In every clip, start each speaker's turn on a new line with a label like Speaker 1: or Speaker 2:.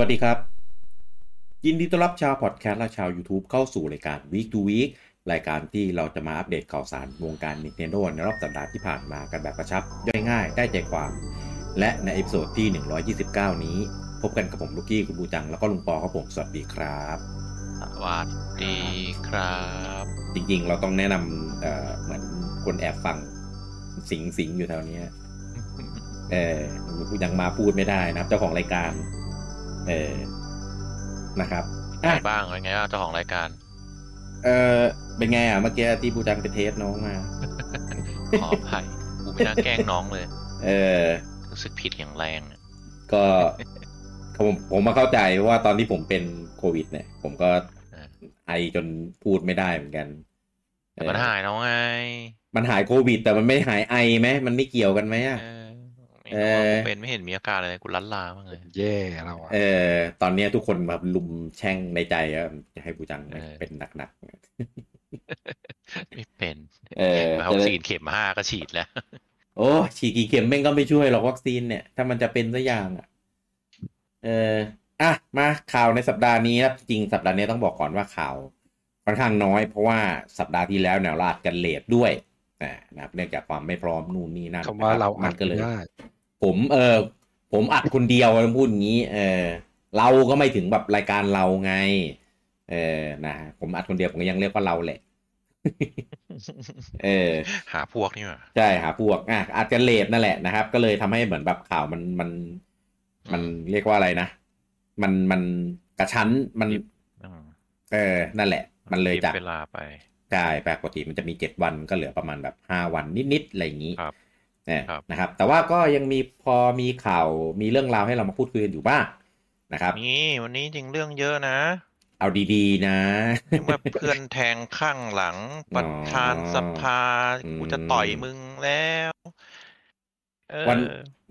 Speaker 1: วัสดีครับ ยินดีต้อนรับชาวพอดแคสต์และชาว YouTube เข้าสู่รายการ Week to Week รายการที่เราจะมาอัปเดตข่าวสารวงการ Nintendo ในรอบสัปดาห์ที่ผ่านมากันแบบกระชับ ย่อยง่ายได้ใจความ และในเอพิโซดที่ 129 นี้ พบกันกับผมลูกกี้คุณบูจัง แล้วก็ลุงปอครับผมสวัสดีครับ
Speaker 2: สวัสดีครับ
Speaker 1: จริงๆ เราต้องแนะนำเอ่อเหมือนคนแอบฟังสิงสิงอยู่แถวเนี้ย เออยังมาพูดไม่ได้นะครับ เจ้าของรายการ เออนะครับ
Speaker 2: ไง
Speaker 1: อ่ะ
Speaker 2: บ้างเป็นไงบ้างเจ้าของรายการ
Speaker 1: เออเป็นไงอ่ะเมื่อกี้ที่บูจังไปเทสน้องมา
Speaker 2: ขออภัยกูไม่น่าแกล้งน้องเลย
Speaker 1: เออ
Speaker 2: รู้สึกผิดอย่างแรงอะ
Speaker 1: ก็ผมผมมาเข้าใจเพราะว่าตอนที่ผมเป็นโควิด เนี่ย ผมก็ไอจนพูดไม่ได้เหมือนกัน
Speaker 2: แต่มันหายน้องไง
Speaker 1: มันหายโควิด แต่มันไม่หายไอไหมมันไม่เกี่ยวกันไหม
Speaker 2: เอ
Speaker 1: อ่ะ
Speaker 2: อ
Speaker 1: เออ
Speaker 2: ไม่รู้ว่ากูเป็นไม่เห็นมีอาการเลยกูลันลามากเลย
Speaker 3: แย่เราอะ
Speaker 1: เออตอนเนี้ยทุกคนมาลุมแช่งในใจว่าจะให้บูจัง
Speaker 2: เออ
Speaker 1: เป็นหนัก
Speaker 2: ไม่เป็น
Speaker 1: ๆเออ
Speaker 2: วัค
Speaker 1: จะได้
Speaker 2: ซีนเข็มห้าก็ฉีดแล้ว
Speaker 1: โอ้ฉีดกี่เข็มแม่งก็ไม่ช่วยหรอกวัคซีนเนี่ย ถ้ามันจะเป็นสักอย่างอ่ะ เอออ่ะมาข่าวในสัปดาห์นี้ครับจริงสัปดาห์นี้ต้องบอกก่อนว่าข่าวค่อนข้างน้อย เพราะว่าสัปดาห์ที่แล้วเนี่ยเราอัดกันเลทด้วยอ่านะครับเนื่องจากความไม่พร้อมนู่นนี่นั่น
Speaker 3: คำว่าเรา
Speaker 1: มั
Speaker 3: อั
Speaker 1: น
Speaker 3: ด
Speaker 1: ก็เลย
Speaker 3: ไม่ได้
Speaker 1: ผมเออผมอัดคนเดียวนะพูดอย่างนี้ เออเราก็ไม่ถึงแบบรายการเราไง เออนะผมอัดคนเดียวผมก็ยังเรียกว่าเราแหละ เออ
Speaker 2: หาพวกนี่หว่า
Speaker 1: ใช่หาพวกอ่ะอาจจะเลทนั่นแหละนะครับ ก็เลยทำให้เหมือนแบบข่าวมันมัน มัน
Speaker 2: อืม
Speaker 1: เรียกว่าอะไรนะ มันมันกระชั้นมัน
Speaker 2: อืม
Speaker 1: เออนั่นแหละ มันเลยจาก
Speaker 2: รีบเวลาไป
Speaker 1: ใช่ปกติมันจะมีเจ็ดวันก็เหลือประมาณแบบห้าวันนิดๆอะไรอย่างนี้
Speaker 2: ครับ
Speaker 1: เนี่ย
Speaker 2: ครับ
Speaker 1: นะครับ แต่ว่าก็ยังมีพอมีข่าวมีเรื่องราวให้เรามาพูดคุยกันอยู่บ้างนะครับ
Speaker 2: นี่วันนี้จริงเรื่องเยอะนะ
Speaker 1: เอาดีๆนะ
Speaker 2: เมื่อเพื่อนแทงข้างหลังประธานสภา
Speaker 1: อืม
Speaker 2: กูจะต่อยมึงแล้วเออ
Speaker 1: วัน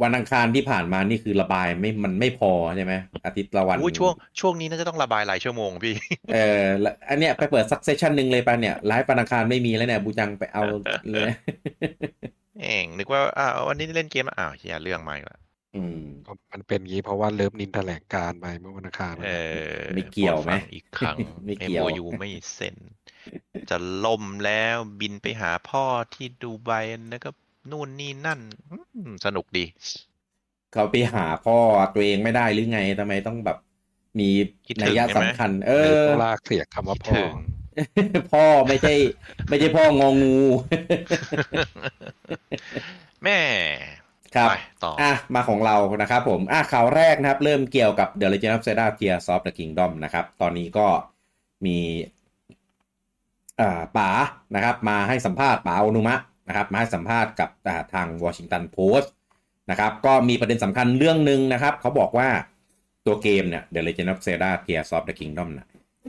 Speaker 1: วันอังคารที่ผ่านมานี่คือระบายไม่มันไม่พอใช่ไหมอาทิตย์ละวัน
Speaker 2: อุ๊ยช่วงช่วงนี้น่าจะต้องระบายหลายชั่วโมงพี่
Speaker 1: เออแล้วอันเนี้ยไปเปิดสักเซสชันหนึ่งเลยป่ะเนี่ยไลฟ์ปนอาคารไม่มีแล้วเนี่ยบูจังไปเอาเลย
Speaker 2: เองนึกว่าอ้าววันนี้เล่นเกมแล้วอ้าวเฮียเรื่องใหม่ละ
Speaker 1: อืม
Speaker 3: มันเป็นอย่างงี้เพราะว่าเลิฟนินแถลงการไปเมื่อวันอังคาร
Speaker 2: เออ
Speaker 1: ไม่เกี่ยวไหม
Speaker 2: โปรดฟังอีกครั้ง
Speaker 1: ไม่เกี่ยว
Speaker 2: MOU ไม่เซ็น จะล่มแล้วบินไปหาพ่อที่ดูไบแล้วก็นู่นนี่นั่นอืมสนุกดี
Speaker 1: เขาไปหาพ่อตัวเองไม่ได้หรือไงทำไมต้องแบบมี
Speaker 2: คิดถึ
Speaker 1: นัย
Speaker 2: ง
Speaker 1: ยะ
Speaker 2: ใช่ไหม
Speaker 1: สำคัญ เอ
Speaker 3: เอ
Speaker 1: อ
Speaker 3: ลากเสียงคำว่าพ่อ
Speaker 2: คิดถึง
Speaker 1: พ่อไม่ใช่ ไม่ใช่พ่ององู
Speaker 2: แม่
Speaker 1: ครับ
Speaker 2: ไปต่ออ
Speaker 1: อ่ะมาของเรานะครับผมอ่ะข่าวแรกนะครับ เริ่มเกี่ยวกับ The Legend of Zelda Tears of the Kingdom นะครับ ตอนนี้ก็มีอ่าป๋านะครับ มาให้สัมภาษณ์ป๋าอนุมะนะครับ มาให้สัมภาษณ์กับอ่าทาง Washington Post นะครับ ก็มีประเด็นสำคัญเรื่องหนึ่งนะครับ เขาบอกว่าตัวเกมเนี่ย The Legend of Zelda Tears of the Kingdom นะ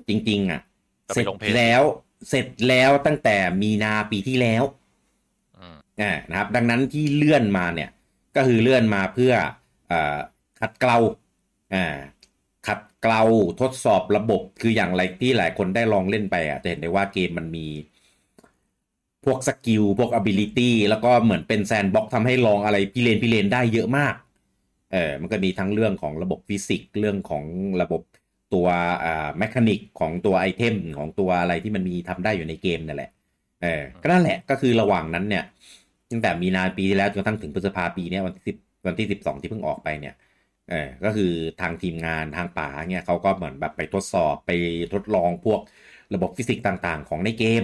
Speaker 1: จริง ๆ อ่ะ
Speaker 2: จะ
Speaker 1: เส
Speaker 2: ไป
Speaker 1: ร็จ
Speaker 2: ลงเพจ
Speaker 1: แล้วเสร็จแล้วตั้งแต่มีนาปีที่แล้ว
Speaker 2: อืม
Speaker 1: อ่านะครับดังนั้นที่เลื่อนมาเนี่ยก็คือเลื่อนมาเพื่อเออขัดเกลาอ่าขัดเกลาทดสอบระบบคืออย่างไรที่หลายคนได้ลองเล่นไปอ่ะจะเห็นได้ว่าเกมมันมี พวกสกิลพวก ability แล้วก็เหมือนเป็นแซนบ็อกทำให้ลองอะไรพิเรนพิเรนได้เยอะมากเออมันก็มีทั้งเรื่องของระบบฟิสิกส์เรื่องของระบบตัวอ่าแมคานิกของตัวไอเทมของตัวอะไรที่มันมีทำได้อยู่ในเกมนั่นแหละ เออก็นั่นแหละก็คือระหว่างนั้นเนี่ยตั้งแต่มีนาปีที่แล้วจนกระทั่งถึงพฤษภาปีเนี้ยวันที่สิบวันที่สิบสองที่เพิ่งออกไปเนี่ยเออก็คือทางทีมงานทางป่าเนี่ยเขาก็เหมือนแบบไปทดสอบไปทดลองพวกระบบฟิสิกส์ต่างๆ ของในเกม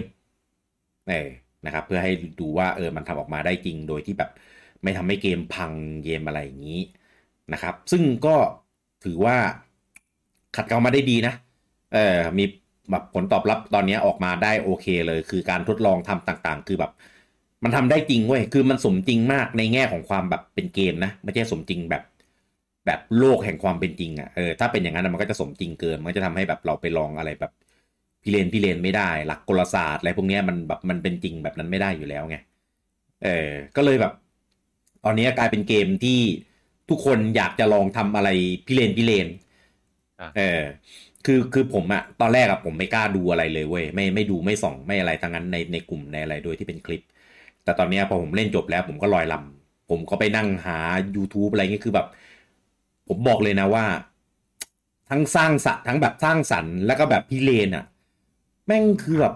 Speaker 1: เออนะครับ เพื่อให้ดูว่าเออมันทำออกมาได้จริงโดยที่แบบไม่ทำให้เกมพังเกมอะไรอย่างนี้นะครับ ซึ่งก็ถือว่าขัดเกลามาได้ดีนะ เออมีแบบผลตอบรับตอนนี้ออกมาได้โอเคเลย คือการทดลองทำต่างๆ คือแบบ มันทำได้จริงเว้ย คือมันสมจริงมากในแง่ของความแบบเป็นเกมนะ ไม่ใช่สมจริงแบบ แบบโลกแห่งความเป็นจริงอะ่ะ เออ ถ้าเป็นอย่างนั้นนะมันก็จะสมจริงเกิน มันก็จะทำให้แบบเราไปลองอะไรแบบพิเรนพิเรนไม่ได้ หลักกลศาสตร์อะไรพวกเนี้ยมันแบบมันเป็นจริงแบบนั้นไม่ได้อยู่แล้วไง เออ ก็เลยแบบ ตอนนี้กลายเป็นเกมที่ทุกคนอยากจะลองทำอะไรพิเรนพิเรน เออ คือคือผมอะตอนแรกอะผมไม่กล้าดูอะไรเลยเว้ยไม่ไม่ดูไม่ส่องไม่อะไรทั้งนั้นในในกลุ่มในอะไรโดยที่เป็นคลิป แต่ตอนเนี้ยพอผมเล่นจบแล้วผมก็ลอยลำผมก็ไปนั่งหา YouTube อะไรเงี้ยคือแบบ ผมบอกเลยนะว่า ทั้งสร้างสรรค์ทั้งแบบสร้างสรรค์แล้วก็แบบพิเรนอ่ะ แม่งคือแบบ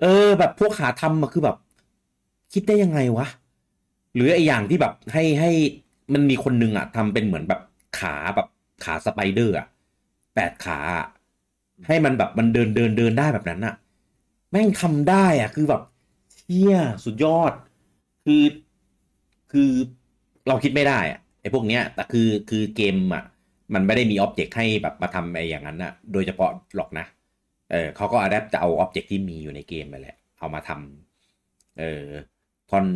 Speaker 1: เออ แบบพวกหาทำมาคือแบบ คิดได้ยังไงวะ หรือไออย่างที่แบบให้ให้มันมีคนหนึงอ่ะทำเป็นเหมือนแบบขาแบบขาสไปเดอร์อ่ะแปดขาอะให้มันแบบมันเดินเดินเดินได้แบบนั้นอ่ะ แม่งทำได้อ่ะ คือแบบเชี่ยสุดยอด คือคือเราคิดไม่ได้อ่ะไอพวกเนี้ยแต่คือคือเกมอ่ะ มันไม่ได้มีอ็อบเจกต์ให้แบบมาทำไออย่างนั้นอ่ะ โดยเฉพาะหรอกนะ เออเขาก็อัดแอปจะเอาอ็อบเจกต์ที่มีอยู่ในเกมไปแหละ เอามาทำเออทอน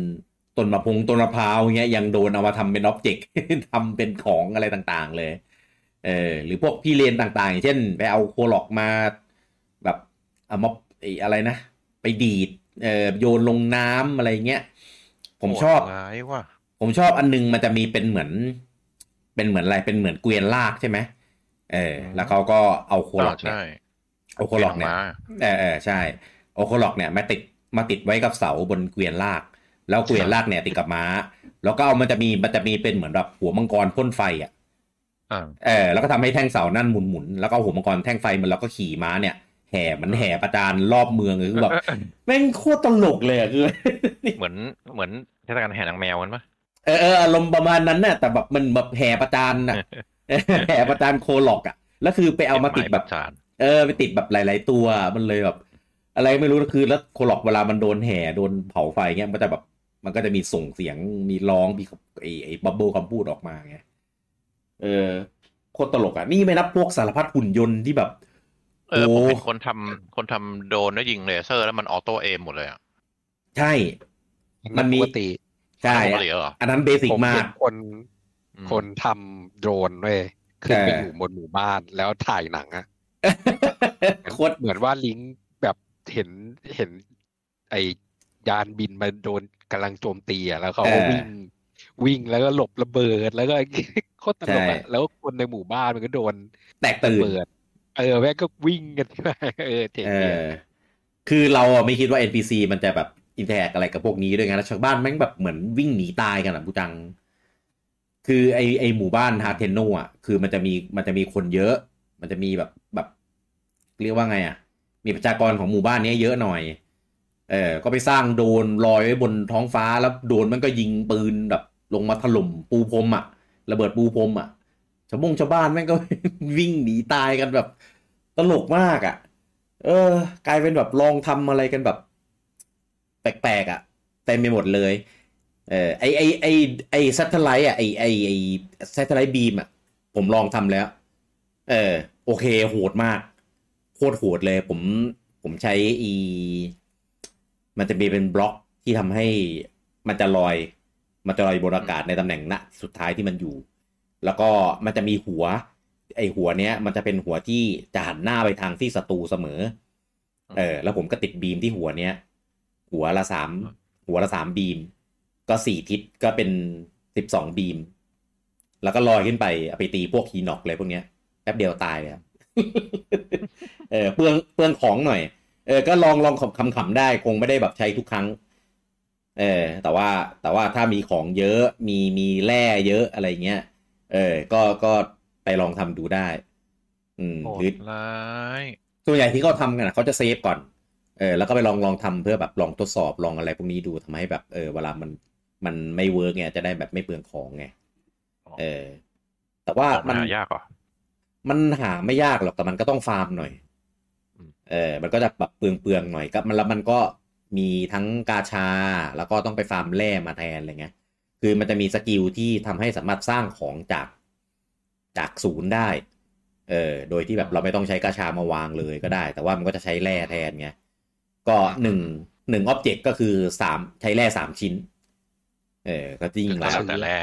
Speaker 1: ต้นมะพงต้นมะพร้าวเงี้ยยังโดนเอามาทำเป็นอ็อบเจกต์ ทำเป็นของอะไรต่างๆ เลย เออหรือพวกพี่เลนต่างๆอย่างเช่น ไปเอาโคล็อกมาแบบเอาม็อบไอ้อะไรนะ ไปดีดเออโยนลงน้ำอะไรเงี้ย ผมชอบ
Speaker 2: โหดร้ายว่ะ
Speaker 1: ผมชอบอันนึงมันจะมีเป็นเหมือน เป็นเหมือนอะไรเป็นเหมือนเกวียนลากใช่ไหมเออ
Speaker 2: อืม
Speaker 1: แล้วเขาก็เอาโคล็อกเนี่ย
Speaker 2: อ่าใช่
Speaker 1: เอาโคล็อกเนี่ย
Speaker 2: มา
Speaker 1: เออเออใช่โอโคล็อกเนี่ยมาติดมาติดไว้กับเสาบนเกวียนลาก แล้วเกวียนลากเนี่ยติดกับม้า แล้วก็เอามันจะมีมันจะมีเป็นเหมือนแบบหัวมังกรพ่นไฟอ่ะ
Speaker 2: อ่า
Speaker 1: เออแล้วก็ทำให้แท่งเสานั่นหมุนหมุนๆแล้วก็เอาหัวมังกรแท่งไฟมันแล้วก็ขี่ม้าเนี่ยแห่เหมันแห่ประจานรอบเมืองเลยคือแบบแม่งโคตรตลกเลยอะคือ
Speaker 2: เหมือนเหมือนเทศกาลแห่นางแมวกันปะ
Speaker 1: เออเอออารมณ์ประมาณนั้นน่ะแต่แบบมันแบบแห่ประจานน่ะ แห่ประจานโคล็อกอ่ะแล้วคือไปเอามาติดแบบ
Speaker 2: จาน
Speaker 1: เออไปติดแบบหลาย ๆ ตัวมันเลยแบบ อะไรไม่รู้คือแล้วโคลอกเวลามันโดนแห่โดนเผาไฟเงี้ยมันก็จะแบบ มันก็จะมีส่งเสียงมีร้องมีไอ้ไอ้บับเบิลคำพูดออกมาไงเออโคตรตลกอ่ะ นี่ไม่นับพวกสารพัดหุ่นยนต์ที่แบบ
Speaker 2: เออผมเห็น
Speaker 1: โ
Speaker 2: คนทำคนทำโดรนแล้วยิงเลเซอร์แล้วมันออโต้เอมหมดเลยอ่ะ
Speaker 1: ใช่ มันมี
Speaker 3: ปกติ
Speaker 1: ใช่
Speaker 2: ปก
Speaker 1: อะ
Speaker 2: ติเหรอ
Speaker 1: อันนั้นเบสิก
Speaker 3: ผม
Speaker 1: มา
Speaker 3: เห็
Speaker 1: ก
Speaker 3: นคน
Speaker 2: อืม
Speaker 3: คนทำโดรนเว้ยขึ้นไป
Speaker 1: เออ
Speaker 3: อ
Speaker 1: อ
Speaker 3: ยู่บนหมู่บ้านแล้วถ่ายหนังอะ
Speaker 1: โคตร
Speaker 3: เหมือนว่าลิงก์แบบเห็นเห็น ไอยานบินมาโดนกำลังโจมตีอะแล้วเขาก็วิ่งวิ่งแล้วก็หลบระเบิด แล้วก็ โคตรตลกอะแล้วคนในหมู่บ้านมันก็โดน
Speaker 1: แตกตื่น
Speaker 3: เปิดเออแม่งก็วิ่งกัน ไปเออเจ๋ง
Speaker 1: เอ
Speaker 3: ดี
Speaker 1: อ คือเราอะไม่คิดว่า NPC มันจะแบบอินเทอร์แอคอะไรกับพวกนี้ด้วยไงแล้วชาวบ้านแม่งแบบเหมือนวิ่งหนีตายกันอะบูจัง คือไอไอหมู่บ้านฮาเทนโนอะคือมันจะมีมันจะมีคนเยอะ มันจะมีแบบแบบ เรียกว่าไงอะมีประชากรของหมู่บ้านเนี้ยเยอะหน่อย เออ ก็ไปสร้างโดรนลอยไว้บนท้องฟ้าแล้วโดรนมันก็ยิงปืนแบบ ลงมาถล่มปูพรมอะระเบิดปูพรมอะชาวบงชาวบ้านแม่งก็ วิ่งหนีตายกันแบบ ตลกมากอะ เออกลายเป็นแบบลองทำอะไรกันแบบ แปลกๆอ่ะเต็มไปหมดเลย เออไอไอไอไอซัตเทไลท์อ่ะไอไอไอซัตเทไลท์บีมอ่ะ ผมลองทำแล้ว เออ โอเคโหดมาก โคตรโหดเลย ผมผมใช้อีมันจะมีเป็นบล็อกที่ทำให้มันจะลอย มันจะลอยบนอากาศในตำแหน่งณสุดท้ายที่มันอยู่ แล้วก็มันจะมีหัว ไอหัวเนี้ย มันจะเป็นหัวที่จะหันหน้าไปทางที่ศัตรูเสมอ เออ แล้วผมก็ติดบีมที่หัวเนี้ย หัวละสามหัวละสามบีม ก็สี่ทิศก็เป็นสิบสองบีม แล้วก็ลอยขึ้นไปเอาไปตีพวกฮีน็อกเลยพวกเนี้ยแป๊บเดียวตายเลยครับ เออเปลืองเปลืองของหน่อย เออก็ลองลองขำขำๆได้คงไม่ได้แบบใช้ทุกครั้ง เออ แต่ว่าแต่ว่าถ้ามีของเยอะมีมีแร่เยอะอะไรเงี้ย เออ ก็ก็ไปลองทำดูได้ อืม
Speaker 2: โห
Speaker 1: หรือ
Speaker 2: ดร้าย
Speaker 1: ส่วนใหญ่ที่เขาทำกันอะเขาจะเซฟก่อน เออ แล้วก็ไปลองลองทำเพื่อแบบลองทดสอบลองอะไรพวกนี้ดูทำให้แบบเออเวลามันมันไม่เวิร์กเนี่ยจะได้แบบไม่เปลืองของไง เออ แต่ว่า
Speaker 2: ของ
Speaker 1: มั
Speaker 2: มั
Speaker 1: น น
Speaker 2: หายากเหรอ
Speaker 1: มันหาไม่ยากหรอกแต่มันก็ต้องฟาร์มหน่อย
Speaker 2: อืม
Speaker 1: เออ มันก็จะแบบเปลืองเปลืองๆหน่อยก็มันแล้วมันก็มีทั้งกาชา แล้วก็ต้องไปฟาร์มแร่มาแทนอะไรเงี้ย คือมันจะมีสกิลที่ทำให้สามารถสร้างของจากจากศูนย์ได้ เออ โดยที่แบบเราไม่ต้องใช้กาชามาวางเลยก็ได้ แต่ว่ามันก็จะใช้แร่แทนไง ก็หนึ่งหนึ่งอ็อบเจกต์ก็คือสามใช้แร่สามชิ้น เออ ก็ยิ่งหลาย
Speaker 2: แล้วแต่แร่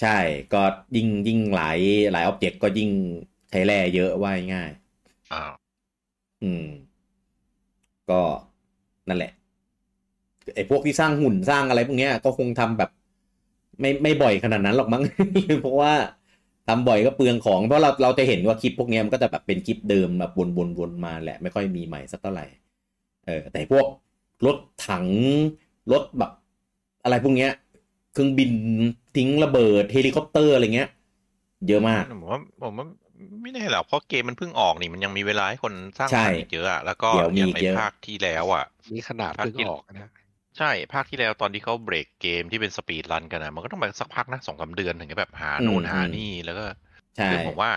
Speaker 1: ใช่ ก็ยิ่งยิ่งหลายหลายอ็อบเจกต์ก็ยิ่งใช้แร่เยอะว่าง่าย
Speaker 2: อ้าว
Speaker 1: อืม ก็นั่นแหละ ไอ้พวกที่สร้างหุ่นสร้างอะไรพวกเนี้ยก็คงทำแบบ ไม่ไม่บ่อยขนาดนั้นหรอกมั้ง เพราะว่าทำบ่อยก็เปลืองของ เพราะเราเราจะเห็นว่าคลิปพวกเนี้ยมันก็จะแบบเป็นคลิปเดิมแบบวนวนวนมาแหละ ไม่ค่อยมีใหม่สักเท่าไหร่ เออ แต่พวกรถถังรถแบบ อะไรพวกเนี้ย เครื่องบินทิ้งระเบิดเฮลิคอปเตอร์อะไรเงี้ย เยอะมาก
Speaker 2: ผมว่าผมว่า ไม่แน่หรอกเพราะเกมมันเพิ่งออกนี่มันยังมีเวลาให้คนสร้าง
Speaker 1: ใช่
Speaker 2: สรรค์อีกเยอะอะแล้วก็
Speaker 1: เดี๋ยวมี
Speaker 2: อย่าง
Speaker 1: อีก
Speaker 2: ใน
Speaker 1: เยอะ
Speaker 2: ภาคที่แล้วอ่ะ
Speaker 3: นี่ขนาดเพิ่งออกนะ
Speaker 2: ใช่ภาคที่แล้วตอนที่เขาเบรกเกมที่เป็นสปีดรันกันนะมันก็ต้องไปสักพักนะสองสามเดือนถึงจะแบบหา
Speaker 1: อืม
Speaker 2: โน่นหา
Speaker 1: อืม
Speaker 2: นี่แล้วก็
Speaker 1: ใช่
Speaker 2: คือผมว่า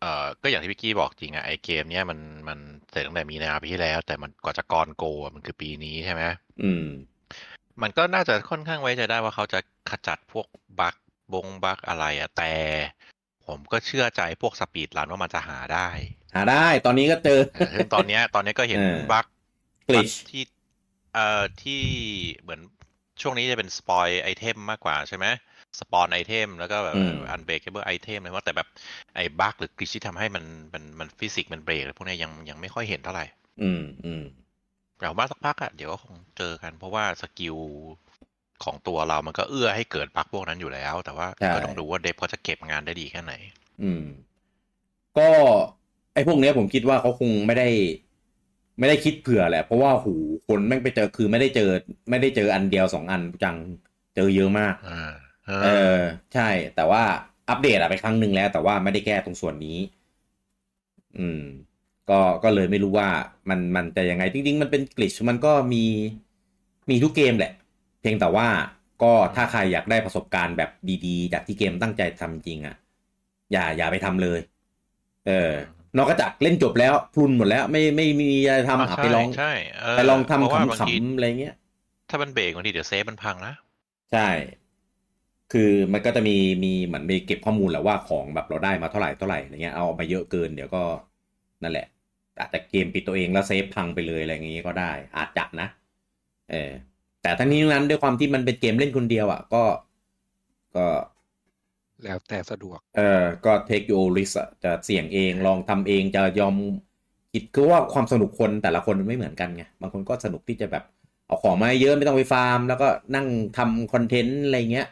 Speaker 2: เออก็อย่างที่พี่กี้บอกจริงอะไอเกมเนี้ยมันมันเสร็จตั้งแต่มีนาปีที่แล้ว แต่มันกว่าจะกรโกอะมันคือปีนี้ใช่ไหม
Speaker 1: อืม
Speaker 2: มันก็น่าจะค่อนข้างไว้ใจได้ว่าเขาจะขจัดพวกบั๊กบงบั๊กอะไรอะแต่ ผมก็เชื่อใจพวกสปีดรันว่ามันจะหาได้
Speaker 1: หาได้ตอนนี้ก็เจอ
Speaker 2: เออซึ่งตอนเนี้ย ตอนเนี้ยก็เห็น
Speaker 1: เออ
Speaker 2: บั๊ก
Speaker 1: กลิช
Speaker 2: ที่เอ่อที่เหมือนช่วงนี้จะเป็นสปอยไอเทมมากกว่าใช่ไหมสปอนไอเทมแล้วก็แบบ
Speaker 1: อืม
Speaker 2: อันเบรกเบิลไอเทมเลยว่าแต่แบบไอ้บั๊กหรือกริชที่ทำให้มันมันมันฟิสิกส์มันเบรกอะไรพวกเนี้ยยังยังไม่ค่อยเห็นเท่าไหร่
Speaker 1: อืมอืม
Speaker 2: แต่ว่าสักพักอะเดี๋ยวก็คงเจอกัน เพราะว่าสกิลของตัวเรามันก็เอื้อให้เกิดบั๊กพวกนั้นอยู่แล้ว แต่ว่า
Speaker 1: ใช่
Speaker 2: ก็ต้องดูว่าเดฟเขาจะเก็บงานได้ดีแค่ไหน
Speaker 1: อืม ก็ไอ้พวกเนี้ยผมคิดว่าเขาคงไม่ได้ ไม่ได้คิดเผื่อแหละ เพราะว่าหูคนแม่งไปเจอคือไม่ได้เจอ ไม่ได้เจออันเดียวสองอันจังเจอเยอะมาก
Speaker 2: อ่าเอ
Speaker 1: เอ
Speaker 2: อ
Speaker 1: อ ใช่ แต่ว่าอัปเดตอะไปครั้งหนึ่งแล้ว แต่ว่าไม่ได้แก้ตรงส่วนนี้ อืม ก็ก็เลยไม่รู้ว่ามันมันจะยังไง จริง ๆ มันเป็นกลิชมันก็มีมีทุกเกมแหละ เพียงแต่ว่าก็ถ้าใครอยากได้ประสบการณ์แบบดีๆ จากที่เกมตั้งใจทำจริงอะอย่าอย่าไปทำเลย เออนอกกระจากเล่นจบแล้วพลุนหมดแล้ว ไม่ไม่มีอะไรทำอะไปลอง
Speaker 2: ใช่ใช่เ
Speaker 1: ไปลอง
Speaker 2: เพราะว่า
Speaker 1: ทำ
Speaker 2: บาง
Speaker 1: ข
Speaker 2: ที
Speaker 1: ำๆอะไรเงี้ย
Speaker 2: ถ้ามันเบรกบางทีเดี๋ยวเซฟมันพังนะ
Speaker 1: ใช่ คือมันก็จะมีมีเหมือนมีเก็บข้อมูลแหละว่าของแบบเราได้มาเท่าไหร่เท่าไหร่อะไรเงี้ย เอามาเยอะเกินเดี๋ยวก็นั่นแหละ อาจจะเกมปิดตัวเองแล้วเซฟพังไปเลยอะไรอย่างงี้ก็ได้ อาจจะนะ เออ แต่ทั้งนี้ทั้งนั้นด้วยความที่มันเป็นเกมเล่นคนเดียวอ่ะ ก็ ก็
Speaker 3: แล้วแต่สะดวก
Speaker 1: เออก็ take your risk อะจะเสี่ยงเองลองทำเองจะยอมคิดคือว่าความสนุกคนแต่ละคนไม่เหมือนกันไงบางคนก็สนุกที่จะแบบเอาของมาเยอะไม่ต้องไปฟาร์ม แล้วก็นั่งทำคอนเทนต์อะไรเงี้ย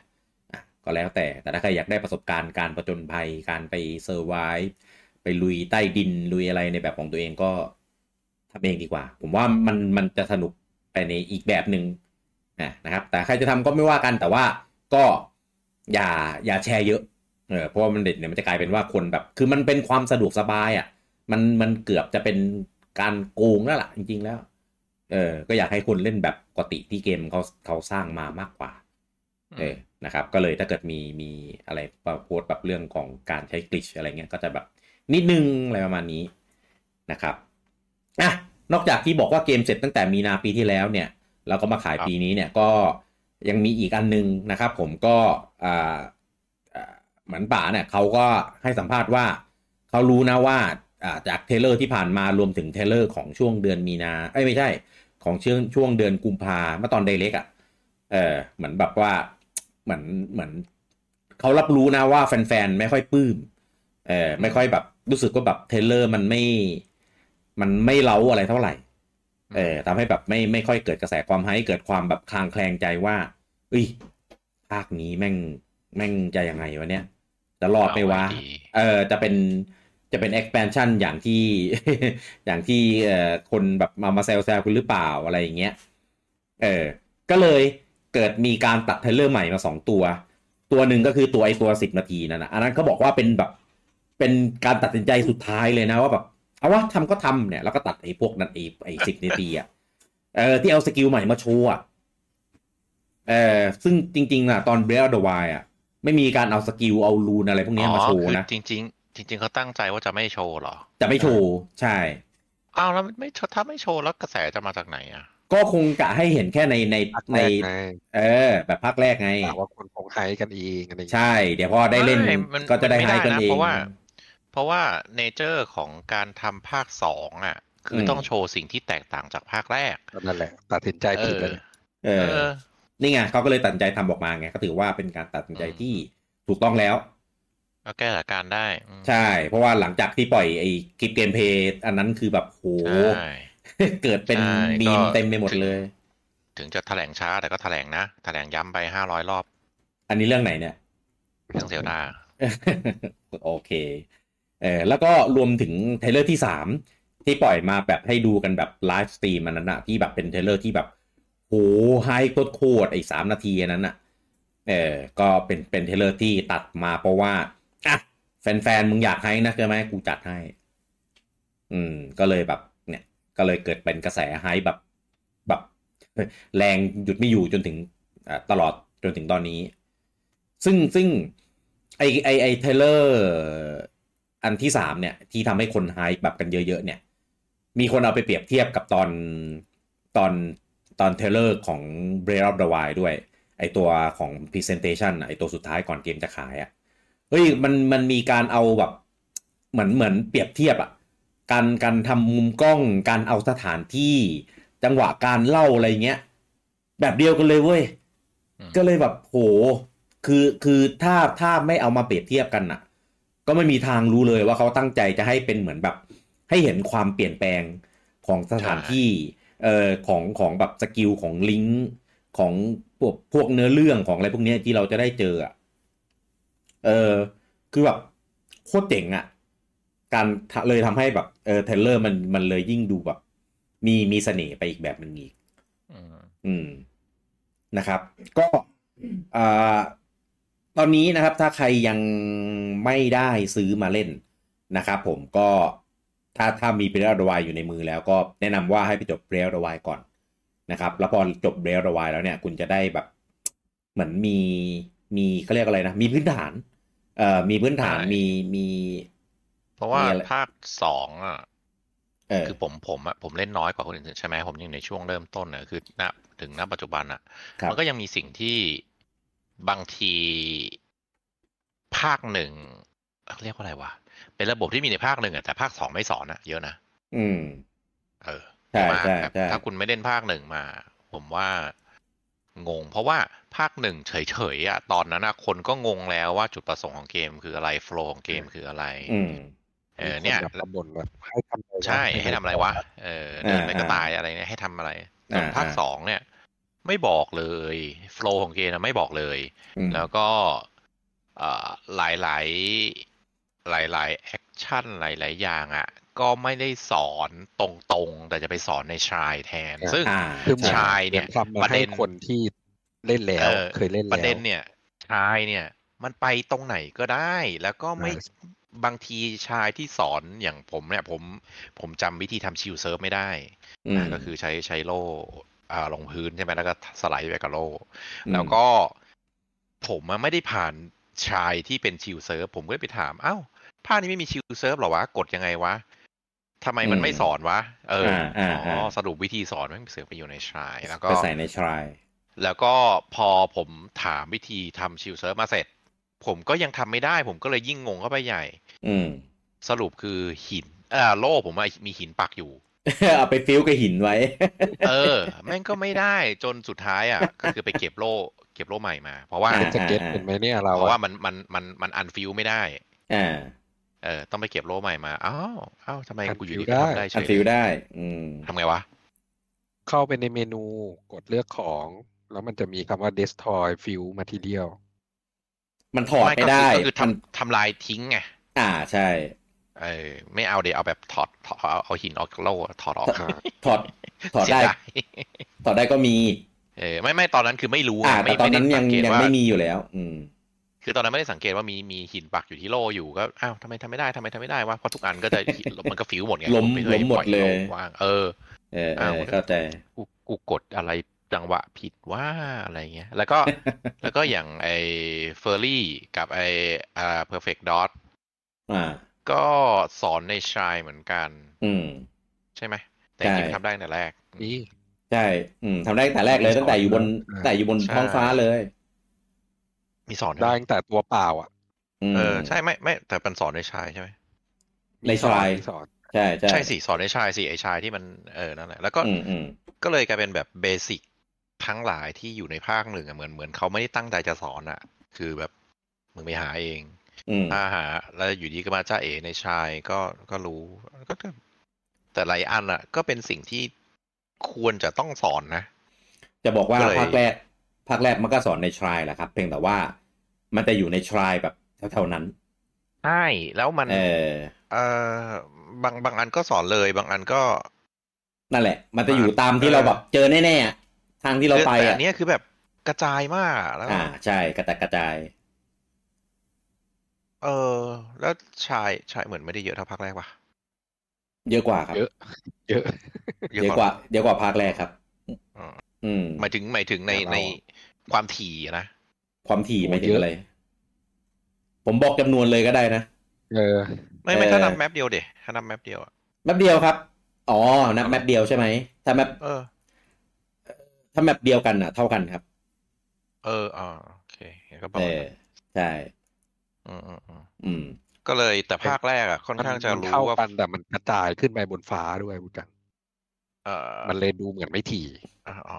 Speaker 1: อ่ะก็แล้วแต่แต่ถ้าใครอยากได้ประสบการณ์การประจนภัยการไปเซอร์ไวไปลุยใต้ดินลุยอะไรในแบบของตัวเองก็ทำเองดีกว่า ผมว่ามันมันจะสนุกไปในอีกแบบหนึ่งอ่ะนะครับ แต่ใครจะทำก็ไม่ว่ากันแต่ว่าก็อย่าอย่าแชร์เยอะ เออเพราะว่ามันเด็ดเนี่ยมันจะกลายเป็นว่าคนแบบ คือมันเป็นความสะดวกสบายอะ่ะ มันมันเกือบจะเป็นการโกงแล้วล่ะ จริง ๆ แล้ว เออ ก็อยากให้คนเล่นแบบปกติที่เกมเขาเขาสร้างมามากกว่า เออ นะครับ ก็เลยถ้าเกิดมีมีอะไรโพสต์แบบเรื่องของการใช้กลิชอะไรเงี้ย ก็จะแบบนิดนึงอะไรประมาณนี้นะครับ อ่ะ นอกจากที่บอกว่าเกมเสร็จตั้งแต่มีนาปีที่แล้วเนี่ย แล้วก็มาขาย
Speaker 2: ครับ
Speaker 1: ปีนี้เนี่ยก็ยังมีอีกอันนึงนะครับ ผมก็อ่าอ่าเหมือนป่าเนี่ยเขาก็ให้สัมภาษณ์ว่า เขารู้นะว่าอ่าจากเทรลเลอร์ที่ผ่านมารวมถึงเทรลเลอร์ของช่วงเดือนมีนาเอ้ยไม่ใช่ ของช่วงช่วงเดือนกุมภาเมื่อตอนไดเล็กอ่ะ เออเหมือนแบบว่าเหมือนเหมือนเขารับรู้นะว่าแฟนๆ ไม่ค่อยปลื้มเออไม่ค่อยแบบรู้สึกว่าแบบเทรลเลอร์มันไม่ มันไม่เล้าอะไรเท่าไหร่ เออทำให้แบบไม่ไม่ค่อยเกิดกระแสความไฮป์เกิดความแบบคลางแคลงใจว่าเอ้ยภาคนี้แม่งแม่งจะยังไงวะเนี่ยจะรอดไหมวะ
Speaker 2: เอาไว้ดี
Speaker 1: เออจะเป็นจะเป็น expansion อย่างที่ อย่างที่เอ่อคนแบบมามาแซวแซวคุณหรือเปล่าอะไรอย่างเงี้ยเออก็เลยเกิดมีการตัดเทรลเลอร์ใหม่มาสองตัว ตัวหนึ่งก็คือตัวไอตัวสิบนาทีนั่นนะอันนั้นเขาบอกว่าเป็นแบบเป็นการตัดสินใจสุดท้ายเลยนะว่าแบบเอาวะทำก็ทำเนี่ยแล้วก็ตัดไอพวกนั้นไอไอสิบนาทีอ่ะเออที่เอาสกิลใหม่มาโชว์อ่ะเออซึ่งจริงๆนะตอนเบรดเดอะไวอ่ะไม่มีการเอาสกิลเอารูนอะไรพวกเนี้ยมาโชว์
Speaker 2: อ๋อ
Speaker 1: นะ
Speaker 2: คือจริง ๆ จริง ๆเขาตั้งใจว่าจะไม่โชว์เหรอ
Speaker 1: จะไม่โชว์ใช่
Speaker 2: อ้าวแล้วไม่โชว์ถ้าไม่โชว์แล้วกระแสจะมาจากไหนอ่ะ
Speaker 1: ก็คงกะให้เห็นแค่ในใน
Speaker 3: ภาค
Speaker 1: ใน
Speaker 3: แรกไง
Speaker 1: เออ แบบภาคแรกไง
Speaker 3: ถามว่าคนของไฮกันเองอะไรอย่างเงี้ย
Speaker 1: ใช่ เดี๋ยวพอได้เล่น
Speaker 2: ไม่มัน
Speaker 1: ก็จะได้
Speaker 2: มัน
Speaker 1: ให้
Speaker 2: ไม่
Speaker 1: กัน
Speaker 2: ได้นะ
Speaker 1: เอง
Speaker 2: เพราะว่า เพราะว่าเนเจอร์ของการทำภาคสองอ่ะ คืออ
Speaker 1: ม
Speaker 2: ต้องโชว์สิ่งที่แตกต่างจากภาคแรก
Speaker 3: นั่นแหละ ตัดสินใจผิดเลย
Speaker 1: เอ
Speaker 2: เอ
Speaker 1: อ
Speaker 2: อ
Speaker 1: นี่ไงเขาก็เลยตัดสินใจทำออกมาไงก็ถือว่าเป็นการตัดสินใจ
Speaker 2: อืม
Speaker 1: ที่ถูกต้องแล้ว
Speaker 2: ก็แก้สถานการณ์ได้อืม
Speaker 1: ใช่ เพราะว่าหลังจากที่ปล่อยไอ้คลิปเกมเพลย์อันนั้นคือแบบโห
Speaker 2: ใช่
Speaker 1: เกิดเป็น
Speaker 2: ใช่
Speaker 1: มีม
Speaker 2: ก็
Speaker 1: เต็มไปหมดเลย
Speaker 2: ถึงจะแถลงช้าแต่ก็แถลงนะ แถลงย้ำไปห้าร้อยรอบ
Speaker 1: อันนี้เรื่องไหนเนี่ย
Speaker 2: เรื่องเซลดา
Speaker 1: โอเค เออแล้วก็รวมถึงเทรลเลอร์ที่ 3 ที่ปล่อยมาแบบให้ดูกันแบบไลฟ์สตรีมอันนั้นอะที่แบบเป็นเทรลเลอร์ที่แบบโหไฮโคตรๆไอ้สามนาทีอันนั้นอะเออก็เป็นเป็นเทรลเลอร์ที่ตัดมาเพราะว่าอ่ะ แฟนๆ มึงอยากให้นะเกิดไหมกูจัดให้ อืม ก็เลยแบบ เนี่ย ก็เลยเกิดเป็นกระแสไฮป์แบบแบบ แรงหยุดไม่อยู่จนถึงอ่าตลอดจนถึงตอนนี้ ซึ่งซึ่งไอไอไอเทเลอร์อันที่สามเนี่ย ที่ทำให้คนไฮป์แบบกันเยอะ ๆ เนี่ย มีคนเอาไปเปรียบเทียบกับตอนตอนตอนเทเลอร์ของ b r e a t h of the Wild ด้วย ไอตัวของ Presentation อะไอตัวสุดท้ายก่อนเกมจะขายอะ่ะ เฮ้ยมันมันมีการเอาแบบเหมือนเหมือนเปรียบเทียบอะ่ะการการทำมุมกล้องการเอาสถานที่ จังหวะการเล่าอะไรเงี้ย แบบเดียวกันเลยเว้ย
Speaker 2: อืม
Speaker 1: ก็เลยแบบโหคือคือถ้าถ้าไม่เอามาเปรียบเทียบกันอ่ะ ก็ไม่มีทางรู้เลยว่าเขาตั้งใจจะให้เป็นเหมือนแบบ ให้เห็นความเปลี่ยนแปลงของสถานที่ เอ่อของของแบบสกิลของลิงก์ของพวกพวกเนื้อเรื่องของอะไรพวกเนี้ยที่เราจะได้เจออะเออคือแบบโคตรเจ๋งอะการทะเลยทำให้แบบเออเทรลเลอร์มันมันเลยยิ่งดูแบบ มีมีเสน่ห์ไปอีกแบบหนึ่งอีก
Speaker 2: อืม
Speaker 1: อืมนะครับ ก็อ่าตอนนี้นะครับ ถ้าใครยังไม่ได้ซื้อมาเล่นนะครับผมก็ถ้าถ้ามีเ a ร r ดวายอยู่ในมือแล้วก็แนะนำว่าให้ไปจบเ a ร r ดวายก่อนนะครับ แล้วพอจบเ a ร r ดวายแล้วเนี่ยคุณจะได้แบบ เหมือนมีมีเขาเรียกอะไรนะ มีพื้นฐาน เอ่อมีพื้นฐานมีมี
Speaker 2: เพราะว่า
Speaker 1: เนี่ยแหละ
Speaker 2: ภาคสองอ่ะ
Speaker 1: เออ
Speaker 2: คือผมผมอะผมเล่นน้อยกว่าคนอื่นใช่ไหมผมยังอยู่ในช่วงเริ่มต้นนะคือณถึงณปัจจุบันอะ
Speaker 1: ครับ
Speaker 2: มัก็ยังมีสิ่งที่บางทีภาคหนึ่งเรียกว่าอะไรวะเป็นระบบที่มีในภาคหนึ่งอะแต่ภาคสองไม่สอนอะเยอะนะ
Speaker 1: อืม
Speaker 2: เออ
Speaker 1: ใช่
Speaker 2: มาก
Speaker 1: ใช่
Speaker 2: ครับ
Speaker 1: ใช่
Speaker 2: ถ้าคุณไม่เล่นภาคหนึ่งมา ผมว่างง เพราะว่าภาคหนึ่งเฉยๆอะตอนนั้นอะคนก็งงแล้วว่าจุดประสงค์ของเกมคืออะไรโฟล์ของเกมคืออะไร
Speaker 1: อืม
Speaker 2: เออเนี่ย
Speaker 3: มีคแบบบ่นแบบให้ทำอะไรวะ
Speaker 2: ใช่ให้ทำอะไรวะ เออเดินไปก็
Speaker 1: อ่าอ่า
Speaker 2: ตายอะไรเนี่ยให้ทำอะไรส่วน
Speaker 1: อ่า
Speaker 2: ภาค
Speaker 1: อ่า
Speaker 2: สองเนี่ย ไม่บอกเลยโฟล์ของเกมนะไม่บอกเลย
Speaker 1: อืม
Speaker 2: แล้วก็เอ่อหลายหลายหลายหลายแอคชั่นหลายหลายๆอย่างอ่ะ ก็ไม่ได้สอนตรงๆ แต่จะไปสอนในชายแทน ซึ่ง
Speaker 1: อ่า
Speaker 3: คือเหมือน
Speaker 2: ชายเนี่ย
Speaker 3: หมือทำมา
Speaker 2: ประเด็
Speaker 3: ให้
Speaker 2: น
Speaker 3: คนที่เล่นแล้ว
Speaker 2: เออ
Speaker 3: เคยเล่นแล้ว
Speaker 2: ประเด็นเนี่ยชายเนี่ย มันไปตรงไหนก็ได้ แล้วก็ไม่
Speaker 3: ใช่
Speaker 2: บางทีชายที่สอนอย่างผมเนี่ย ผมผมจำวิธีทำชิลเซิร์ฟไม่ได้
Speaker 1: อืม
Speaker 2: นะก็คือใช้ใช้โล่อ่าลงพื้นใช่ไหมแล้วก็สไลด์ไปกับโล่
Speaker 1: อืม
Speaker 2: แล้วก็ผมอะไม่ได้ผ่านชายที่เป็นชิลเซิร์ฟ ผมก็เลยไปถาม เอ้าภาคนี้ไม่มีชิลเซิร์ฟเหรอวะ กดยังไงวะทำไมมัน
Speaker 1: อืม
Speaker 2: ไม่สอนวะ เอออา อ๋
Speaker 1: อ่า
Speaker 2: อสรุปวิธีสอนมันเสือกไปอยู่ในชาย แล้วก็
Speaker 1: ไปใส่ในทราย
Speaker 2: แล้วก็พอผมถามวิธีทำชิลเซิร์ฟมาเสร็จ ผมก็ยังทำไม่ได้ ผมก็เลยยิ่งงงเข้าไปใหญ่
Speaker 1: อืม
Speaker 2: สรุปคือหินเออโล่ผมอะมีหินปักอยู่
Speaker 1: เอาไปฟิวกับหินไว้
Speaker 2: เออ แม่งก็ไม่ได้จนสุดท้ายอ่ะ ก็คือไปเก็บโล่เก็บโล่ใหม่มา เพราะว่า
Speaker 1: อ่า
Speaker 3: เป็นสเก็ตเป็นไหมเนี่ยเรา
Speaker 2: เพราะ
Speaker 3: อะ
Speaker 2: ว่ามันมันมันมันอันฟิวไม่ได้
Speaker 1: อ่า
Speaker 2: เออต้องไปเก็บโล่ใหม่มาอ้าวอ้าวทำไมกูอยู่ดีก็ทำได้เฉ
Speaker 1: อัน
Speaker 2: ย
Speaker 1: ฟิวได้ อืม
Speaker 2: ทำไงวะ
Speaker 3: เข้าไปในเมนูกดเลือกของ แล้วมันจะมีคำว่า destroy fuel material
Speaker 1: มันถอดไม่
Speaker 2: ก็
Speaker 1: ได้
Speaker 2: คือก็คือ
Speaker 1: มัน
Speaker 2: ทำทำลายทิ้งไง
Speaker 1: อ่าใช่
Speaker 2: เออไม่เอาเดี๋ยวเอาแบบถอดถอดเอาเอาหินออกจากโล่ถอดออก
Speaker 3: อ่า
Speaker 1: ถอด ถอด
Speaker 2: เสีย
Speaker 1: ได้
Speaker 2: ดาย
Speaker 1: ถอดได้ก็มี
Speaker 2: เออไม่ไม่ตอนนั้นคือไม่รู้
Speaker 1: อ่าแต่
Speaker 2: ไงไม่
Speaker 1: ตอน
Speaker 2: ไม่ได้
Speaker 1: นั้นยั
Speaker 2: สั
Speaker 1: ง
Speaker 2: งเกต
Speaker 1: ยัง
Speaker 2: ว่า
Speaker 1: ไม่มีอยู่แล้ว อืม
Speaker 2: คือตอนนั้นไม่ได้สังเกตว่ามีมีหินปักอยู่ที่โล่อยู่ก็อ้าวทำไมทำไม่ได้ทำไมทำไม่ได้วะเพราะทุกอันก็จะมันก็ฟิวหมดไง
Speaker 1: ล้ม
Speaker 2: ผไค
Speaker 1: ล้มหมด
Speaker 2: ปอ
Speaker 1: เลย
Speaker 2: โว่างเออ
Speaker 1: เออเอ
Speaker 2: อ่า
Speaker 1: อ
Speaker 2: มันก็
Speaker 1: เข้าใจ
Speaker 2: กูกูกดอะไรจังหวะผิดว่าอะไรเงี้ย แล้วก็ แล้วก็อย่างไอเฟอร์รี่กับไออ่าเพอร์เฟกต์ดอท
Speaker 1: อ่า
Speaker 2: ก็สอนในชายเหมือนกัน
Speaker 1: อืม
Speaker 2: ใช่ไหม แต่
Speaker 1: ใช่
Speaker 2: จริงๆทำได้แต่แรก
Speaker 3: นี่
Speaker 1: ใช่ อืมทำได้ตั้งแต่แรกเลยตั้งแต่อยู่บน
Speaker 3: อ่า
Speaker 1: ตั้งแต่อยู่บน
Speaker 2: ใช่
Speaker 1: ท้องฟ้าเลย
Speaker 2: มีสอนหม
Speaker 3: ได้ตั้งแต่ตัวเปล่าอ่ะ
Speaker 1: อืม
Speaker 2: เออใช่ไม่ไม่แต่เป็นสอนในชายใช่ไหม
Speaker 1: ใน
Speaker 3: มีสอน
Speaker 1: ทราย
Speaker 3: มีสอน
Speaker 1: ใช่ใช่
Speaker 2: ใช่สิสอนในชายสิไอชายที่มันเออนั่นแหละแล้วก็
Speaker 1: อืมอืม
Speaker 2: ก็เลยกลายเป็นแบบเบสิกทั้งหลายที่อยู่ในภาคหนึ่งอะเหมือนเหมือนเขาไม่ได้ตั้งใจจะสอนอะคือแบบมึงไปหาเอง
Speaker 1: อืม
Speaker 2: อาหารแล้วอยู่ดีก็มาจ้าเอในชายก็ก็รู้ก็ก็แต่หลายอันอ่ะ ก็เป็นสิ่งที่ควรจะต้องสอนนะ
Speaker 1: จะบอกว่า
Speaker 2: ก็เลย
Speaker 1: ภาคแรกภาคแรกมันก็สอนในทรายแหละครับ เพียงแต่ว่ามันจะอยู่ในทรายแบบแถวๆนั้น
Speaker 2: ใช่แล้วมัน
Speaker 1: เออ
Speaker 2: เออบางบางอันก็สอนเลย บางอันก็
Speaker 1: นั่นแหละ มันจะอยู่ตามที่เราแบบเจอแน่ๆอะทางที่เราไป
Speaker 2: แต่
Speaker 1: อ่ะ
Speaker 2: อันเนี้ยคือแบบกระจายมากอะแล้ว
Speaker 1: อ่า ใช่กระจายกระจาย
Speaker 2: เออ แล้วชายชายเหมือนไม่ได้เยอะเท่าภาคแรกปะ
Speaker 1: เยอะกว่าครับ
Speaker 3: เยอะ เยอะ
Speaker 1: เยอะกว่า เยอะกว่าภาคแรกครับ
Speaker 2: อ๋อ
Speaker 1: อืม
Speaker 2: หมายถึงหมายถึงใน
Speaker 3: แต่เรา
Speaker 2: ในความถี่นะ
Speaker 1: ความถี่ไม่ถึง
Speaker 3: เยอะ
Speaker 1: อะไร ผมบอกจำนวนเลยก็ได้นะ
Speaker 3: เออ
Speaker 2: ไม่ไม่ถ้า
Speaker 1: เออ
Speaker 2: นับแมปเดียวเดะถ้านับแมปเดียวอะ
Speaker 1: แมปเดียวครับ อ๋อ นับแมปเดียวใช่ไหม ถ้าแมป
Speaker 2: เออ
Speaker 1: ถ้าแมปเดียวกันอ่ะ เท่ากันครับ
Speaker 2: เอออ่าโอเคงั้นก็ประ
Speaker 1: เอ
Speaker 2: มาณ
Speaker 1: อ
Speaker 2: นั้น
Speaker 1: ใช่
Speaker 2: อืมอืมอืม
Speaker 1: อืม
Speaker 2: ก็เลยแต่ภาคแรกอะค่อนข้างจะ
Speaker 3: มัน
Speaker 2: รู้
Speaker 3: เท่า
Speaker 2: ว่า
Speaker 3: กันแต่มันกระจายขึ้นไปบนฟ้าด้วยบุญจัง
Speaker 2: เออ
Speaker 3: มันเลยดูเหมือนไม่ถี่
Speaker 2: อาอ๋อ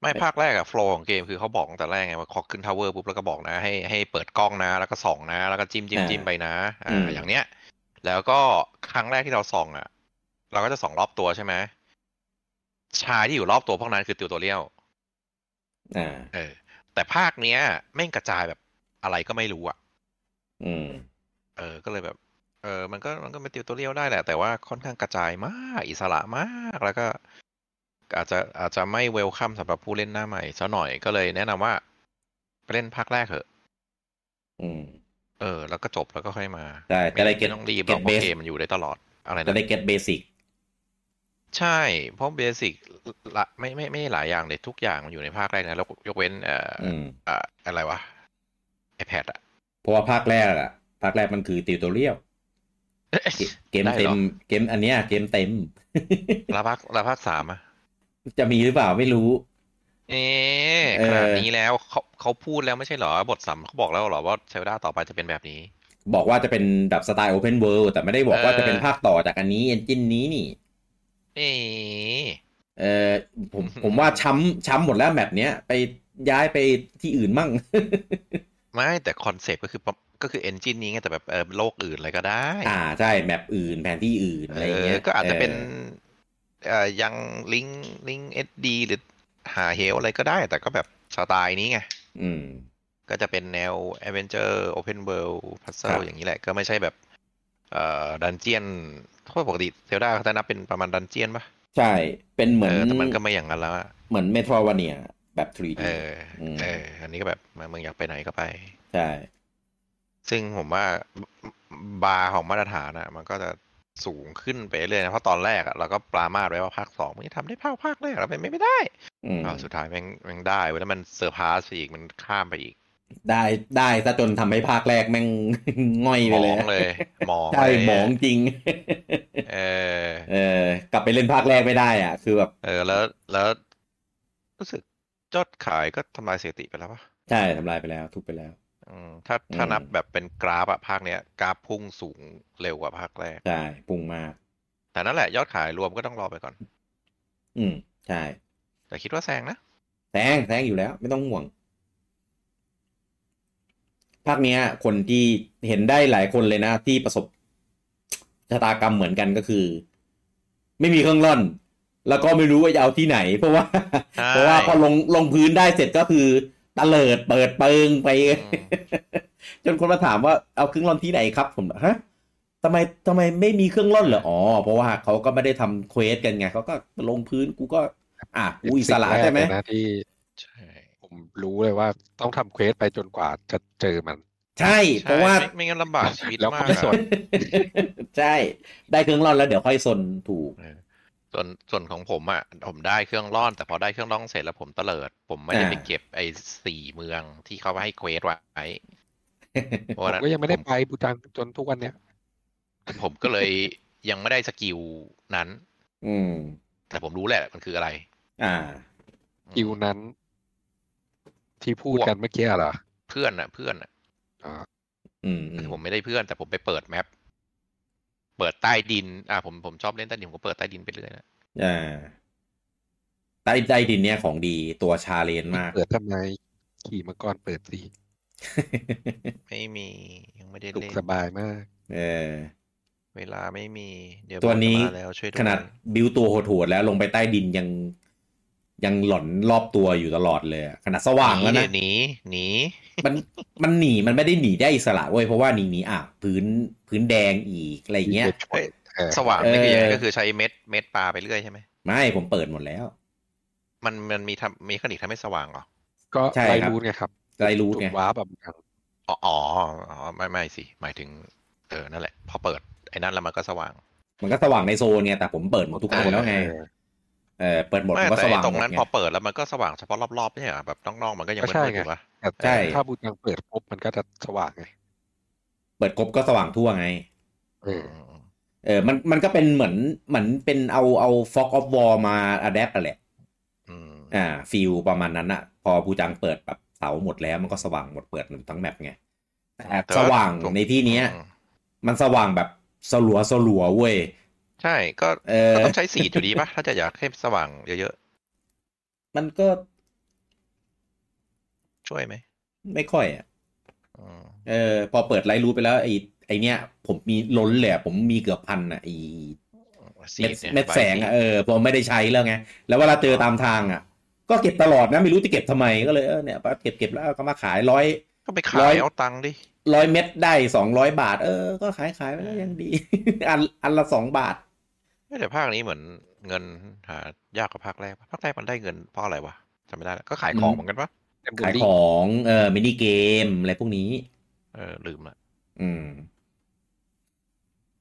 Speaker 2: ไม่ภาคแรกอะโฟล์ของเกมคือเขาบอกตั้งแต่แรกไงว่าขอขึ้นทาวเวอร์ปุ๊บแล้วก็บอกนะให้ให้เปิดกล้องนะ แล้วก็ส่องนะ แล้วก็จิ้มจิ้ม
Speaker 1: อ่า
Speaker 2: จิ้มไปนะ
Speaker 1: อื
Speaker 2: อ่าม อย่างเนี้ย แล้วก็ครั้งแรกที่เราส่องอะเราก็จะส่องรอบตัวใช่ไหมชายที่อยู่รอบตัวพวกนั้นคือติวตัวเลี้ยว
Speaker 1: อ่า
Speaker 2: เออ แต่ภาคเนี้ยแม่งกระจายแบบอะไรก็ไม่รู้อะ
Speaker 1: อืม
Speaker 2: เออ ก็เลยแบบ เออ มันก็มันก็เป็นติวตัวเลี้ยวได้แหละแต่ว่าค่อนข้างกระจายมากอิสระมากแล้วก็ อาจจะอาจจะไม่เวลคัมสำหรับผู้เล่นหน้าใหม่ซะหน่อยก็เลยแนะนำว่าไปเล่นภาคแรกเถอะ
Speaker 1: อืม
Speaker 2: เออ แล้วก็จบแล้วก็ค่อยมา
Speaker 1: ใช่จะได้เก็ต
Speaker 2: ม่ต้องรีบหร
Speaker 1: เก็
Speaker 2: อก
Speaker 1: ต
Speaker 2: เพ
Speaker 1: เบส
Speaker 2: ราะเกมมันอยู่ได้ตลอดอะไร
Speaker 1: จะ
Speaker 2: นะ
Speaker 1: ได้เก็ตเบสิก
Speaker 2: ใช่ เพราะเบสิกละไม่ไม่ไม่หลายอย่างเลยทุกอย่างมันอยู่ในภาคแรกนะแล้วยกเว้นเอ่อ
Speaker 1: อืม
Speaker 2: เอ่ออะไรวะ iPad อะ
Speaker 1: เพราะว่าภาคแรกอ่ะ ภาคแรกมันคือติวตัวเรียว เกม
Speaker 2: ได้เหรอ
Speaker 1: เต็ม เกมอันเนี้ย เกมเต็ม
Speaker 2: แล้วภาคแล้วภาคสามอะ
Speaker 1: จะมีหรือเปล่าไม่รู้
Speaker 2: เอ๊ะ
Speaker 1: เออ
Speaker 2: ขนาดนี้แล้วเขาเขาพูดแล้วไม่ใช่เหรอบทสัมเขาบอกแล้วเหรอว่าเซลดาต่อไปจะเป็นแบบนี้
Speaker 1: บอกว่าจะเป็นแบบสไตล์โอเพนเวิลด์แต่ไม่ได้บอกว่าจะเป็นภาคต่อจากอันนี้เอนจินนี้นี่
Speaker 2: เอ๊ะ
Speaker 1: เออผมผมว่าช้ำช้ำหมดแล้วแมปเนี้ย ไปย้ายไปที่อื่นมั่ง
Speaker 2: ไม่แต่คอนเซปต์ก็คือปะก็คือเอนจินนี้ไงแต่แบบเออโลกอื่นอะไรก็ได้
Speaker 1: อ่าใช่แมปอื่นแผนที่อื่นอะไรอย่างเงี้ย
Speaker 2: เออก็อาจจะเป็นเอ่อยังลิงลิงเอสดีหรือหาเฮลอะไรก็ได้ แต่ก็แบบสไตล์นี้ไง
Speaker 1: อืม
Speaker 2: ก็จะเป็นแนวแอดเวนเจอร์โอเพนเวิลด์พัซเซิ
Speaker 1: ครั
Speaker 2: ล
Speaker 1: บ
Speaker 2: อย่างนี้แหละ ก็ไม่ใช่แบบเอ่อดันเจียนทั่วปกติเซลดาเขาจะนับเป็นประมาณดันเจียนปะ
Speaker 1: ใช่เป็นเหมื
Speaker 2: เอ
Speaker 1: อน
Speaker 2: อแต่มันก็ไม่อย่างนั้นแล้วอะ
Speaker 1: เหมือนเมโทรวเนียแบบ 3D
Speaker 2: เอออ
Speaker 1: ม
Speaker 2: เออ อันนี้ก็แบบมามึงอยากไปไหนก็ไป
Speaker 1: ใช่
Speaker 2: ซึ่งผมว่าบาร์ของมาตรฐานอะมันก็จะสูงขึ้นไปเรื่อยนะเพราะตอนแรกอะเราก็ปรามาสไว้ว่าภาคสองมันจะทำได้เท่าภาคแรกแล้วเป็นไม่ได้
Speaker 1: อืม
Speaker 2: อ้าวสุดท้ายแม่งแม่งได้เว้ยแล้วมันเซอร์พาสไปอีกมันข้ามไปอีก
Speaker 1: ได้ได้ซะจนทำให้ภาคแรกแม่ง ง่อยไป
Speaker 2: ม
Speaker 1: เล
Speaker 2: อย ง เลยมอง
Speaker 1: ใช่
Speaker 2: เลย
Speaker 1: หมองจริง
Speaker 2: เออ
Speaker 1: เออกลับไปเล่นภาคแรกไม่ได้อ่ะ คือแบบ
Speaker 2: เออแล้วแล้วรู้สึกยอดขายก็ทำลายสถิติไปแล้วปะ
Speaker 1: ใช่ทำลายไปแล้ว ทุบไปแล้ว
Speaker 2: อืมถ้าถ้า
Speaker 1: อืม
Speaker 2: นับแบบเป็นกราฟอะภาคเนี้ยกราฟพุ่งสูงเร็วกว่าภาคแรก
Speaker 1: ใช่ปรุงมาก
Speaker 2: แต่นั่นแหละยอดขายรวมก็ต้องรอไปก่อน
Speaker 1: อืมใช่
Speaker 2: แต่คิดว่าแซงนะ
Speaker 1: แซงแซงอยู่แล้ว ไม่ต้องห่วง ภาคเนี้ย คนที่เห็นได้หลายคนเลยนะ ที่ประสบชะตากรรมเหมือนกันก็คือ ไม่มีเครื่องร่อน แล้วก็ไม่รู้ว่าจะเอาที่ไหน เพราะว่า
Speaker 2: ใช่
Speaker 1: เพราะว่าพอลงลงพื้นได้เสร็จก็คือตะเลิดเปิดเปิงไป
Speaker 2: อืม
Speaker 1: จนคนมาถามว่าเอาเครื่องร่อนที่ไหนครับ ผมฮะทำไมทำไมไม่มีเครื่องร่อนเหรออ๋อเพราะว่าเขาก็ไม่ได้ทำเควสกันไงเขาก็ลงพื้นกูก็ อ่ะกูอิสระใช่ไหม
Speaker 3: เป็นสิ่งแรกเลยนะที่
Speaker 2: ใช่
Speaker 3: ผมรู้เลยว่าต้องทำเควสไปจนกว่าจะเจอมัน
Speaker 1: ใช่
Speaker 2: ใช่
Speaker 1: เพราะว่า
Speaker 2: ไม่ไม่งั้นลำบากชีวิต
Speaker 3: แล้ว
Speaker 2: มา
Speaker 3: ก็
Speaker 2: ก
Speaker 3: ไม่สน
Speaker 2: อะ
Speaker 1: ใช่ ได้เครื่องร่อนแล้วเดี๋ยวค่อยซนถูก
Speaker 2: เออส่วนส่วนของผมอ่ะ ผมได้เครื่องร่อน แต่พอได้เครื่องร่อนเสร็จแล้วผมเตลิด ผมไม่ได้
Speaker 1: อ่า
Speaker 2: ไปเก็บไอ้สี่เมืองที่เขาให้เควสไว้เพ
Speaker 3: ผ
Speaker 2: ราะฉะ
Speaker 3: ม
Speaker 2: นั้น
Speaker 3: ก็ยังไม่ได้
Speaker 2: ผ
Speaker 3: ไปบุญจังจนทุกวันเนี้ย
Speaker 2: ผมก็เลยยังไม่ได้สกิลนั้น
Speaker 1: อืม
Speaker 2: แต่ผมรู้แหละมันคืออะไร
Speaker 1: อ่า
Speaker 2: อืม
Speaker 3: กิวนั้น ที่พูดกันเมื่อกี้เหรอ
Speaker 2: เพื่อนอ่ะ เพื่อนอ่ะ
Speaker 3: อ่า
Speaker 1: อืมอื
Speaker 2: คือ
Speaker 1: ม
Speaker 2: ผมไม่ได้เพื่อน แต่ผมไปเปิดแมปเปิดใต้ดิน อ่ะผมผมชอบเล่นใต้ดินผมก็เปิดใต้ดินไปเรื่อยนะ
Speaker 1: อ่าใต้ใต้ดินเนี่ยของดีตัวชาเลนจ์มาก
Speaker 3: เปิดทำไมขี่มังกรเปิดสิ
Speaker 2: ไม่มียังไม่ได้
Speaker 3: สุข
Speaker 2: เล่น
Speaker 3: สบายมาก
Speaker 1: เออ
Speaker 2: เวลาไม่มีเดี๋ยว
Speaker 1: ตัวนี้
Speaker 2: ผมจะมาแล้วช่วยด้วย
Speaker 1: ขนาดบิวตัวโหดๆแล้วลงไปใต้ดินยัง ยังหล่อนรอบตัวอยู่ตลอดเลยอะขนาดสว่างแล้วนะ
Speaker 2: หนีหนี
Speaker 1: มันมันหนีมันไม่ได้หนีได้อิสระเว้ยเพราะว่าหนีหนีอ่ะพื้นพื้นแดงอีกอะไรอย่างเงี้ย
Speaker 2: เอ้ย
Speaker 3: เออ
Speaker 2: สว่างนี่คือยัง
Speaker 1: เอ
Speaker 2: ไง
Speaker 1: อ
Speaker 2: ก็คือใช้เม็ดเม็ดปลาไปเรื่อยใช่ไหม
Speaker 1: ไม่ผมเปิดหมดแล้ว
Speaker 2: มันมันมีทำมีเทคนิคทำให้สว่างเหรอ
Speaker 3: ก็
Speaker 1: ใช่
Speaker 3: ไล่
Speaker 1: ครับ
Speaker 3: รูทไงครับ
Speaker 1: ไรรูท
Speaker 3: จุ
Speaker 1: ไง
Speaker 3: ดว้าร์ปแบบ
Speaker 2: อ๋ออ๋ออ๋อไม่ไม่สิ หมายถึงเออนั่นแหละ พอเปิดไอ้นั่นแล้วมันก็สว่าง
Speaker 1: มันก็สว่างในโซนไงแต่ผมเปิดหมดทุกอันแล้วไงเออเปิดหมด
Speaker 2: ไม่
Speaker 1: มันก็
Speaker 2: แต่
Speaker 1: ส
Speaker 2: ไอ้
Speaker 1: ว่าง
Speaker 2: ตรงนั้น
Speaker 1: หมดไ
Speaker 2: พอเปิดแล้วมันก็สว่างเฉพาะรอบๆไม่ใช่เหรอแบบนอกๆมันก็ยัง
Speaker 3: ก็ใช่
Speaker 2: มืดๆอ
Speaker 3: ไง
Speaker 2: ยู่ปะ
Speaker 1: ใช่
Speaker 3: แต่ถ้าบูตังเปิดปุ๊บมันก็จะสว่างไง
Speaker 1: เปิดครบก็สว่างทั่วไง
Speaker 3: เออ
Speaker 2: ม
Speaker 1: เออมันมันก็เป็นเหมือนเหมือนเป็นเอาเอาฟอกออฟวอลมาอะแดปแหละ
Speaker 2: อืม
Speaker 1: อ่าฟิลประมาณนั้นอะพอผู้จังเปิดแบบเสาหมดแล้วมันก็สว่างหมดเปิดทั้งแมปไงแต่สว่างในที่เนี้ย
Speaker 2: อืม
Speaker 1: มันสว่างแบบสลัวสลัวๆเว้ย
Speaker 2: ใช่ก็
Speaker 1: เออ
Speaker 2: ก็ ต้องใช้สีอยู่ดีปะถ้าจะอยากให้สว่างเยอะ
Speaker 1: มันก็
Speaker 2: ๆช่วยไหม
Speaker 1: ไม่ค่อยอะ
Speaker 2: อืม
Speaker 1: เออพอเปิดไลท์รูทไปแล้วไอ้ไอเนี้ยผมมีล้นเลยอะผมมีเกือบพันอะไอ
Speaker 2: สี
Speaker 1: เม็ด
Speaker 2: เนี่ย
Speaker 1: เม็ดแสงอะเออผมไม่ได้ใช้แล้วไงแล้วเวลาเจอตามทางอะก็เก็บตลอดนะไม่รู้จะเก็บทำไมก็เลยเออเนี่ยเก็บเก็บแล้วเอาก็มาขายร้อย
Speaker 2: ก็ไป
Speaker 1: ร้
Speaker 2: ขา
Speaker 1: อย
Speaker 2: ยเอาตังค์ดิ
Speaker 1: ร้อยเม็ดได้สองร้อยบาท เออ ก็ขายขายไปแล้ว
Speaker 2: เออ
Speaker 1: ยังดี อันอันละสองบาท
Speaker 2: ไม่แต่ภาคนี้เหมือนเงินหายากกว่าภาคแรกปะภาคแรกมันได้เงินเพราะอะไรวะจำไม่ได้แล้วก็ขายของ
Speaker 1: อืม
Speaker 2: เหมือนกันปะ
Speaker 3: แต่บู
Speaker 1: ขาย
Speaker 3: ลิง
Speaker 1: ของเออมินิเกมอะไรพวกนี้
Speaker 2: เออลืมละ
Speaker 1: อืม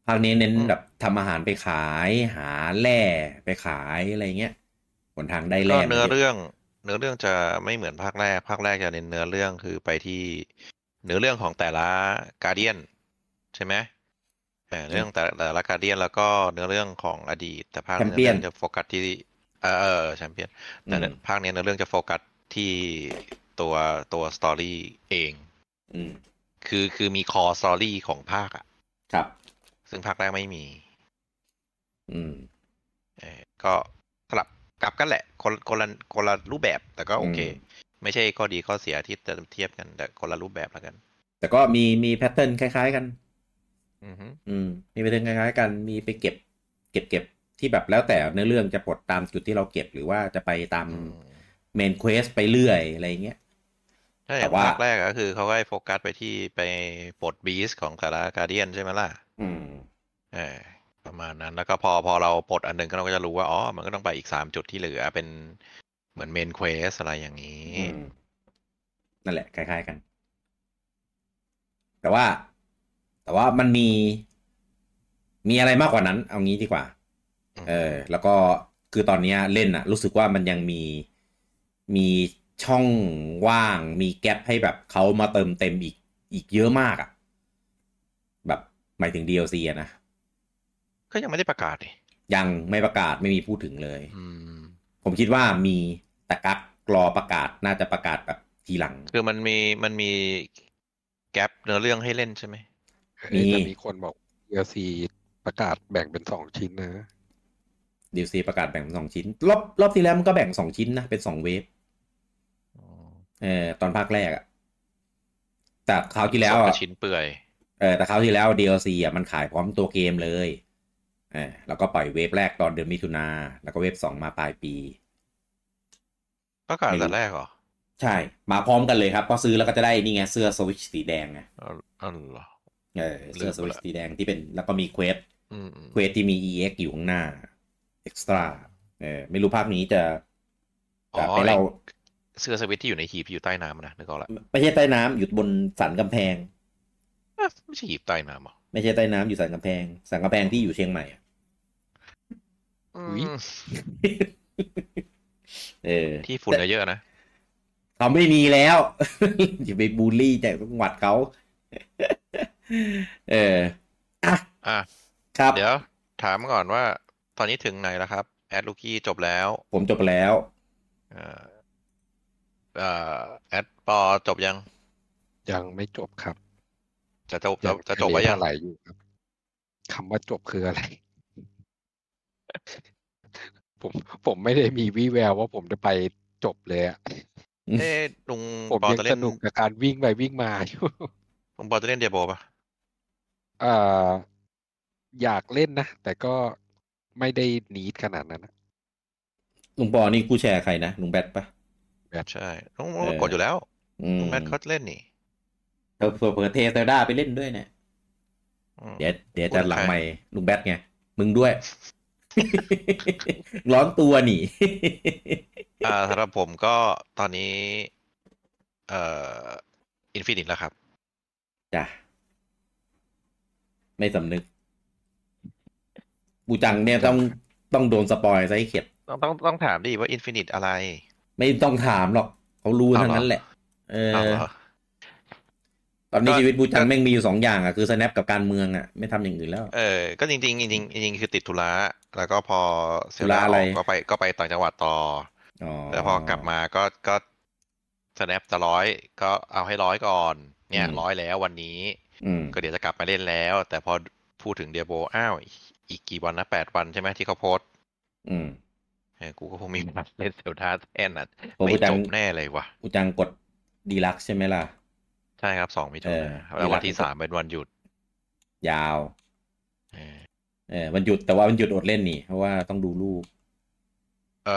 Speaker 1: ภาคนี้เน้น
Speaker 2: อืม
Speaker 1: แบบทำอาหารไปขายหาแร่ไปขายอะไรเงี้ยหนทางได้
Speaker 2: ก็
Speaker 1: แร่
Speaker 2: เนื้อ
Speaker 1: มายะ
Speaker 2: เรื่อง เนื้อเรื่องจะไม่เหมือนภาคแรก ภาคแรกจะเน้นเนื้อเรื่องคือไปที่เนื้อเรื่องของแต่ละการเดียนใช่ไหมเออเรื่องแต่แต่ละการเดียนแล้วก็เนื้อเรื่องของอดีต แต่ภาคเนื้อเรื่องจะโฟกัสที่เออเออแชมเปี้ยน แต่
Speaker 1: อืม
Speaker 2: ภาคเนี้ยเนื้อเรื่องจะโฟกัสที่ตัวตัวสตอรี่เอง
Speaker 1: อืม
Speaker 2: คือคือมีคอสตอรี่ของภาคอะ
Speaker 1: ครับ
Speaker 2: ซึ่งภาคแรกไม่มี
Speaker 1: อืม
Speaker 2: เออก็สลับกลับกันแหละ คนคนละคนละรูปแบบแต่ก็โอเค
Speaker 1: อืม
Speaker 2: ไม่ใช่ข้อดีข้อเสียที่จะเทียบกัน แต่คนละรูปแบบแล้วกัน
Speaker 1: แต่ก็มีมีแพทเทิร์นคล้าย ๆ กัน
Speaker 2: อือฮึ
Speaker 1: อืมมีไปเรื่องคล้ายๆกันมีไปเก็บ เก็บเก็บที่แบบแล้วแต่เนื้อเรื่องจะปลดตามจุดที่เราเก็บหรือว่าจะไปตามเมนเควสไปเรื่อยอะไรเงี้ย
Speaker 2: ใช่
Speaker 1: แต่ว่า
Speaker 2: ภาคแรกก็คือเขาก็ให้โฟกัสไปที่ไปปลดบีสของแต่ละการเดียนใช่ไหมล่ะ
Speaker 1: อืม
Speaker 2: เออประมาณนั้นแล้วก็พอพอเราปลดอันหนึงก็เราก็จะรู้ว่าอ๋อมันก็ต้องไปอีกสามจุดที่เหลือเป็นเหมือนเมนเควสอะไรอย่างนี้
Speaker 1: นั่นแหละคล้ายๆกัน แต่ว่า แต่ว่ามันมี มีอะไรมากกว่านั้น เอางี้ดีกว่า
Speaker 2: อืม
Speaker 1: เออ แล้วก็คือตอนเนี้ยเล่นอะรู้สึกว่ามันยังมีมีช่องว่าง มีแกลให้แบบเขามาเติมเต็มอีกอีกเยอะมากอะแบบหมายถึง DLC อะนะ
Speaker 2: ก็ยังไม่ได้ประกาศนี่
Speaker 1: ยังไม่ประกาศไม่มีพูดถึงเลย
Speaker 2: อืม
Speaker 1: ผมคิดว่ามีแต่กักรอประกาศน่าจะประกาศแบบทีหลัง
Speaker 2: คือมันมีมันมีแกลบเนื้อเรื่องให้เล่นใช่ไหม
Speaker 1: มี
Speaker 3: มีจะมีคนบอกเอซีประกาศแบ่งเป็นสองชิ้นนะ
Speaker 1: ดีซีประกาศแบ่งเป็นสองชิ้น รอบรอบที่แล้วมันก็แบ่งสองชิ้นนะ เป็นสองเวฟเออตอนภาคแรกอะแต่คราวที่แล้ว
Speaker 2: ส่น
Speaker 1: อะ
Speaker 2: กับชิ้นเปื่อย
Speaker 1: เออแต่คราวที่แล้ว DLC อ่ะมันขายพร้อมตัวเกมเลยเออแล้วก็ปล่อยเวฟแรกตอนเดือนมิถุนาแล้วก็เวฟสองมาปลายปี
Speaker 2: ประกาศ
Speaker 1: ไม่รู้
Speaker 2: แต่แรกเหรอ
Speaker 1: ใช่ มาพร้อมกันเลยครับ ก็ซื้อแล้วก็จะได้นี่ไงเสื้อสวิชสีแดงไง
Speaker 2: อ๋ออ๋อเหรอ
Speaker 1: เออเสื้อ
Speaker 2: ลืม
Speaker 1: ส
Speaker 2: ไป
Speaker 1: วิช
Speaker 2: ละ
Speaker 1: สีแดงที่เป็นแล้วก็มีเควส
Speaker 2: อืมอืม
Speaker 1: เควสที่มี EX อยู่ข้างหน้า Extra เออไม่รู้ภาคนี้จะจะไปเล่า
Speaker 2: เสื้อสวิตช์ที่อยู่ในหีบที่อยู่ใต้น้ำนะนึกออกละ
Speaker 1: ไม่ใช่ใต้น้ำอยู่บนสันกำแพง
Speaker 2: อ่ะไม่ใช่หีบใต้น้ำเหรอ
Speaker 1: ไม่ใช่ใต้น้ำอยู่สันกำแพง สันกำแพงที่อยู่เชียงใหม่อะ
Speaker 2: อื
Speaker 3: อุ๊ย
Speaker 2: ม
Speaker 1: เออ
Speaker 2: ที่ฝุ่นเยอะๆนะ
Speaker 1: เขาไม่มีแล้ว อย่าไปบูลลี่แต่จังหวัดเขา เอออ่ะ
Speaker 2: อ่ะ
Speaker 1: ครับ
Speaker 2: เดี๋ยวถามก่อนว่า ตอนนี้ถึงไหนแล้วครับแอดลูกี้จบแล้ว
Speaker 1: ผมจบแล้ว
Speaker 2: เอ่อเอ่อแอดปอจบยัง
Speaker 3: ยังไม่จบครับ
Speaker 2: จะจบจะจะจบไว้ยัง
Speaker 3: อะไรอยู่ครับคำว่าจบคืออะไร ผมผมไม่ได้มีวี่แววว่าผมจะไปจบเลยอะ
Speaker 2: เอ้ลุง
Speaker 3: ผม
Speaker 2: ปอ
Speaker 3: ยัง
Speaker 2: จะ
Speaker 3: ส
Speaker 2: เล่น
Speaker 3: นุกกับการวิ่งไปวิ่งมาอยู่
Speaker 2: ลุงปอจะเล่นเดียโบปะ
Speaker 3: เอ่ออยากเล่นนะ แต่ก็ไม่ได้นีดขนาดนั้นนะ
Speaker 1: ลุงปอนี่กูแชร์ใครนะลุงแบทปะ
Speaker 2: ใช่ต้อง
Speaker 1: เออ
Speaker 2: กดอยู่แล้ว
Speaker 1: อืม
Speaker 2: แมทเขาเล่นนี่
Speaker 1: เออเผื่อเทสเตอร์ด้าไปเล่นด้วยเนี่ย
Speaker 2: อืม
Speaker 1: เดี๋ยวเดี๋ยวจะหลัง
Speaker 2: ใคร
Speaker 1: ใหม่ลุงแบทไง มึงด้วย ร้อนตัวหนี
Speaker 2: อ่าสำหรับผมก็ตอนนี้ เอ่ออินฟินิตแล้วครับ
Speaker 1: จ้ะไม่สำนึกบูจังเนี่ยต้องต้องโดนสปอยซะให้เข็ด
Speaker 2: ต้องต้องต้องถามดิว่าอินฟินิตอะไร
Speaker 1: ไม่ต้องถามหรอก เขารู้
Speaker 2: เอาเหรอ
Speaker 1: ทั้งนั้นแหละ เออ
Speaker 2: เอาเหรอ
Speaker 1: ตอนนี้
Speaker 2: ก็
Speaker 1: ชีวิตบูจังแม่งมีอยู่สองอย่างอ่ะ คือสแนปกับการเมืองอ่ะ ไม่ทำอย่างอื่นแล้ว
Speaker 2: เออ ก็จริงๆจริงๆจริงๆคือติดธุระแล้วก็พอเซล
Speaker 1: ธุระ
Speaker 2: ล่า
Speaker 1: อะ
Speaker 2: อ
Speaker 1: ไร
Speaker 2: อกก็ไปก็ไปต่างจังหวัดต่อ
Speaker 1: อ๋อ
Speaker 2: อแต่พอกลับมาก็ก็สแนปจะร้อยก็เอาให้ร้อยก่อน เนี่ยร้อยแล้ววันนี้
Speaker 1: อืม
Speaker 2: ก็เดี๋ยวจะกลับมาเล่นแล้ว แต่พอพูดถึงเดียโบอ้าวอีกอีกกี่วันนะแปดวันใช่ไหมที่เขาโพสต์
Speaker 1: อืม
Speaker 2: เออกูก็คงมี วันเล่นเซลดาแทนน่ะ
Speaker 1: ผม
Speaker 2: ไม่
Speaker 1: บูจั
Speaker 2: จ
Speaker 1: ง
Speaker 2: บแน่เลยวะ
Speaker 1: บูจังกดดีลักใช่ไหมล่ะ
Speaker 2: ใช่ครับสองมิถุ
Speaker 1: เออ
Speaker 2: นายนแล้ววันที่สามเป็นวันหยุด
Speaker 1: ยาว
Speaker 2: เออ
Speaker 1: เออวันหยุดแต่ว่าวันหยุดอดเล่นนี่เพราะว่าต้องดูลูก
Speaker 2: เอ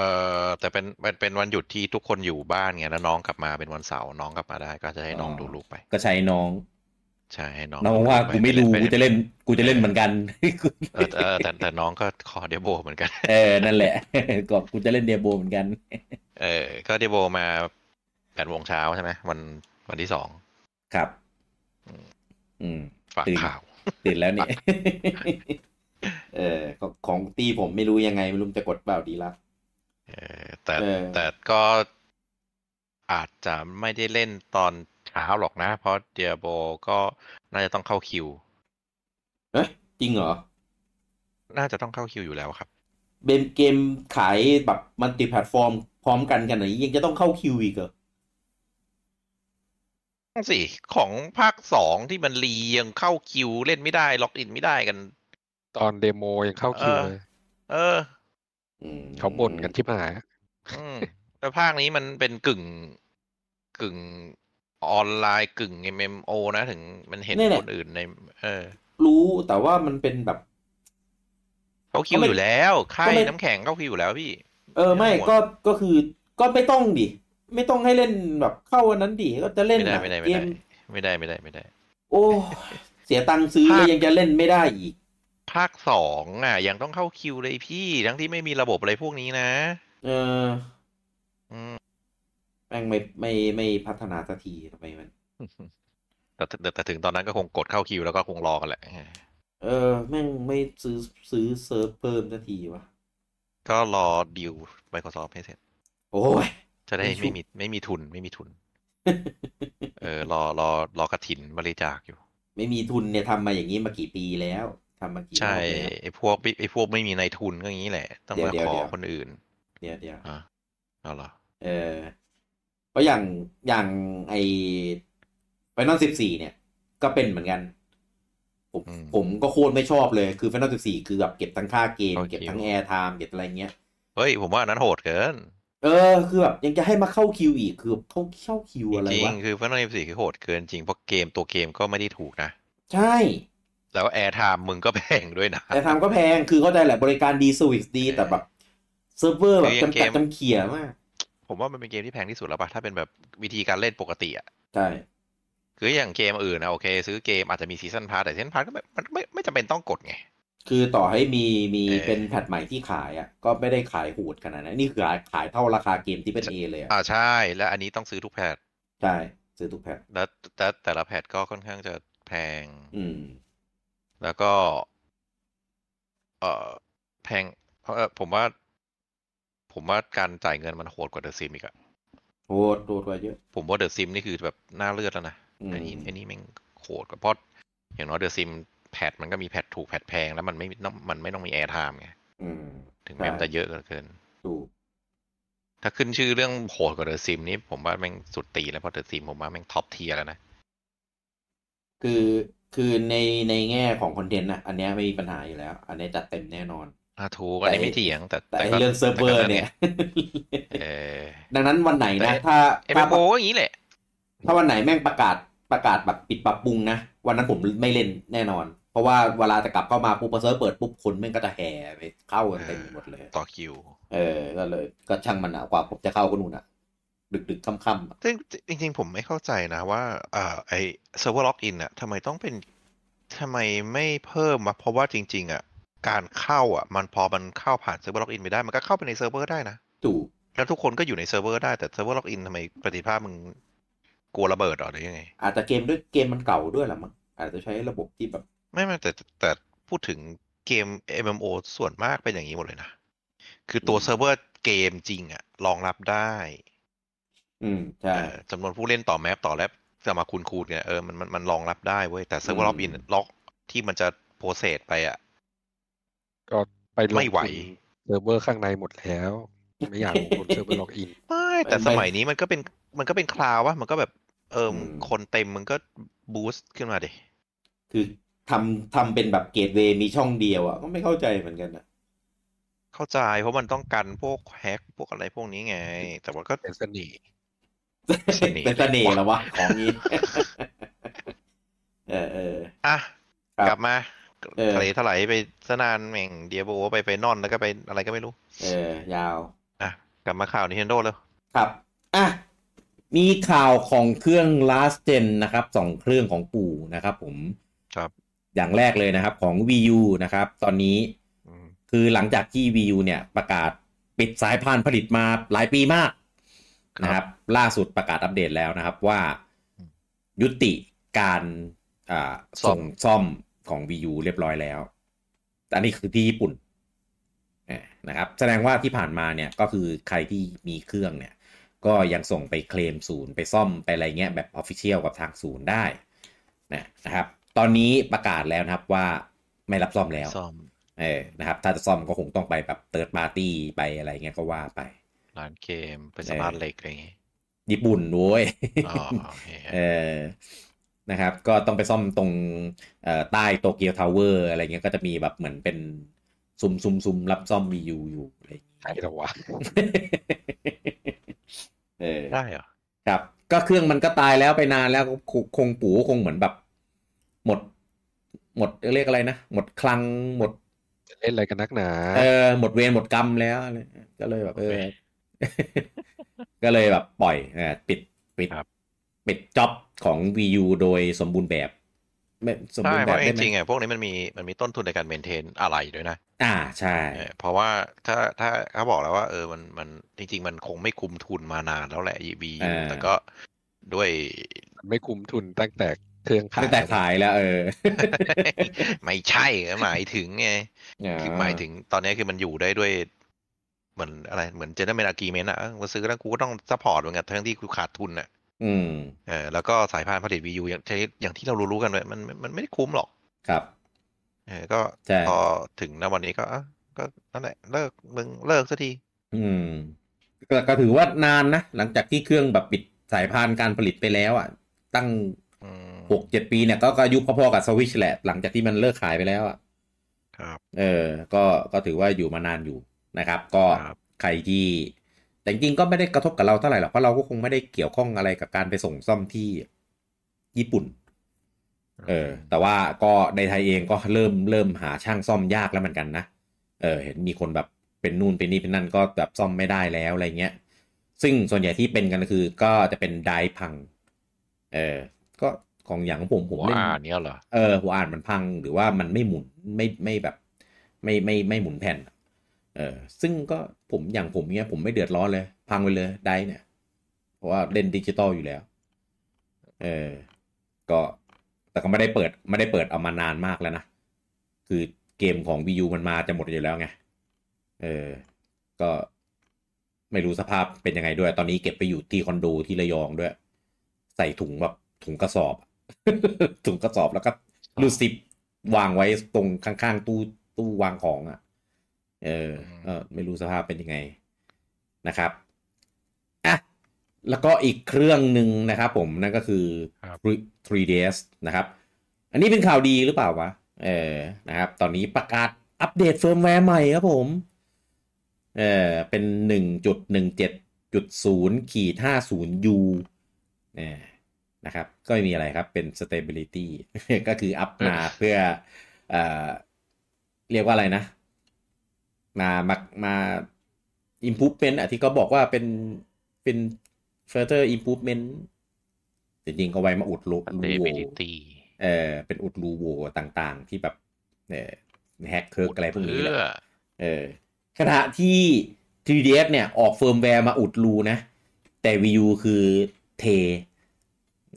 Speaker 2: อแต่เป็นเป็นเป็นวันหยุดที่ทุกคนอยู่บ้านไงแล้วน้องกลับมาเป็นวันเสาร์น้องกลับมาได้ก็จะให้น้อง
Speaker 1: อ๋อ
Speaker 2: ดูลูกไป
Speaker 1: ก็ใช้น้อง
Speaker 2: ใช่ให้น้อง
Speaker 1: น้องว่ากูไม่ดูกูจะเล่น กูจะเล่นเหมือนกัน
Speaker 2: เออเออแต่แต่น้องก็ขอเดโบเหมือนกัน
Speaker 1: เออ นั่นแหละ ก็กูจะเล่นเดียโบเหมือนกัน
Speaker 2: เออ ก็เดโบมาแปดโมงเช้าใช่ไหมวันวันที่สอง
Speaker 1: ครับ อืม
Speaker 2: ฝาก
Speaker 1: ตื่น
Speaker 2: ข่าว
Speaker 1: ตื่นแล้วเนี่ย เออ ของตีผมไม่รู้ยังไง ไม่รู้จะกดเปล่าดีลัก
Speaker 2: เออแต่
Speaker 1: เออ
Speaker 2: แต่ก็อาจจะไม่ได้เล่นตอนเช้าหรอกนะ เพราะเดียโบก็น่าจะต้องเข้าคิว
Speaker 1: เอ๊ะจริงเหรอ
Speaker 2: น่าจะต้องเข้าคิวอยู่แล้วครับ
Speaker 1: เกมเกมขายแบบมัลติแพลตฟอร์ม พร้อมกันกันไหนยังจะต้องเข้าคิวอีกเหรอ
Speaker 2: นั่นสิของภาคสองที่มันรียังเข้าคิวเล่นไม่ได้ ล็อกอินไม่ได้กัน
Speaker 3: ตอนเดโมยังเข้าคิวเลย
Speaker 2: เออ
Speaker 1: อืม
Speaker 3: เขาบ่นกันที่หาย
Speaker 2: อืมแต่ภาคนี้มันเป็นกึ่งกึ่งออนไลน์กึ่ง MMO นะถึงมันเห็นคนอื่นใน เออ
Speaker 1: รู้แต่ว่ามันเป็นแบบ
Speaker 2: เขาคิวอยู่แล้วค่า
Speaker 1: ก็
Speaker 2: ย
Speaker 1: ไม่
Speaker 2: น้ำแข็งเขาคิวอยู่แล้วพี่
Speaker 1: เออไม่
Speaker 2: หมด
Speaker 1: ก็ก็คือก็ไม่ต้องดิ ไม่ต้องให้เล่นแบบเข้าอันนั้นดิก็จะเล่น
Speaker 2: ไม่ได้
Speaker 1: แบบ
Speaker 2: ไม่ได้ไม่
Speaker 1: เก
Speaker 2: ได้
Speaker 1: ม
Speaker 2: ไม่ได้ไม่ได้ไม่ได้
Speaker 1: โอ้เสียตังค์ซื้อ
Speaker 2: ภาค
Speaker 1: แล้วยังจะเล่นไม่ได้อีก
Speaker 2: ภาคสองอ่ะ ยังต้องเข้าคิวเลยพี่ ทั้งที่ไม่มีระบบอะไรพวกนี้นะ
Speaker 1: เออ
Speaker 2: อื ม
Speaker 1: แม่งไม่ไม่ไม่พัฒนาสักทีทำไมมัน
Speaker 2: แต่แต่แต่ถึงตอนนั้นก็คงกดเข้าคิวแล้วก็คงรอกันแหละ
Speaker 1: เออ แม่งไม่ซื้อซื้อเซิร์ฟเพิ่มสักทีวะ
Speaker 2: ก็รอดิว Microsoft ให้เสร็จ
Speaker 1: โอ้ย
Speaker 2: จะได้
Speaker 1: ไม่
Speaker 2: ไม่
Speaker 1: ชุบ
Speaker 2: มีไม่มีทุนไม่มีทุน เออรอรอรอกระถินบริจาคอยู่
Speaker 1: ไม่มีทุนเนี่ยทำมาอย่างนี้มากี่ปีแล้วทำมากี่รอ
Speaker 2: ใช่
Speaker 1: บแล้ว
Speaker 2: ไอ้พวกไอ้พวกไม่มีในทุนก็อย่างนี้แหละ ต้องมา
Speaker 1: เดี๋ยว
Speaker 2: ขอ
Speaker 1: เดี๋ยว
Speaker 2: คนอื่น
Speaker 1: เดี๋ยวเดี๋ยว
Speaker 2: อ่ะเอาเหรอ
Speaker 1: เออเพราะอย่างอย่างไอฟนอลสิบสี่เนี่ย ก็เป็นเหมือนกัน ผม
Speaker 2: อืม
Speaker 1: ผมก็โคตรไม่ชอบเลยคือฟนอลสิบสี่คือแบบเก็บทั้งค่าเกม
Speaker 2: เข้า
Speaker 1: เก็บ
Speaker 2: คิว
Speaker 1: ทั้งแอร์ไทม์เก็บอะไรเงี้ย
Speaker 2: เฮ้ย ผมว่าอันนั้นโหดเกิน
Speaker 1: เออ คือแบบยังจะให้มาเข้าคิวอีกคือเข้าเข้าคิวอะไร
Speaker 2: จริง
Speaker 1: วะ
Speaker 2: ๆคือฟันนอลสี่คือโหดเกินจริงเพราะเกมตัวเกมก็ไม่ได้ถูกนะ
Speaker 1: ใช่
Speaker 2: แล้วแอร์ไทม์มึงก็แพงด้วยนะ
Speaker 1: แอร์ไทม์ก็แพงคือเข้าใจแหละบริการดีสวิสดี แต่แบบเซิร์ฟเวอร์แบบ
Speaker 2: คือยัง
Speaker 1: จำกัด
Speaker 2: เกม
Speaker 1: จำเขี่ยมาก
Speaker 2: ผมว่ามันเป็นเกมที่แพงที่สุดแล้วปะถ้าเป็นแบบวิธีการเล่นปกติอะ
Speaker 1: ใช่
Speaker 2: คืออย่างเกมอื่นนะโอเค ซื้อเกมอาจจะมีซีซันพาร์แต่ซีซันพาร์ก็ไม่มันไม่ไม่จำเป็นต้องกดไง
Speaker 1: คือต่อให้มีมี
Speaker 2: เออ
Speaker 1: เป็นแพทใหม่ที่ขายอ่ะ ก็ไม่ได้ขายโหดขนาดนั้นนี่คือขายขายเท่าราคาเกมที่เป็นเอเลยอะ
Speaker 2: อ่าใช่ และอันนี้ต้องซื้อทุกแพท
Speaker 1: ใช่ซื้อทุกแพ็ค
Speaker 2: แล้วแต่แต่ละแพทก็ค่อนข้างจะแพง
Speaker 1: อืม
Speaker 2: แล้วก็ เออแพง เพราะเอ่อผมว่า ผมว่าการจ่ายเงินมันโหดกว่าเดอะซิมอีกอะ
Speaker 1: โหดโหดกว่าเยอะ
Speaker 2: ผมว่าเดอะซิมนี่คือแบบหน้าเลือดแล้วนะ
Speaker 1: อืม
Speaker 2: อันนี้อันนี้แม่งโหดกว่าเพราะอย่างน้อยเดอะซิมแพทมันก็มีแพทถูกแพทแพงแล้วมันไม่ต้องมันไม่ต้องมีแอร์ไทม์ไง
Speaker 1: อืม
Speaker 2: ถึงแม้มัน
Speaker 1: ใช่
Speaker 2: จะเยอะเหลือเกิน
Speaker 1: ถูก
Speaker 2: ถ้าขึ้นชื่อเรื่องโหดกว่าเดอะซิมนี่ผมว่าแม่งสุดตีแล้วเพราะเดอะซิมผมว่าแม่งท็อปเทียร์แล้วนะ
Speaker 1: คือคือในในแง่ของคอนเทนต์นะอันเนี้ยไม่มีปัญหาอยู่แล้ว อันเนี้ยจัดเต็มแน่นอน
Speaker 2: อ่ะถูกอันนี้ไม่เถียง แต่
Speaker 1: แต่ไอ้
Speaker 2: ก็
Speaker 1: เรื่องเซิร์ฟเวอร์เนี่ย
Speaker 2: เออ
Speaker 1: ดังนั้นวันไหนนะ ถ้า
Speaker 2: เอ็ม
Speaker 1: ถ้า
Speaker 2: โอก็อย่างนี้แหละ
Speaker 1: ถ้าวันไหนแม่งประกาศประกาศแบบปิดปรับปรุงนะ วันนั้นผมไม่เล่นแน่นอน เพราะว่าเวลาจะกลับเข้ามาปุ๊บพอเซิร์ฟเปิดปุ๊บคนแม่งก็จะแห่ไปเข้ากันเต็มไปหมดเลย
Speaker 2: ต่อคิว
Speaker 1: เออ ก็เลยก็ช่างมันอะกว่าผมจะเข้าก็นู่นอะดึกดึกๆค่ำๆอะ
Speaker 2: ซึ่งจริงๆ ผมไม่เข้าใจนะว่าเอ่อไอเซิร์ฟเวอร์ล็อกอินอะทำไมต้องเป็นทำไมไม่เพิ่มวะเพราะว่าจริง ๆอะการเข้าอะมันพอมันเข้าผ่านเซิร์ฟเวอร์ล็อกอินไปได้ มันก็เข้าไปในเซิร์ฟเวอร์ได้นะ
Speaker 1: ถูก
Speaker 2: แล้วทุกคนก็อยู่ในเซิร์ฟเวอร์ได้แต่เซิร์ฟเวอร์ล็อกอินทำไมประสิทธิภาพมึง กลัวระเบิดเหรอหรือยังไง
Speaker 1: อาจจะเกมด้วยเกมมันเก่าด้วยแหละมั้งอาจจะใช้ระบบที่แบบ
Speaker 2: ไม่ไม่แต่แต่แต่พูดถึงเกม MMO ส่วนมากเป็นอย่างนี้หมดเลยนะ คือตัว
Speaker 1: อืม
Speaker 2: เซิร์ฟเวอร์เกมจริงอะรองรับได้
Speaker 1: อืมใช่
Speaker 2: เอ่อจำนวนผู้เล่นต่อแมปต่อแลปจะมาคูณคูณเนี่ยเออมันมันมันรองรับได้เว้ยแต่เซิร์ฟเวอร์
Speaker 1: อื
Speaker 2: ล็
Speaker 1: ม
Speaker 2: อกอินล็อกที่มันจะโปรเซสไปอะ
Speaker 3: ก็ไปลง
Speaker 2: ไม่ไหว
Speaker 3: เซิร์ฟเวอร์ข้างในหมดแล้ว ไม่อยากลงบนเซิร์ฟเวอร์ล็อกอิน
Speaker 2: ไม่แต่
Speaker 1: ไม่
Speaker 2: สมัยนี้มันก็เป็นมันก็เป็นคลาวด์วะมันก็แบบเอออ
Speaker 1: ม
Speaker 2: คนเต็มมันก็บูสต์ขึ้นมาดิ
Speaker 1: คือทำทำเป็นแบบเกตเวย์มีช่องเดียวอ่ะก็ไม่เข้าใจเหมือนกันนะ
Speaker 2: เข้าใจเพราะมันต้องกันพวกแฮกพวกอะไรพวกนี้ไง แต่ว่าก็
Speaker 3: เป็นเสน่ห์
Speaker 2: เสน่ห์
Speaker 1: เป็นเสน่ห์เหรอวะของนี้ เอ อเออ
Speaker 2: อ่ะ
Speaker 1: ครับ
Speaker 2: กลับมา
Speaker 1: เออ
Speaker 2: ทะเลถลายไปสนานแม่งเดียโบไปไปนอนแล้วก็ไปอะไรก็ไม่รู้
Speaker 1: เออยาว
Speaker 2: อ่ะ กลับมาข่าว Nintendo แล้ว
Speaker 1: ครับ อ่ะ มีข่าวของเครื่อง last gen นะครับสองเครื่องของปู่นะครับผม
Speaker 2: ครับ
Speaker 1: อย่างแรกเลยนะครับของ Wii U นะครับ ตอนนี้
Speaker 2: อืม
Speaker 1: คือหลังจากที่ Wii U เนี่ยประกาศปิดสายพานผลิตมาหลายปีมาก
Speaker 2: ครับ
Speaker 1: นะครับ ล่าสุดประกาศอัปเดตแล้วนะครับว่า
Speaker 2: อืม
Speaker 1: ยุติการอ่า
Speaker 2: ซ่อ
Speaker 1: ส่
Speaker 2: ม
Speaker 1: งซ่อมของ Wii U เรียบร้อยแล้ว อันนี้คือที่ญี่ปุ่นอ่านะครับ แสดงว่าที่ผ่านมาเนี่ยก็คือใครที่มีเครื่องเนี่ย ก็ยังส่งไปเคลมศูนย์ไปซ่อมไปอะไรเงี้ยแบบออฟฟิเชียลกับทางศูนย์ได้นะนะครับ ตอนนี้ประกาศแล้วนะครับว่าไม่รับซ่อมแล้ว
Speaker 2: ซ่อม
Speaker 1: เออ นะครับ ถ้าจะซ่อมก็คงต้องไปแบบเติร์ดปาร์ตี้ไปอะไรเงี้ยก็ว่าไป
Speaker 2: ร้านเกมเป็นสมาร์ทเหล็กอะไรอย่างงี้
Speaker 1: ญี่ปุ่นโว้ย
Speaker 2: อ๋อโอเค
Speaker 1: เออ นะครับ ก็ต้องไปซ่อมตรงเอ่อใต้โตเกียวทาวเวอร์อะไรเงี้ย ก็จะมีแบบเหมือนเป็นซุมซุมซุมรับซ่อมวียูอยู่อะไรอย่างเงี้ย
Speaker 3: ใครหรอวะ
Speaker 1: เออ
Speaker 2: ได้เหรอ
Speaker 1: ครับ ก็เครื่องมันก็ตายแล้วไปนานแล้วคงคงปู่คงเหมือนแบบ หมด หมดเรียกอะไรนะ หมดคลัง หมด
Speaker 3: จะเล่นอะไรกันนักหนา
Speaker 1: เออหมดเวรหมดกรรมแล้วอะไรก็เลยแบบเออ
Speaker 2: โอเค
Speaker 1: ก็เลยแบบปล่อยเออปิดปิด
Speaker 2: ครับ
Speaker 1: ปิดจ็อบของ VU โดยสมบูรณ์แบบไม่สมบูร
Speaker 2: ใช่
Speaker 1: ณ์
Speaker 2: เพ
Speaker 1: แบบ
Speaker 2: ราะ
Speaker 1: ได้ไหม
Speaker 2: จริงๆอ่ะพวกนี้มันมีมันมีต้นทุนในการเมนเทนอะไรด้วยนะ
Speaker 1: อ่าใช่
Speaker 2: เออเพราะว่าถ้าถ้าเขาบอกแล้วว่า เออมันมันจริง ๆ มันคงไม่คุมทุนมานานแล้วแหละ EB
Speaker 1: เออ
Speaker 2: แต่ก็ด้วย
Speaker 3: มันไม่คุ้มทุนตั้งแต่เครื่องขาย
Speaker 1: ตั้งแต่ขายแล้วเออ
Speaker 2: ไม่ใช่หมายถึงไง คือหมายถึงตอนนี้คือมันอยู่ได้ด้วย เหมือนอะไรเหมือนเจนเนอเรนอากีเมนอะเออมาซื้อแล้วกูก็ต้องซัพพอร์ตเหมือนกันทั้งที่กูขาดทุนอะ
Speaker 1: อืม
Speaker 2: เออแล้วก็สายพานผลิตวียูอย่างที่อย่างที่เรารู้ๆกันเลยมันมันมันไม่ได้คุ้มหรอก
Speaker 1: ครับ
Speaker 2: เออก็
Speaker 1: ใช่
Speaker 2: พอถึงณวันนี้ก็อ่ะก็นั่นแหละเลิกมึงเลิกสักที
Speaker 1: อืมก็ก็ถือว่านานนะ หลังจากที่เครื่องแบบปิดสายพานการผลิตไปแล้วอ่ะ ตั้ง
Speaker 2: อืม
Speaker 1: หกเจ็ดปีเนี่ยก็ก็อายุพอๆกับสวิชแหละ หลังจากที่มันเลิกขายไปแล้วอ่ะ
Speaker 2: ครับ
Speaker 1: เออ ก็ ก็ถือว่าอยู่มานานอยู่นะครับ ก็
Speaker 2: ครับ
Speaker 1: ใครที่ แต่จริงๆก็ไม่ได้กระทบกับเราเท่าไหร่หรอก เพราะเราก็คงไม่ได้เกี่ยวข้องอะไรกับการไปส่งซ่อมที่ญี่ปุ่น เออ แต่ว่าก็ในไทยเองก็เริ่ม เริ่มหาช่างซ่อมยากแล้วเหมือนกันนะ เออ เห็นมีคนแบบเป็นนู่นเป็นนี่เป็นนั่นก็แบบซ่อมไม่ได้แล้วอะไรเงี้ย ซึ่งส่วนใหญ่ที่เป็นกันก็คือ ก็จะเป็นไดร์พัง เออ ก็ของอย่างของผมผม
Speaker 2: หัว
Speaker 1: เล่น
Speaker 2: อ่านเนี้ยเหรอ
Speaker 1: เออหัวอ่านมันพังหรือว่ามันไม่หมุนไม่ไม่แบบ ไม่ไม่ไม่หมุนแผ่นอะเออ ซึ่งก็ผมอย่างผมเนี้ย ผมไม่เดือดร้อนเลย พังไปเลยได้เนี่ย เพราะว่าเล่นดิจิตอลอยู่แล้ว เออ ก็แต่ก็ไม่ได้เปิด ไม่ได้เปิดเอามานานมากแล้วนะ คือเกมของ Wii U มันมาจะหมดอยู่แล้วไง เออ ก็ไม่รู้สภาพเป็นยังไงด้วย ตอนนี้เก็บไปอยู่ที่คอนโดที่ระยองด้วย ใส่ถุงแบบถุงกระสอบอะ ถุงกระสอบแล้วก็รูดซิปวางไว้ตรงข้างๆ ตู้ตู้วางของอะ่ะ เออเออ ไม่รู้สภาพเป็นยังไงนะครับ อ่ะ แล้วก็อีกเครื่องหนึ่งนะครับผมนั่นก็คือ
Speaker 2: ครับ
Speaker 1: 3ds นะครับ อันนี้เป็นข่าวดีหรือเปล่าวะ เออ นะครับ ตอนนี้ประกาศอัปเดตเฟิร์มแวร์ใหม่ครับผม เออ เป็น 1.17.0ขีด 50u เนี่ยนะครับ ก็ไม่มีอะไรครับ เป็น stability ก็คืออัพมาเพื่อ เอ่อ เรียกว่าอะไรนะ มา มา มา improvement อ่ะที่เขาบอกว่าเป็น เป็น further improvement จริงๆก็ไว้มาอุดรูรูโหว่
Speaker 2: stability
Speaker 1: เออเป็นอุดรูโหว่ต่างๆ ที่แบบเออแฮกเคิร์กอะไรพวกนี้แหละ
Speaker 2: เพื่อ
Speaker 1: เออขณะที่ 3ds เนี่ย ออกเฟิร์มแวร์มาอุดรูนะ แต่ Wii U คือเท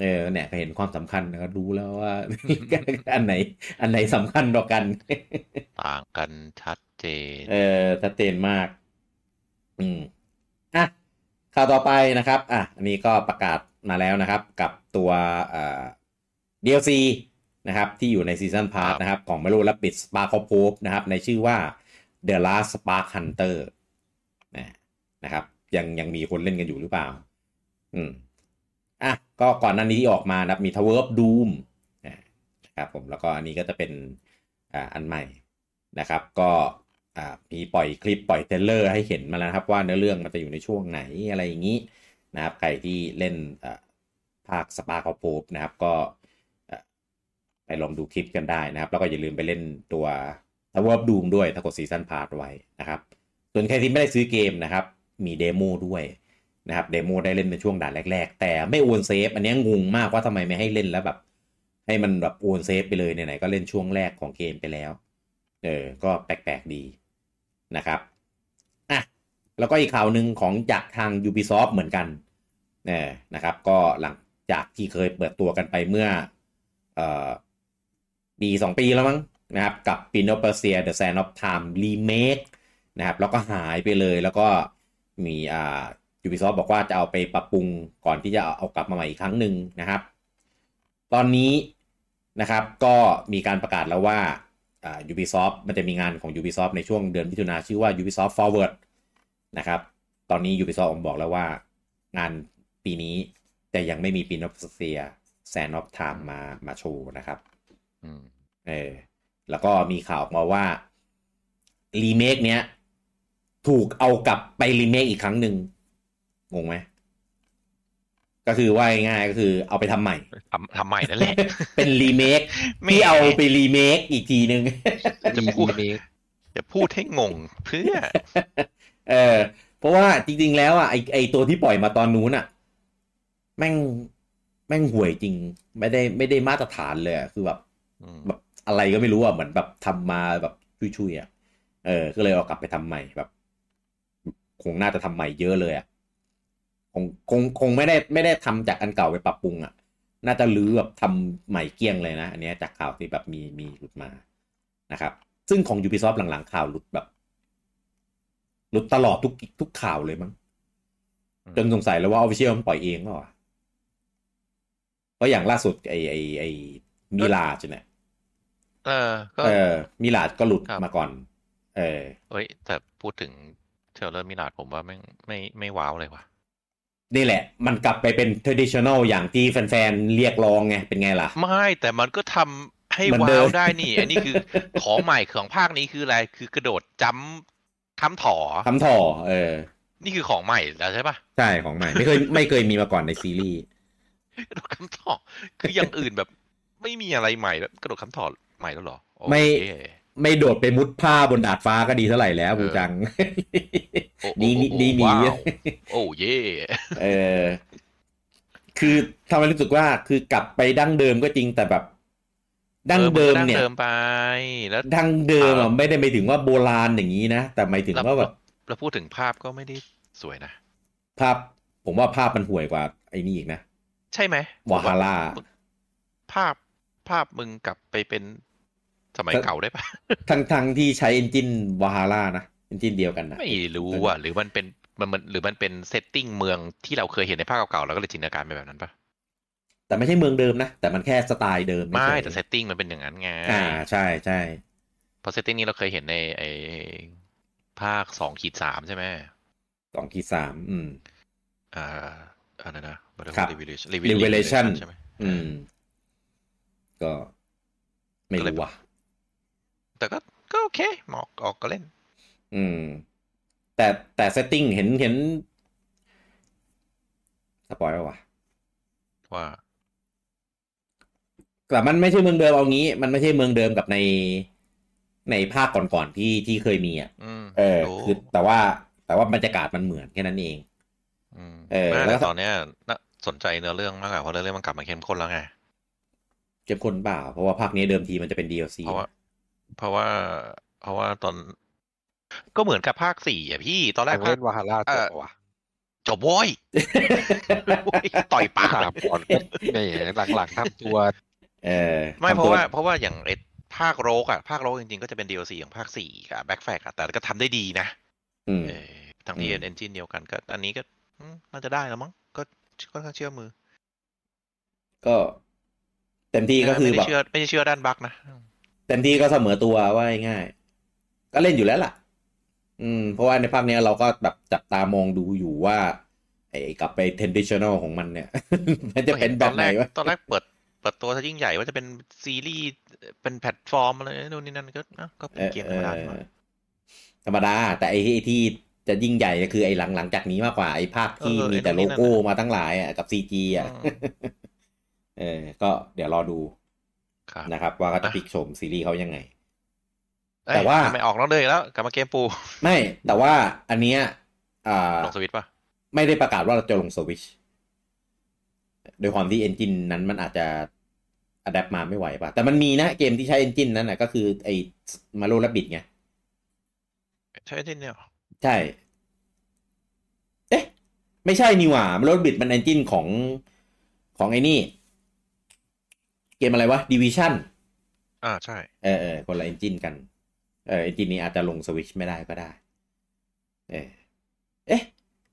Speaker 1: เออเนี่ยเห็นความสำคัญก็รู้แล้วว่า อันไหน อันไหนสำคัญต่อกัน
Speaker 2: ต่างกันชัดเจน
Speaker 1: เออชัดเจนมาก อืม อ่ะ ข่าวต่อไปนะครับ อ่ะ อันนี้ก็ประกาศมาแล้วนะครับ กับตัวเอ่อ DLC นะครับ ที่อยู่ในซีซันพาร์ท
Speaker 2: ครับ
Speaker 1: นะครับ ของ m e l o r a b b i t Spark of Hope นะครับ ในชื่อว่า The Last Spark Hunter นะนะครับ ยังยังมีคนเล่นกันอยู่หรือเปล่า อืม อ่ะ ก็ก่อนหน้านี้ที่ออกมานะครับ มี Tower of Doom นะครับผม แล้วก็อันนี้ก็จะเป็น อ่าอันใหม่นะครับ ก็อ่ามีปล่อยคลิปปล่อยเทรลเลอร์ให้เห็นมาแล้วนะครับว่าเนื้อเรื่องมันจะอยู่ในช่วงไหนอะไรอย่างนี้นะครับ ใครที่เล่นอ่าภาคสปาคอโปบนะครับ ก็อ่าไปลองดูคลิปกันได้นะครับ แล้วก็อย่าลืมไปเล่นตัวทาวเวอร์ดูมด้วยถ้ากดซีซันพาร์ทไว้นะครับ ส่วนใครที่ไม่ได้ซื้อเกมนะครับ มีเดโมด้วยนะครับเดโมได้เล่นเป็นช่วงด่านแรก ๆ แต่ไม่โอนเซฟ อันเนี้ยงงมากว่าทำไมไม่ให้เล่นแล้วแบบ ให้มันแบบโอนเซฟไปเลยไหนๆก็เล่นช่วงแรกของเกมไปแล้ว เออ ก็แปลก ๆ ดีนะครับอ่ะแล้วก็อีกข่าวหนึ่งของจากทาง Ubisoft เหมือนกันเออนะครับ ก็หลังจากที่เคยเปิดตัวกันไปเมื่อเอ่อปีสองปีแล้วมั้งนะครับ กับ p i n o p e r s i a The Sand of Time Remake นะครับแล้วก็หายไปเลยแล้วก็มีอ่า Ubisoft บอกว่าจะเอาไปปรับปรุงก่อนที่จะเอากลับมาใหม่อีกครั้งหนึ่งนะครับ ตอนนี้นะครับก็มีการประกาศแล้วว่าอ่า Ubisoft มันจะมีงานของ Ubisoft ในช่วงเดือนมิถุนาชื่อว่า Ubisoft Forward นะครับ ตอนนี้ Ubisoft ออกมาบอกแล้วว่างานปีนี้แต่ยังไม่มีปีนอฟเซียแซนอฟไทม์มามาโชว์นะครับ
Speaker 2: อืม
Speaker 1: เออแล้วก็มีข่าวออกมาว่ารีเมคเนี้ย ถูกเอากลับไปรีเมคอีกครั้งหนึ่งงงไหม ก็คือว่าง่ายๆก็คือเอาไปทำใหม่
Speaker 2: ทำทำใหม่นั่นแหละ
Speaker 1: เป็นรีเมค
Speaker 2: ไม่
Speaker 1: ที่เอาไปรีเมคอีกทีหนึ่ง
Speaker 3: จะพูดนี้
Speaker 2: จะพูดให้งงเพื่อ
Speaker 1: เออเพราะว่าจริงๆแล้วอ่ะไอไอตัวที่ปล่อยมาตอนนู้นอ่ะ แม่งแม่งห่วยจริง ไม่ได้ไม่ได้มาตรฐานเลยอะคือแบบ
Speaker 2: อืม
Speaker 1: แบบอะไรก็ไม่รู้อ่ะเหมือนแบบทำมาแบบชุยๆอ่ะเออ ก็เลยเอากลับไปทำใหม่แบบ คงน่าจะทำใหม่เยอะเลยอ่ะคงคงคงไม่ได้ไม่ได้ทำจากอันเก่าไปปรับปรุงอ่ะ น่าจะรื้อแบบทำใหม่เกลี้ยงเลยนะ อันเนี้ยจากข่าวที่แบบมีมีหลุดมานะครับ ซึ่งของ Ubisoft หลังๆข่าวหลุดแบบ หลุดตลอดทุกทุกข่าวเลยมั้ง จนสงสัยแล้วว่าออฟฟิเชียลมันปล่อยเองเปล่าวะเพราะอย่างล่าสุดไอไอไอมิลาจเนี่ย
Speaker 2: เออก็
Speaker 1: เออมิลาดก็หลุด
Speaker 2: ครับ
Speaker 1: มาก่อน เออ
Speaker 2: เอ้ย แต่พูดถึงเทเลอร์มิลาดผมว่าไม่งไม่ไม่ว้าวเลยว่ะ
Speaker 1: นี่แหละ มันกลับไปเป็น traditional อย่างที่แฟนๆ เรียกร้องไง เป็นไงล่ะ
Speaker 2: ไม่แต่มันก็ทำให้
Speaker 1: เหมือนเดิ
Speaker 2: ว้าว
Speaker 1: ม
Speaker 2: ได้นี่ อันนี้คือ ของใหม่ของภาคนี้คืออะไร คือกระโดดจ้ำค้ำถอ
Speaker 1: คำถ่อเออ
Speaker 2: นี่คือของใหม่แล้วใช่ปะ
Speaker 1: ใช่ของใหม่ ไม่เคย ไม่เคยมีมาก่อนในซีรีส์
Speaker 2: กระโดดค้ำถอ คืออย่างอื่นแบบ ไม่มีอะไรใหม่แบบกระโดดค้ำถอใหม่แล้วเหรอโอเค
Speaker 1: ไม่ ไม่โดดไปมุดผ้าบนดาดฟ้าก็ดีเท่าไหร่แล้วบูจัง
Speaker 2: โอ้โอ้
Speaker 1: นี่นี่
Speaker 2: โอ้
Speaker 1: นี่มี
Speaker 2: ว้าวโอ้เย่
Speaker 1: เออ คือทำให้รู้สึกว่าคือกลับไปดั้งเดิมก็จริงแต่แบบ ดั้งเดิม
Speaker 2: ออก็
Speaker 1: เนี่ย
Speaker 2: ดั้งเดิมไปแล้ว
Speaker 1: ดั้งเดิมอ่ะไม่ได้ไปถึงว่าโบราณอย่างนี้นะ แต่หมายถึงว่าแบบ
Speaker 2: แล้วพูดถึงภาพก็ไม่ได้สวยนะ
Speaker 1: ภาพ ผมว่าภาพมันห่วยกว่าไอ้นี่อีกนะ
Speaker 2: ใช่ไหม
Speaker 1: วาฮาร่า
Speaker 2: ภาพภาพมึงกลับไปเป็นสมัยเก่าได้ปะ
Speaker 1: ทั้งทั้งที่ใช้เอนจินวาฮาร่านะเอนจินเดียวกันนะ
Speaker 2: ไม่รู้อ่ะหรือมันเป็นมันมันหรือมันเป็นเซตติ้งเมืองที่เราเคยเห็นในภาคเก่าๆเราก็เลยจินตนาการไปแบบนั้นปะ
Speaker 1: แต่ไม่ใช่เมืองเดิมนะ แต่มันแค่สไตล์เดิม
Speaker 2: ไม่
Speaker 1: เฉย
Speaker 2: แต่เซตติ้งมันเป็นอย่างนั้นไง
Speaker 1: อ่าใช่ใช่
Speaker 2: เพราะเซตติ้งนี้เราเคยเห็นในไอภาคสองขีดสามใช่ไหม
Speaker 1: สองขีดสามอืม
Speaker 2: อ่าอันนั้นนะ
Speaker 1: ครับ
Speaker 2: Revelation
Speaker 1: Revelation
Speaker 2: ใช่ไหม
Speaker 1: อืม ก็ไม่
Speaker 2: ก็เลย
Speaker 1: รู้ว่ะ
Speaker 2: แต่ก็ก็โอเคเหมาะออกก็เล่น
Speaker 1: อืม แต่แต่เซตติ้งเห็นเห็นสปอยแล้ววะ
Speaker 2: ว่า
Speaker 1: แต่มันไม่ใช่เมืองเดิมเอางี้ มันไม่ใช่เมืองเดิมกับในในภาคก่อนๆที่ที่เคยมีอ่ะ
Speaker 2: อืม
Speaker 1: เออ
Speaker 2: รู้
Speaker 1: คือแต่ว่า แต่ว่าบรรยากาศมันเหมือนแค่นั้นเอง
Speaker 2: ม
Speaker 1: เออ
Speaker 2: ไม่
Speaker 1: แล้
Speaker 2: แต่
Speaker 1: วก็
Speaker 2: ตอนเนี้ยน่าสนใจเนื้อเรื่องมากกว่าเพราะเนื้อเรื่องมันกลับมาเข้มข้นแล้วไง
Speaker 1: เจ็บคนเปล่า เพราะว่าภาคนี้เดิมทีมันจะเป็น DLC
Speaker 2: เพราะว่า เพราะว่า เพราะว่าตอน ก็เหมือนกับภาคสี่อ่ะพี่ ตอนแร
Speaker 3: แต่
Speaker 2: กภา
Speaker 3: เล่
Speaker 2: ค
Speaker 3: นวาฮาร่า
Speaker 2: เอ่
Speaker 3: ต่
Speaker 2: อ
Speaker 3: อว่ะ
Speaker 2: จบโว้ย ต่อยปาก
Speaker 3: ถามก่อนแหมหลังๆทำตัว
Speaker 1: เออ
Speaker 2: ไม่
Speaker 1: ทำ
Speaker 2: เพ
Speaker 1: ตัว
Speaker 2: ราะว่าเพราะว่าอย่างไอ้ภาคโรกอะภาคโรกจริงๆก็จะเป็น DLC ของภาคสี่กับแบ็คแฟกอะแต่ก็ทำได้ดีนะ
Speaker 1: อืม
Speaker 2: เออทั้งที่
Speaker 1: อืม
Speaker 2: เอนจินเดียวกันก็อันนี้ก็อืมน่าจะได้แล้วมั้งก็ค่อนข้างเชื่อมือ
Speaker 1: ก็เต็มที่ก็คือ
Speaker 2: ไม่
Speaker 1: แบ
Speaker 2: ได้
Speaker 1: บ
Speaker 2: เชื่อไม่ได้เชื่อด้านบั๊กนะ
Speaker 1: เต็มที่ก็เสมอตัวว่าง่ายๆก็เล่นอยู่แล้วล่ะ อืม เพราะว่าในภาคเนี้ยเราก็แบบจับตามองดูอยู่ว่า ไอ้กลับไป traditional ของมันเนี่ย มันจะเป็นแบบไหนวะ
Speaker 2: ตอนแรกเปิดเปิดตัวซะยิ่งใหญ่ว่าจะเป็นซีรีส์เป็นแพลตฟอร์มอะไรนู่นนี่นั่นก็อ่ะก็เป็นเกมธรรมดาดีกว่า
Speaker 1: เออธรรมดา แต่ไอ้ที่ที่จะยิ่งใหญ่ก็คือไอ้หลังหลังจากนี้มากกว่าไอ้ภาคที่มีแต่โลโก้มาตั้งหลายอ่ะกับซีจีอ่ะ
Speaker 2: อืม
Speaker 1: เออ ก็เดี๋ยวรอดู
Speaker 2: ครับ
Speaker 1: นะครับ ว่าเขาจะ
Speaker 2: อ่ะ
Speaker 1: พลิกโฉมซีรีส์เขายังไง
Speaker 2: เอ้ย
Speaker 1: แต่ว่า
Speaker 2: ทำไม่ออกแล้วเลยแล้วกลับมาเกมปู
Speaker 1: ไม่ แต่ว่าอันเนี้ยอ่า
Speaker 2: ลงสวิตช์ป่ะ
Speaker 1: ไม่ได้ประกาศว่าเราจะลงสวิชโดยความที่เอนจินนั้นมันอาจจะอัดแอปมาไม่ไหวป่ะ แต่มันมีนะเกมที่ใช้เอนจินนั้นนะก็คือไอ้มาโลและบิดไง
Speaker 2: ใช่ที่เนี่ยเหรอ
Speaker 1: ใช่ เอ๊ะ ไม่ใช่นี่หว่ามันรถบิดมันแอนจินของของไอ้นี่ เกมอะไรวะดิวิชั่น
Speaker 2: อ่าใช่
Speaker 1: เออเออคนละเอนจินกัน เออเอนจินนี้อาจจะลงสวิชไม่ได้ก็ได้ เออเอ๊ะ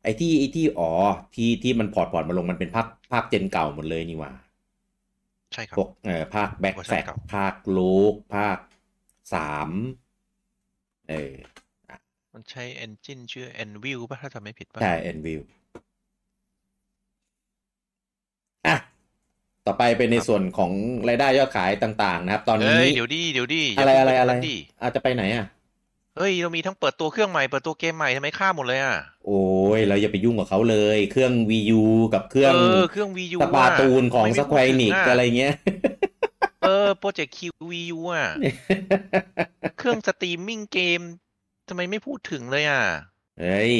Speaker 1: ไอที่ไอที่อ๋อที่ที่มันพอร์ตพอร์ตมาลงมันเป็นภาคภาคเจนเก่าหมดเลยนี่หว่า
Speaker 2: ใช่ครับ
Speaker 1: พวกเอ่อภาคแบ็ก
Speaker 2: เวอร์ชั
Speaker 1: แฟ
Speaker 2: น
Speaker 1: ก
Speaker 2: เก่า
Speaker 1: ภาคโลก ภาคสามเออ
Speaker 2: มันใช้เอนจินชื่อ Envil ป่ะ ถ้าจำไม่ผิดป่ะ
Speaker 1: ใช่ Enview อ่ะ ต่อไปเป็นใน
Speaker 2: ครับ
Speaker 1: ส่วนของรายได้ยอดขายต่าง ๆ นะครับ ตอน
Speaker 2: เอ้
Speaker 1: นี้
Speaker 2: ย เดี๋ยวดีเดี๋ยวดี
Speaker 1: อะไรอะไรอะไร
Speaker 2: ดี
Speaker 1: อาจจะไปไหนอ่ะ
Speaker 2: เฮ้ย เรามีทั้งเปิดตัวเครื่องใหม่ เปิดตัวเกมใหม่ทำไมฆ่าหมดเลยอ่ะ
Speaker 1: โอ้ย เราอย่าไปยุ่งกับเขาเลย เครื่อง VU กับเครื่อง
Speaker 2: เออเครื่อง VU
Speaker 1: สปาตูนของ
Speaker 2: ทำ
Speaker 1: ส
Speaker 2: ไมไม่
Speaker 1: แควร์นิก
Speaker 2: พูดถึง
Speaker 1: อะไรเงี้ย
Speaker 2: เออโปรเจกต์คิว VU อ่ะ เครื่องสตรีมมิ่งเกมทำไมไม่พูดถึงเลยอ่ะ
Speaker 1: เฮ้ย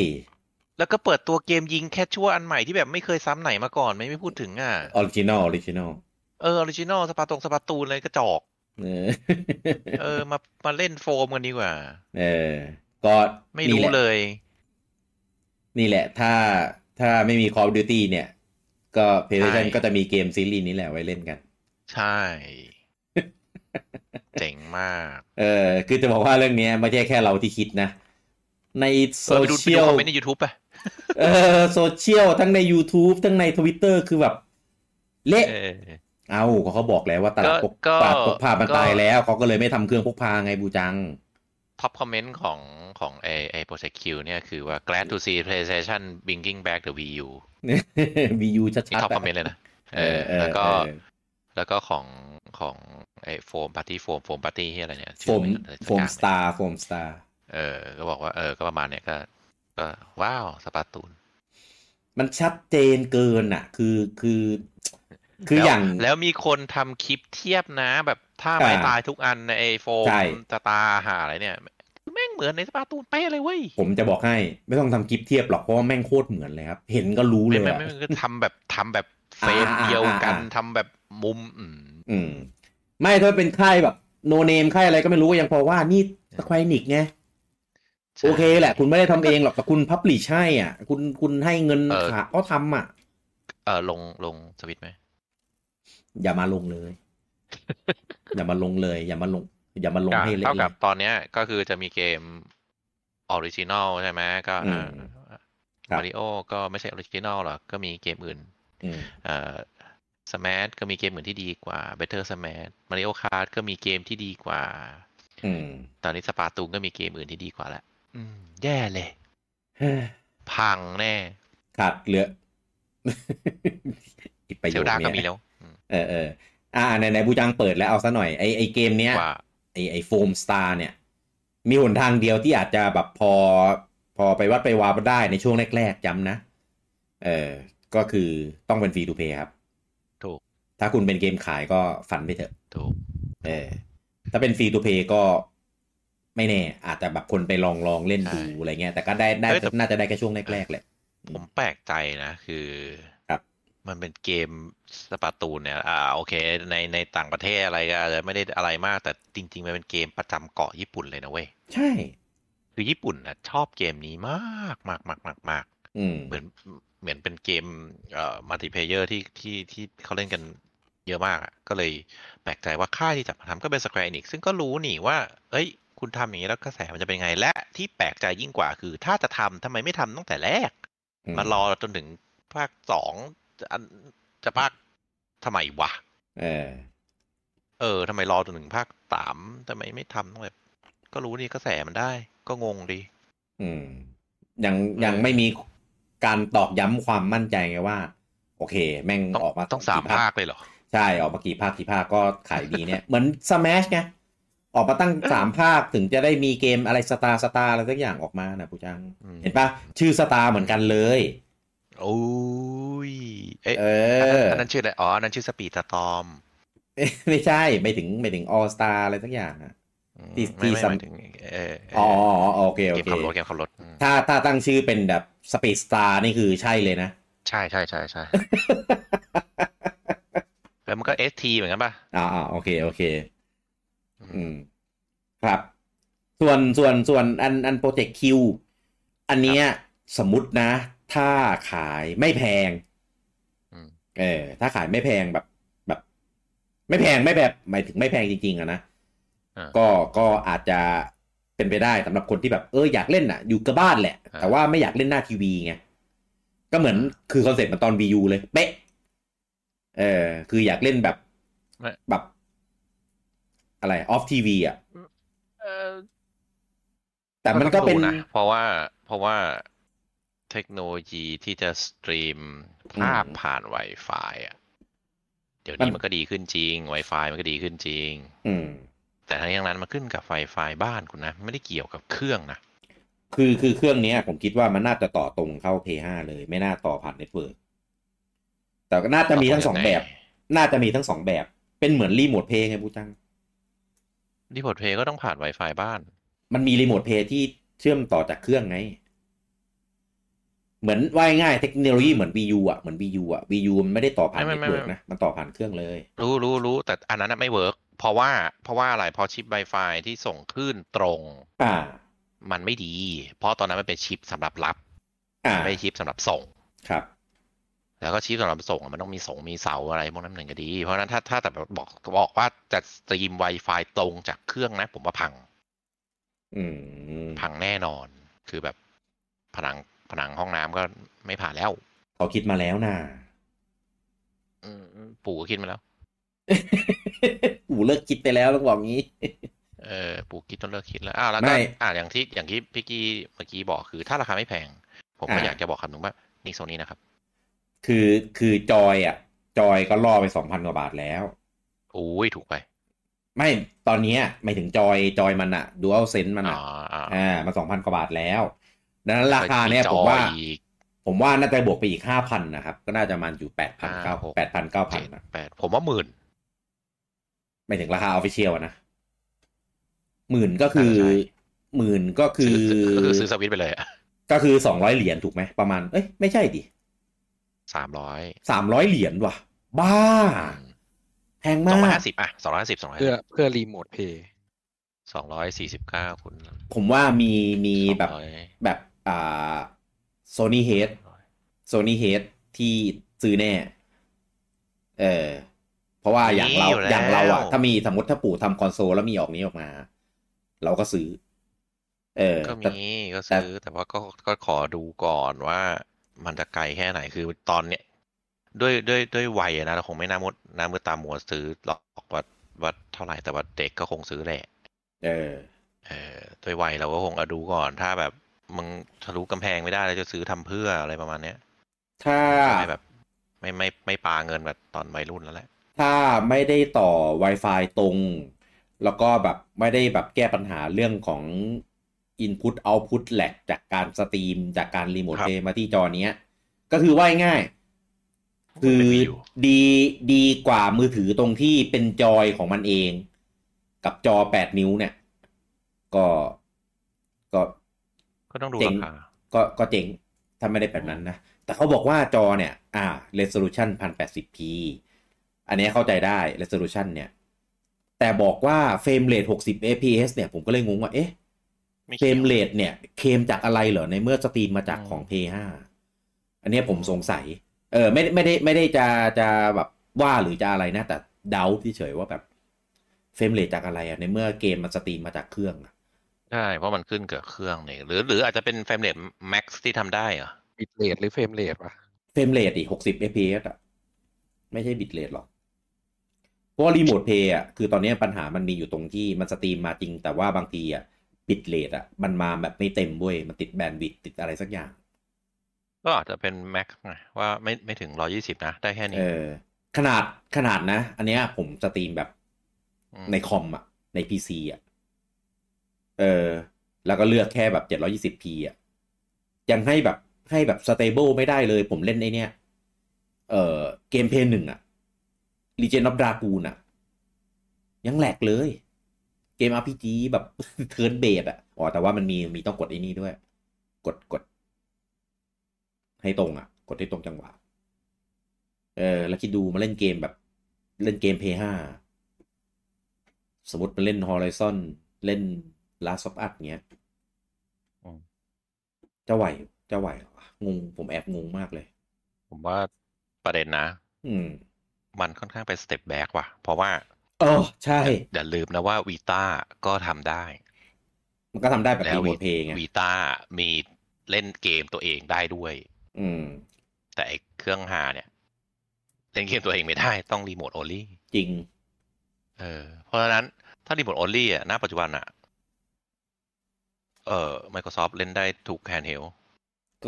Speaker 2: แล้วก็เปิดตัวเกมยิงแคชชัวอันใหม่ที่แบบไม่เคยซ้ำไหนมาก่อนไม่ไม่พูดถึงอ่ะ
Speaker 1: ออริจินอลออริจินอล
Speaker 2: เออออริจินอลสปาตรงสปาตูนเลยกระจอก
Speaker 1: เออ
Speaker 2: เออ มามาเล่นโฟมกันดีกว่า
Speaker 1: เออ ก็
Speaker 2: ไม่
Speaker 1: นี่
Speaker 2: รู้
Speaker 1: แหะ
Speaker 2: เลย
Speaker 1: นี่แหละ ถ้าถ้าไม่มี Call of Duty เนี่ย ก็ PlayStation
Speaker 2: ใช่
Speaker 1: ก็จะมีเกมซีรีส์นี้แหละไว้เล่นกัน
Speaker 2: ใช่ เจ๋งมาก
Speaker 1: เออคือจะบอกว่าเรื่องเนี้ยไม่ใช่แค่เราที่คิดนะ ในโซ
Speaker 2: เออไปดูไป
Speaker 1: เชี
Speaker 2: ดู
Speaker 1: ยล
Speaker 2: คอมเมนต์ใน YouTube ป่ะ
Speaker 1: เออโซเชียลทั้งใน YouTube ทั้งใน Twitter คือแบบ เละ
Speaker 2: เออ
Speaker 1: เอาเขาเขาบอกแล้วว่าตลาดพก
Speaker 2: ก็
Speaker 1: ตลาดพกพามัน
Speaker 2: ก็
Speaker 1: ตายแล้ว เขาก็เลยไม่ทำเครื่องพกพาไงบูจัง
Speaker 2: ท็อปคอมเมนต์ของของไอไอโปรเจกต์คิวเนี่ยคือว่า glad to see PlayStation bringing back the Wii U
Speaker 1: วียูชัด
Speaker 2: นี่ท็อป
Speaker 1: ๆ
Speaker 2: คอมเมนต์เลยนะ เออ แล้วก็ แล้วก็ของของไอ้โฟมปาร์ตี้โฟมโฟมปาร์ตี้ที่อะไรเนี่ย
Speaker 1: โฟ
Speaker 2: ชื่อ
Speaker 1: ม
Speaker 2: นอะไรสัก
Speaker 1: โฟม
Speaker 2: อย่ง
Speaker 1: สตาร์โฟมสตาร์
Speaker 2: เออ ก็บอกว่าเออ ก็ประมาณเนี้ยก็ก็ว้าว สปาตูน
Speaker 1: มันชัดเจนเกินอ่ะ คือคือ คือ
Speaker 2: แล้ว
Speaker 1: อย่าง
Speaker 2: แล้วมีคนทำคลิปเทียบนะ แบบถ้าไม่
Speaker 1: อ่า
Speaker 2: ตายทุกอันในไอ้โฟม
Speaker 1: ใช่
Speaker 2: ตาตาหาอะไรเนี่ยคือแม่งเหมือนในสปาตูนเป๊ะเลยเว้ย
Speaker 1: ผมจะบอกให้ไม่ต้องทำคลิปเทียบหรอกเพราะว่าแม่งโคตรเหมือนเลยครับ เห็นก็รู้เล
Speaker 2: ไม่
Speaker 1: ย
Speaker 2: ไม่
Speaker 1: อะ
Speaker 2: ไม่คือทำแบบทำแบบเฟรม
Speaker 1: อ่าอ่า
Speaker 2: เดียวกัน
Speaker 1: อ่าอ่า
Speaker 2: ทำแบบมุมอืม
Speaker 1: อืม ไม่ถ้าเป็นค่ายแบบโนเนมค่ายอะไรก็ไม่รู้ก็ยังพอว่านี่สควอนิกไง
Speaker 2: ใช่
Speaker 1: โอเคแหละ คุณไม่ได้ทำเองหรอกแต่คุณพับลิชให้อ่ะ คุณคุณให้เงิน
Speaker 2: เออ
Speaker 1: ขาก็ทำอ่ะ
Speaker 2: เออลงลงสวิตช์ไหม
Speaker 1: อย่ามาลง เลย อย่ามาลงเลย อย่ามาลง อย่ามาลง
Speaker 2: ก็
Speaker 1: ให้เละ
Speaker 2: เท่ากับ
Speaker 1: เลย
Speaker 2: ตอนเนี้ยก็คือจะมีเกมออริจินอลใช่ไหมก็
Speaker 1: อืม
Speaker 2: อ่า มาริโอก็ไม่ใช่ออริจินอลหรอก ก็มีเกมอื่น
Speaker 1: อืม
Speaker 2: เอ่อสมาร์ทก็มีเกมอื่นที่ดีกว่า Better Smash Mario Kart ก็มีเกมที่ดีกว่า
Speaker 1: อืม
Speaker 2: ตอนนี้สปาตูนก็มีเกมอื่นที่ดีกว่าแล้วอืม แย่เลย
Speaker 1: เฮ้ย
Speaker 2: พังแน่
Speaker 1: ขาดเหลือ อีกประโย
Speaker 2: เซล
Speaker 1: ค
Speaker 2: ดาก็มี
Speaker 1: เนี้ย
Speaker 2: แล้วอืม
Speaker 1: เออเอออ่าไหนไหนบูจังเปิดแล้วเอาซะหน่อยไอไอเกมเนี้ย
Speaker 2: ว่า
Speaker 1: ไอไอโฟมสตาร์เนี่ย มีหนทางเดียวที่อาจจะแบบพอ พอไปวัดไปวาได้ในช่วงแรกๆจำนะ เออก็คือต้องเป็นฟรีทูเพย์ครับ
Speaker 2: ถูก
Speaker 1: ถ้าคุณเป็นเกมขายก็ฝันไปเถอะ
Speaker 2: ถูก
Speaker 1: เออ ถ้าเป็นฟรีทูเพย์ก็ไม่แน่ อาจจะแบบคนไปลองลองเล่นดู
Speaker 2: ใช่
Speaker 1: อะไรเงี้ย แต่ก็ได้ได้
Speaker 2: เอ้ยแต่
Speaker 1: น่าจะได้แค่ช่วงแรกๆแหละ
Speaker 2: ผมแปลกใจนะ คือ
Speaker 1: ครับ
Speaker 2: มันเป็นเกมสปาตูนเนี่ย อ่าโอเค ในในต่างประเทศอะไรก็อาจจะไม่ได้อะไรมาก แต่จริง ๆ มันเป็นเกมประจำเกาะญี่ปุ่นเลยนะเว้ย
Speaker 1: ใช่
Speaker 2: คือญี่ปุ่นนะชอบเกมนี้มากมากมากมากมาก
Speaker 1: อืม
Speaker 2: เหมือนเหมือนเป็นเกมเอ่อมัลติเพเยอร์ที่ที่ที่เขาเล่นกันเยอะมากอะก็เลยแปลกใจว่าค่ายที่จับมาทำก็เป็น Square Enix ซึ่งก็รู้นี่ว่า เอ้ย คุณทำอย่างนี้แล้วกระแสมันจะเป็นไง และที่แปลกใจยิ่งกว่าคือ ถ้าจะทำทำไมไม่ทำตั้งแต่แรก
Speaker 1: อืม
Speaker 2: มารอจนถึงภาคสองอันจะภาคทำไมวะ
Speaker 1: เออ
Speaker 2: เออทำไมรอจนถึงภาคสามทำไมไม่ทำตั้งแต่ก็รู้นี่กระแสมันได้ ก็งงดี
Speaker 1: อืมยังยังไม่มีการตอกย้ำความมั่นใจไงว่า โอเค แม่ง
Speaker 2: ต้อง
Speaker 1: ออกมา
Speaker 2: ต้องสาม
Speaker 1: กี่
Speaker 2: ภาคเลยเหรอ
Speaker 1: ใช่ออกมากี่ภาคกี่ภาคก็ขายดีเนี่ย เหมือนสม s h ไงออกมาตั้งสามภาคถึงจะได้มีเกมอะไรสตาร์สตาร์อะไรสักอย่างออกมานะผู้จัง
Speaker 2: อืม
Speaker 1: เห็นปะชื่อสตาร์เหมือนกันเลย
Speaker 2: โอ้ยเอ๊ะ
Speaker 1: เอ
Speaker 2: อัน
Speaker 1: อ
Speaker 2: นั้นอันนั้นชื่ออะไรอ๋ออันนั้นชื่อสปีดสตอม
Speaker 1: ไม่ใช่ ไม่ถึงไม่ถึงออสตาอะไรสักอย่างอะ
Speaker 2: อืม
Speaker 1: ที่
Speaker 2: ไม่
Speaker 1: ที่
Speaker 2: ไม่
Speaker 1: สำ
Speaker 2: หมายถึงเออเออ
Speaker 1: อ๋ออ๋ออ๋อโอเคโอ
Speaker 2: เกม
Speaker 1: เค
Speaker 2: ขับรถเกมขับรถอืม
Speaker 1: ถ้าถ้าตั้งชื่อเป็นแบบสเปซสตาร์นี่คือใช่เลยนะ
Speaker 2: ใช่ใช่ใช่ ใช่ แล้วมันก็เอสทีเหมือนกันป่ะ
Speaker 1: อ่าอ่าโอเคโอเค
Speaker 2: อื
Speaker 1: อืม
Speaker 2: ม
Speaker 1: ครับ ส่วนส่วนส่วนอันอันโปรเจกต์คิวอันเนี้ยสมมตินะ ถ้าขายไม่แพง
Speaker 2: อืม
Speaker 1: เออ ถ้าขายไม่แพงแบบแบบ ไม่แพงไม่แบบหมายถึงไม่แพงจริง ๆอะนะ
Speaker 2: อ่า
Speaker 1: ก็ก็อาจจะเป็นไปได้สำหรับคนที่แบบเอออยากเล่นอ่ะ อยู่กับบ้านแหละ
Speaker 2: อ่า
Speaker 1: แต่ว่าไม่อยากเล่นหน้าทีวีไง ก็เหมือนคือคอนเซ็ปต์เหมันตอน VU เลย เป๊ะ เออ คืออยากเล่นแบบแบบ อะไรออฟทีวีอ่ะ
Speaker 2: เออ
Speaker 1: แต่มันก็เป็น
Speaker 2: ต้องดูะเพราะว่าเพราะว่าเทคโนโลยีที่จะสตรีมภาพ
Speaker 1: อืม
Speaker 2: ผ่าน Wi-Fi อ่ะ เดี๋ยว
Speaker 1: มั
Speaker 2: นี้
Speaker 1: น
Speaker 2: มันก็ดีขึ้นจริง Wi-Fi มันก็ดีขึ้นจริง
Speaker 1: อืม
Speaker 2: แต่ทั้งนี้ทั้งนั้นมันขึ้นกับ Wi-Fi บ้านคุณนะ ไม่ได้เกี่ยวกับเครื่องนะ
Speaker 1: คือคือเครื่องเนี้ย ผมคิดว่ามันน่าจะต่อตรงเข้า p 5เลย ไม่น่าต่อผ่านเน็ตเวิร์กแต่ก็น่าจะมีทั้งสองแบบ น่าจะมีทั้งสองแบบ เป็นเหมือนรีโมทเพย์ไงปูจัง
Speaker 2: รีโมทเพย์ก็ต้องผ่าน Wi-Fi บ้าน
Speaker 1: มันมีรีโมทเพย์ที่เชื่อมต่อจากเครื่องไง เหมือนว่ายง่ายๆเทคโนโลยีเหมือน VU อ่ะเหมือน VU อ่ะ VU มันไม่ได้ต่อผ่านเน็
Speaker 2: ไม่
Speaker 1: ต
Speaker 2: ไม่
Speaker 1: เวิร์ก
Speaker 2: ไม่
Speaker 1: นะ มันต่อผ่านเครื่องเลย
Speaker 2: รู้รู้รู้แต่อันนั้นนะไม่เวิร์กเพราะว่าเพราะว่าอะไรเพราะชิป Wi-Fi ที่ส่งคลื่นตรง
Speaker 1: อ่า
Speaker 2: มันไม่ดี เพราะตอนนั้นมันเป็นชิปสำหรับรับ
Speaker 1: อ่า
Speaker 2: ไม่ใช่ชิปสำหรับส่ง
Speaker 1: ครับ
Speaker 2: แล้วก็ชิปสำหรับส่งอะมันต้องมีสงมีเสาอะไรพวกนั้นหนึ่งก็ดี เพราะฉะนั้นถ้าถ้าแต่บอกบอกว่าจะสตรีม Wi-Fi ตรงจากเครื่องนะ ผมว่าพัง
Speaker 1: อืม
Speaker 2: พังแน่นอน คือแบบผนังผนังห้องน้ำก็ไม่ผ่านแล้ว
Speaker 1: เขาคิดมาแล้วนะ
Speaker 2: อืมปู่ก็คิดมาแล้ว
Speaker 1: อูเลิกคิดไปแล้วต้องบอกงี้
Speaker 2: เออปูกิดต้องเลิกคิดแล้วอ้าวแล้วก็
Speaker 1: ไม่
Speaker 2: อ่าอย่างที่อย่างที่พี่กี้เมื่อกี้บอกคือถ้าราคาไม่แพง ผมก็
Speaker 1: อ่า
Speaker 2: อยากจะบอกคำหนึ่งว่านี่โซนี่นะครับ
Speaker 1: คือคือจอยอ่ะ จอยก็ล่อไปสองพันกว่าบาทแล้ว
Speaker 2: อุ้ยถูกไป
Speaker 1: ไม่ตอนเนี้ยไม่ถึงจอยจอยมันอะดูเอาเซนมัน
Speaker 2: อ๋
Speaker 1: อะ
Speaker 2: ออ่า
Speaker 1: อ่ามันสองพันกว่าบาทแล้ว ดังนั้นราคาเนี่ย
Speaker 2: ไปที่
Speaker 1: ผมว่า
Speaker 2: จอยอีก
Speaker 1: ผมว่าน่าจะบวกไปอีกห้าพันนะครับ ก็น่าจะมันอยู่แปดพันเก้าแปดพันเก้าพัน
Speaker 2: เจ็ดแปดผมว่าหมื่น
Speaker 1: ไม่ถึงราคาออฟฟิเชียลนะหมื่นก็คือ
Speaker 2: ใช่
Speaker 1: หมื่นก็คือ
Speaker 2: ซื้ก็คือซื้อสวิตช์ไปเลยอะ
Speaker 1: ก็คือสองร้อยเหรียญถูกไหมประมาณเอ้ยไม่ใช่ดิ
Speaker 2: สามร้อย
Speaker 1: สามร้อยเหรียญว่ะ บ้าแพง
Speaker 2: สองร้อย
Speaker 1: มาก
Speaker 2: ห้าสิบอ่ะสองร้อยห้าสิบสองร้อย
Speaker 3: เพื่อเพื่อรีโมทเพย์
Speaker 2: สองร้อยสี่สิบเก้าคุณ
Speaker 1: ผมว่ามีมีแบบ
Speaker 2: สองร้อย
Speaker 1: แบบอ่าโซนี่เฮด โซนี่เฮดที่ซื้อแน่ เออ เพราะว่าอย่างเรา
Speaker 2: แล้ว
Speaker 1: อย่างเราอะถ้ามีสมมติถ้าปู่ทำคอนโซลแล้วมีออกนี้ออกมา เราก็ซื้อ เออ
Speaker 2: ก็
Speaker 1: แต่
Speaker 2: มีก็ซื้อ แต่ว่าก็ก็ขอดูก่อนว่ามันจะไกลแค่ไหนคือตอนเนี้ยด้วยด้วยด้วยวัยอะนะเราคงไม่น่ามุดน่ามือตามมัวซื้อหรอกว่าว่าเท่าไหร่แต่ว่าเด็กก็คงซื้อแหละ
Speaker 1: เออ
Speaker 2: เออด้วยวัยเราก็คงเอาดูก่อน ถ้าแบบมึงทะลุกำแพงไม่ได้แล้วจะซื้อทำเพื่ออะไรประมาณเนี้ย
Speaker 1: ถ้า
Speaker 2: จะไม่แบบ ไม่ไม่ไม่ปาเงินแบบตอนวัยรุ่นแล้วแหละ
Speaker 1: ถ้าไม่ได้ต่อ Wi-Fi ตรง แล้วก็แบบไม่ได้แบบแก้ปัญหาเรื่องของ Input Output แหลกจากการสตรีม จากการรีโมท
Speaker 2: ครับ
Speaker 1: เพย์มาที่จอเนี้ย ก็คือว่าง่ายๆคือ
Speaker 2: มันเป็น Wii U
Speaker 1: ดีดีกว่ามือถือตรงที่เป็นจอยของมันเอง กับจอ 8 นิ้วเนี่ย ก็ก็
Speaker 2: ก็ต้องดู
Speaker 1: เจ๋
Speaker 2: ราง คา
Speaker 1: ก็ก็เจ๋งถ้าไม่ได้แบบนั้นนะ แต่เขาบอกว่าจอเนี่ย อ่า resolution 1080p อันเนี้ยเข้าใจได้ resolution เนี่ย แต่บอกว่า frame rate 60 fps เนี่ย ผมก็เลยงงว่า เอ๊ะ
Speaker 2: ไม่กี่ยว
Speaker 1: frame rate เนี่ย เคลมจากอะไรเหรอ ในเมื่อสตรีมมาจาก
Speaker 2: อืม
Speaker 1: ของ p 5 อันเนี้ยผมสงสัย เออไม่ได้ไม่ได้ไม่ได้จะจะแบบว่าหรือจะอะไรนะ แต่เดาที่เฉยๆว่าแบบเฟรมเรทจากอะไรอะในเมื่อเกมมันสตรีมมาจากเครื่องอะ
Speaker 2: ใช่เพราะมันขึ้นกับเครื่องนี่หรือหรืออาจจะเป็นเฟรมเรทแม็กซ์ที่ทำได้เหรอ
Speaker 3: บิตเรทหรือเฟรมเรทวะ
Speaker 1: เฟรมเรทอีกหกสิบ fps อะไม่ใช่บิตเรทหรอกเพราะรีโมทเพย์อะคือตอนเนี้ยปัญหามันมีอยู่ตรงที่มันสตรีมมาจริง แต่ว่าบางทีอะบิตเรทอะมันมาแบบไม่เต็มเว้ยมันติดแบนด์วิดติดอะไรสักอย่าง
Speaker 2: ก็อาจจะเป็นแม็กซ์ไงว่าไม่ไม่ถึงร้อยี่สิบนะ ได้แค่นี้
Speaker 1: เออขนาดขนาดนะ อันเนี้ยผมสตรีมแบบ
Speaker 2: ม
Speaker 1: ในคอมอะในพีซีอะเออ แล้วก็เลือกแค่แบบเจ็ดร้อยี่สิบพีอะยังให้แบบให้แบบสเตเบิลไม่ได้เลย ผมเล่นไอเนี้ยเออเกมเพย์หนึ่งอะรีเจนอ d ดากูนอะยังแหลกเลย เกม RPG แบบ เทิร์นเบดอะอ๋อ แต่ว่ามันมีมีต้องกดไอ้นี่ด้วย กดกด ให้ตรงอะกดให้ตรงจังหวะ เออ แล้วคิดดูมาเล่นเกมแบบ เล่นเกม p 5สมมติมาเล่น Horizon เล่น Last of Us เงี้ยจะไหวจะไหวเหรอวะงง ผมแอบงงมากเลย
Speaker 2: ผมว่าประเด็นนะ
Speaker 1: อืม
Speaker 2: มันค่อนข้างเป็นสเต็ปแบ็กว่ะ เพราะว่า
Speaker 1: เออ ใช่
Speaker 2: อย่าลืมนะว่าวีต a าก็ทำได้
Speaker 1: มันก็ทำได้แบบ
Speaker 2: แล้
Speaker 1: รี
Speaker 2: ว
Speaker 1: โมทเพลงไง
Speaker 2: วีต a ามีเล่นเกมตัวเองได้ด้วย
Speaker 1: อืม
Speaker 2: แต่ไอเครื่องหาเนี่ย เล่นเกมตัวเองไม่ได้ ต้องรีโมทโอลี่
Speaker 1: จริง
Speaker 2: เออ เพราะฉะนั้นถ้ารีโมทโอลี่อ่ะ ณ ปัจจุบันอ่ะ เออ Microsoft เล่นได้ทุกแฮนด์เฮล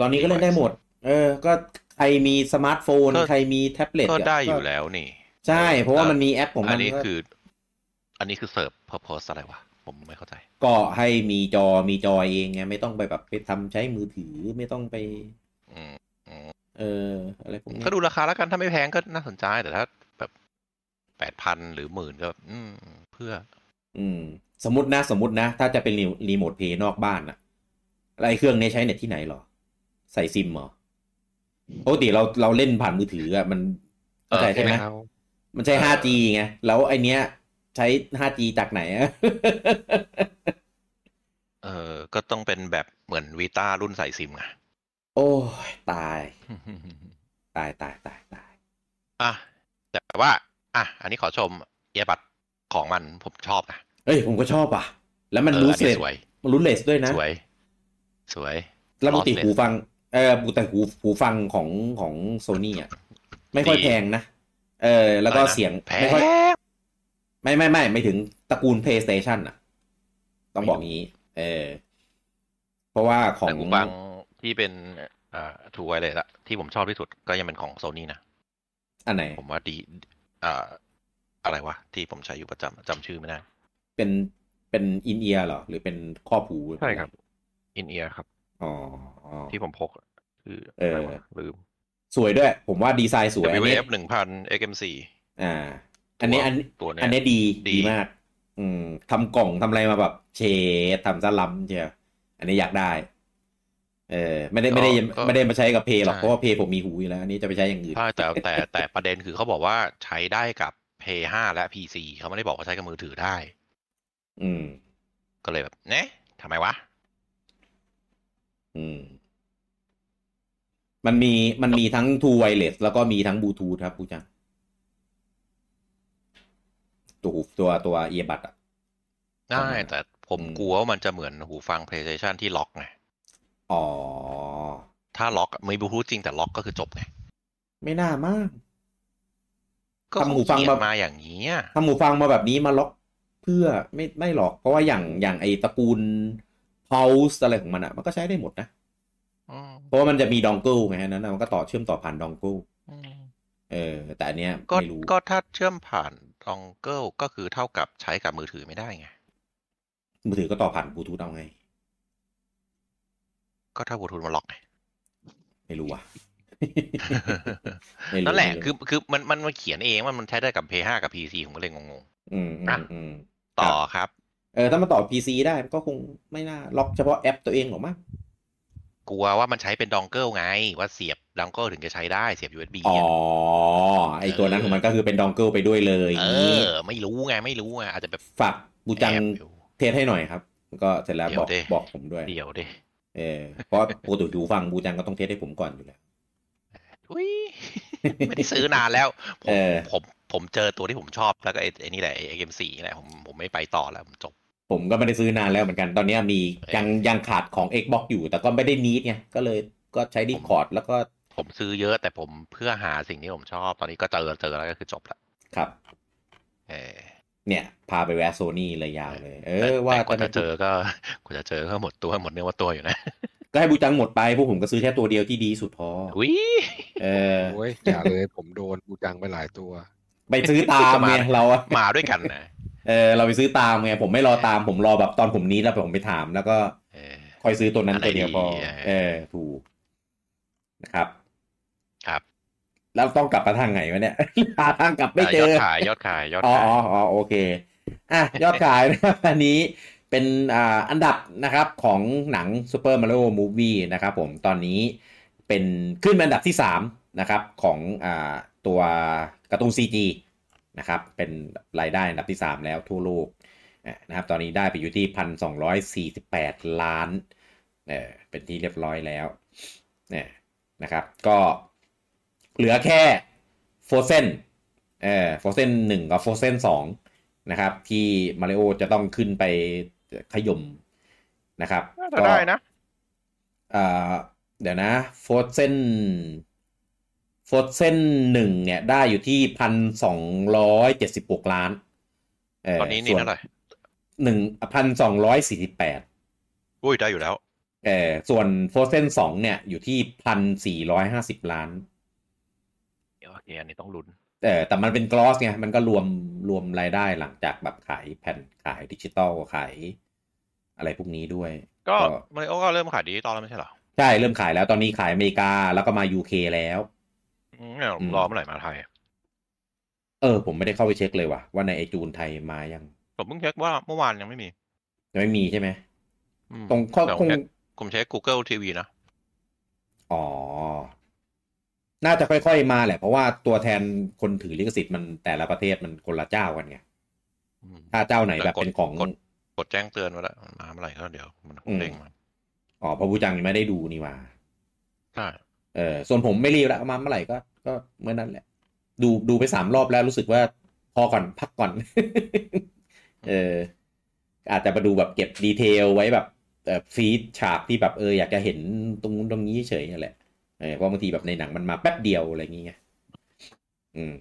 Speaker 1: ตอนนี้ก็เล่นได้หมด เออ ก็ใครมีสมาร์ทโฟน
Speaker 2: ก็
Speaker 1: ใครมีแท็บเล็
Speaker 2: ก็
Speaker 1: ตะ
Speaker 2: ได้อยู่แล้วนี่
Speaker 1: ใช่ เพราะว่ามันมีแอปของ
Speaker 2: อั
Speaker 1: มัน น
Speaker 2: นี้
Speaker 1: ก็
Speaker 2: คือ อันนี้คือเสิร์ฟเพอร์โพสอะไรวะ ผมไม่เข้าใจ
Speaker 1: ก็ให้มีจอมีจอเองไง ไม่ต้องไปแบบไปทำใช้มือถือไม่ต้องไป
Speaker 2: อืมอืม
Speaker 1: เออ อะไรพวกนี้
Speaker 2: ก็ดูราคาแล้วกันถ้าไม่แพงก็น่าสนใจแต่ถ้าแบบแปดพันหรือหมื่นก็อืมเพื่อ
Speaker 1: อืม สมมตินะ สมมตินะ ถ้าจะเป็นรีโมทเพย์นอกบ้านอะอะไรเครื่องนี้ใช้เน็ตที่ไหนหรอ ใส่ซิมเหรอปกติเราเราเล่นผ่านมือถืออะมันเข้าใจ
Speaker 2: เออ
Speaker 1: ใช่ไหม
Speaker 3: เอา
Speaker 1: มันใช้ 5G ไง แล้วไอเนี้ยใช้ 5G จากไหนอะ
Speaker 2: เออก็ต้องเป็นแบบเหมือนวีตารุ่นใส่ซิม ไง
Speaker 1: โอ้ยตาย ตายตายตายตาย
Speaker 2: อ่ะแต่ว่า อ่ะอันนี้ขอชมเอียบัตของมันผมชอบนะ
Speaker 1: เอ้ย ผมก็ชอบอ่ะ แล้วมัน
Speaker 2: เออ
Speaker 1: รู้
Speaker 2: อัน
Speaker 1: เล
Speaker 2: นี้
Speaker 1: ส
Speaker 2: สวย
Speaker 1: มันรู้เลสด้วยนะ
Speaker 2: สวย สวย
Speaker 1: แล้วปกติ
Speaker 2: Lossless
Speaker 1: หูฟัง เออปกติหูหูฟังของของโซนี่อ่ะ ไม่ค่อย
Speaker 2: ดี
Speaker 1: แพงนะ เออ แล้วก็
Speaker 2: อะไรนะ
Speaker 1: เสียง
Speaker 2: แพง
Speaker 1: ไม่ค่อยไม่ไม่ไม่ไม่ถึงตระกูล PlayStation อ่ะ ต้องบอกงี้ เออ เพราะว่าของ
Speaker 2: แต่หูฟังที่เป็นอ่าถูไวเลยละที่ผมชอบที่สุดก็ยังเป็นของโซนี่นะ
Speaker 1: อันไหน
Speaker 2: ผมว่าดีอ่าอะไรวะ ที่ผมใช้อยู่ประจำจำชื่อไม่ได้
Speaker 1: เป็นเป็นอินเอียร์เหรอ หรือเป็นครอบหู
Speaker 2: ใช่ครับ อินเอียร์ครับ
Speaker 1: อ๋อ
Speaker 2: ที่ผมพกอะคือ
Speaker 1: เอออ
Speaker 2: อะไรวะลืม
Speaker 1: สวยด้วย ผมว่าดีไซน์สวยอันนี้
Speaker 2: WF หนึ่งพัน XM4
Speaker 1: อ่า อันนี้อัน
Speaker 2: ตัวเนี้ย
Speaker 1: อันนี้ดี
Speaker 2: ดี
Speaker 1: ดีมาก อืมทำกล่องทำอะไรมาแบบเชดทำซะล้ำเชียวอันนี้อยากได้ เออ ไม่ได้ไม่ได้
Speaker 2: ก็
Speaker 1: ไม่ได้มาใช้กับเพย์หรอก
Speaker 2: ใช่
Speaker 1: เพราะว่าเพย์ผมมีหูอยู่แล้ว อันนี้จะไปใช้อย่างอื่น
Speaker 2: ใช่แต่แต่แต่ประเด็นคือเขาบอกว่าใช้ได้กับ P5 และ PC เขาไม่ได้บอกว่าใช้กับมือถือได้
Speaker 1: อืม
Speaker 2: ก็เลยแบบเนะทำไมวะ
Speaker 1: อืม มันมีมันมีทั้ง True Wireless แล้วก็มีทั้ง Bluetooth ครับผู้จังตัวหูตัวตัวเอียบัตอ่ะ
Speaker 2: ได้
Speaker 1: ทำไมอะ
Speaker 2: แต่ผม
Speaker 1: อืม
Speaker 2: กลัวว่ามันจะเหมือนหูฟัง PlayStation ที่ล็อกไง
Speaker 1: อ๋อ
Speaker 2: ถ้าล็อกอะมีบลูทูธจริงแต่ล็อกก็คือจบไง
Speaker 1: ไม่น่ามาก
Speaker 2: ก็
Speaker 1: ทำหูฟัง
Speaker 2: เขียน
Speaker 1: แบบ
Speaker 2: มาอย่างนี้อะ
Speaker 1: ทำหูฟังมาแบบนี้มาล็อกเพื่อไม่ไม่หรอก เพราะว่าอย่างอย่างไอตระกูล Pulse อะไรของมันอะมันก็ใช้ได้หมดนะ
Speaker 2: อืม
Speaker 1: เพราะว่ามันจะมีดองเกิลไงฮะนั้นนะมันก็ต่อเชื่อมต่อผ่านดองเกิล
Speaker 2: อืม
Speaker 1: เออ แต่อันเนี้ย
Speaker 2: ก็
Speaker 1: ไม่รู้
Speaker 2: ก็ถ้าเชื่อมผ่านดองเกิลก็คือเท่ากับใช้กับมือถือไม่ได้ไง
Speaker 1: มือถือก็ต่อผ่านบลูทูธเอาไง
Speaker 2: ก็ถ้าบลูทูธมันล็อกไง
Speaker 1: ไม่รู้ว่ะ ไม่รู้
Speaker 2: นั่นแหละ
Speaker 1: ไม่รู้
Speaker 2: คือคือมันมันมันเขียนเองว่ามันใช้ได้กับ P5 กับ PC ผมก็เลยงง
Speaker 1: อืมอืมอืม
Speaker 2: ๆ ต่อครับ
Speaker 1: เออถ้ามันต่อ PC ได้มันก็คงไม่น่าล็อกเฉพาะแอปตัวเองหรอกมั้ง
Speaker 2: กลัวว่ามันใช้เป็นดองเกิลไง ว่าเสียบดองเกิลถึงจะใช้ได้เสียบ USB
Speaker 1: อ๋อ
Speaker 2: อะ
Speaker 1: ไอตัวนั้นของมันก็คือเป็นดองเกิลไปด้วยเลยอ
Speaker 2: เอ
Speaker 1: ย่างนี้
Speaker 2: อ ไม่รู้ไงไม่รู้ไงอาจจะแบบ
Speaker 1: ฝากบูจัง
Speaker 2: แอบอยู่
Speaker 1: เทสให้หน่อยครับ ก็เสร็จแล้วบอก
Speaker 2: เดี๋ยวดิ
Speaker 1: บอกผมด้วย
Speaker 2: เดี๋ยวดิ
Speaker 1: เออเพราะปกติหูฟังบูจังก็ต้องเทสให้ผมก่อนอยู่แล้ว
Speaker 2: อุ้ย ไม่ได้ซื้อนาน แล้วผ
Speaker 1: เอ
Speaker 2: ม
Speaker 1: อ
Speaker 2: ผมผมเจอตัวที่ผมชอบแล้วก็ไอ้ไอ้นี่แหละไอ้เกมสี่แหละผมผมไม่ไปต่อแล้วผมจบ
Speaker 1: ผมก็ไม่ได้ซื้อนานแล้วเหมือนกัน ตอนเนี้ยมี
Speaker 2: เออ
Speaker 1: ยังยังขาดของ Xbox อยู่ แต่ก็ไม่ได้นีดไงก็เลยก็ใช้ดีคอร์ดแล้วก็
Speaker 2: ผมซื้อเยอะแต่ผมเพื่อหาสิ่งที่ผมชอบ ตอนนี้ก็เจอเจอแล้วก็คือจบละ
Speaker 1: ครับ
Speaker 2: เออ
Speaker 1: เนี่ย พาไปแวะโซนี่เลยยาวเลย เอ
Speaker 2: แต่
Speaker 1: อว่า
Speaker 2: แต่กว่า
Speaker 1: แต
Speaker 2: จะเจอก็กว่าจะเจอก็หมดตัวหมดเนื้อหมดตัวอยู่นะ
Speaker 1: ก็ให้บูจังหมดไปพวกผมก็ซื้อแค่ตัวเดียวที่ดีสุดพอ
Speaker 2: อุ้ย
Speaker 1: เออ
Speaker 3: โอ้ยอย่าเลยผมโดนบูจังไปหลายตัว
Speaker 1: ไปซื้อตามไง
Speaker 2: จะมา
Speaker 1: เราอะ
Speaker 2: มาด้วยกันนะ
Speaker 1: เออเราไปซื้อตามไงผมไม่รอตามผมรอแบบตอนผมนี้แล้วผมไปถามแล้วก็
Speaker 2: เออ
Speaker 1: คอยซื้อตัวนั้นตัวเดียวพอ
Speaker 2: อะไรดี
Speaker 1: เออ ถูก นะครับ
Speaker 2: ครับ
Speaker 1: แล้วต้องกลับมาทางไหนวะเนี่ย หาทางกลับไม่เจ
Speaker 2: ยอ
Speaker 1: อ
Speaker 2: ดขายยอดขายยอด
Speaker 1: อ๋อ
Speaker 2: ขาย
Speaker 1: อ๋ออ๋อโอเค อ่ะ ยอดขาย นะครับ อันนี้เป็นอ่าอันดับนะครับของหนัง Super Mario Movie นะครับผมตอนนี้เป็นขึ้นเป็นอันดับที่ 3 นะครับ ของอ่าตัวการ์ตูน CG นะครับ เป็นรายได้อันดับที่ 3 แล้วทั่วโลกอ่ะนะครับ ตอนนี้ได้ไปอยู่ที่ 1,248 ล้านเออเป็นที่เรียบร้อยแล้วเนี่ยนะครับ ก็เหลือแค่โฟเซน เออโฟเซนหนึ่งกับโฟเซนสองนะครับ ที่มาริโอจะต้องขึ้นไปขย่มนะครับ
Speaker 2: น่าจะได้นะ
Speaker 1: เอ่อเดี๋ยวนะโฟเซนโฟเซนหนึ่งเนี่ยได้อยู่ที่พันสองร้อยเจ็ดสิบหกล้านเ
Speaker 2: ตอนนี้นี่
Speaker 1: ส่ว
Speaker 2: เท่าไหร่
Speaker 1: หนึ่งพันสองร้อยสี่สิบแปด
Speaker 2: อุ้ยได้อยู่แล้ว
Speaker 1: เออส่วนโฟเซนสองเนี่ยอยู่ที่พันสี่ร้อยห้าสิบล้าน
Speaker 2: โอเคอันนี้ต้องลุ้น
Speaker 1: เออแต่มันเป็นกลอสไง มันก็รวมรวมรายได้หลังจากแบบขายแผ่นขายดิจิตอลขาย อะไรพวกนี้ด้วย
Speaker 2: ก็
Speaker 1: ก็
Speaker 2: มาริโอก็เริ่มขายดิจิตอลแล้วไม่ใช่เหรอ
Speaker 1: ใช่เริ่มขายแล้วตอนนี้ขายอเมริกาแล้วก็มา UK แล้ว
Speaker 2: อืมเนี่ย
Speaker 1: อืม
Speaker 2: รอเมื่อไหร่มาไทย
Speaker 1: เออ ผมไม่ได้เข้าไปเช็คเลยว่ะ ว่าในไอจูนไทยมายัง
Speaker 2: ผมเพิ่งเช็คว่าเมื่อวานยังไม่มี
Speaker 1: ยังไม่มีใช่ไหม
Speaker 2: อืม
Speaker 1: ตรงข้อ
Speaker 2: แต่
Speaker 1: ค
Speaker 2: ผ
Speaker 1: ง
Speaker 2: มเช็คผมเช็ค Google TV นะ
Speaker 1: อ๋อ น่าจะค่อยๆมาแหละ เพราะว่าตัวแทนคนถือลิขสิทธิ์มันแต่ละประเทศมันคนละเจ้ากันไง
Speaker 2: อืม
Speaker 1: ถ้าเจ้าไหนแบบเป็นของ
Speaker 2: กด กดแจ้งเตือนไว้แล้วมันมาเมื่อไหร่ก็เดี๋ยวมัน
Speaker 1: อืม
Speaker 2: เด้งมา
Speaker 1: อ๋อพระบูจังยังไม่ได้ดูนี่หว่า
Speaker 2: ใช่
Speaker 1: เออส่วนผมไม่รีบละมาเมื่อไหร่ก็ก็เมื่อนั้นแหละ ดูดูไปสามรอบแล้วรู้สึกว่าพอก่อนพักก่อน เอออาจจะมาดูแบบเก็บดีเทลไว้แบบเออฟีดฉากที่แบบเอออยากจะเห็นตรงนู้นตรงนี้เฉยๆนั่นแหละเออเพราะบางทีแบบในหนังมันมาแป๊บเดียวอะไรอย่างเงี้ยอืม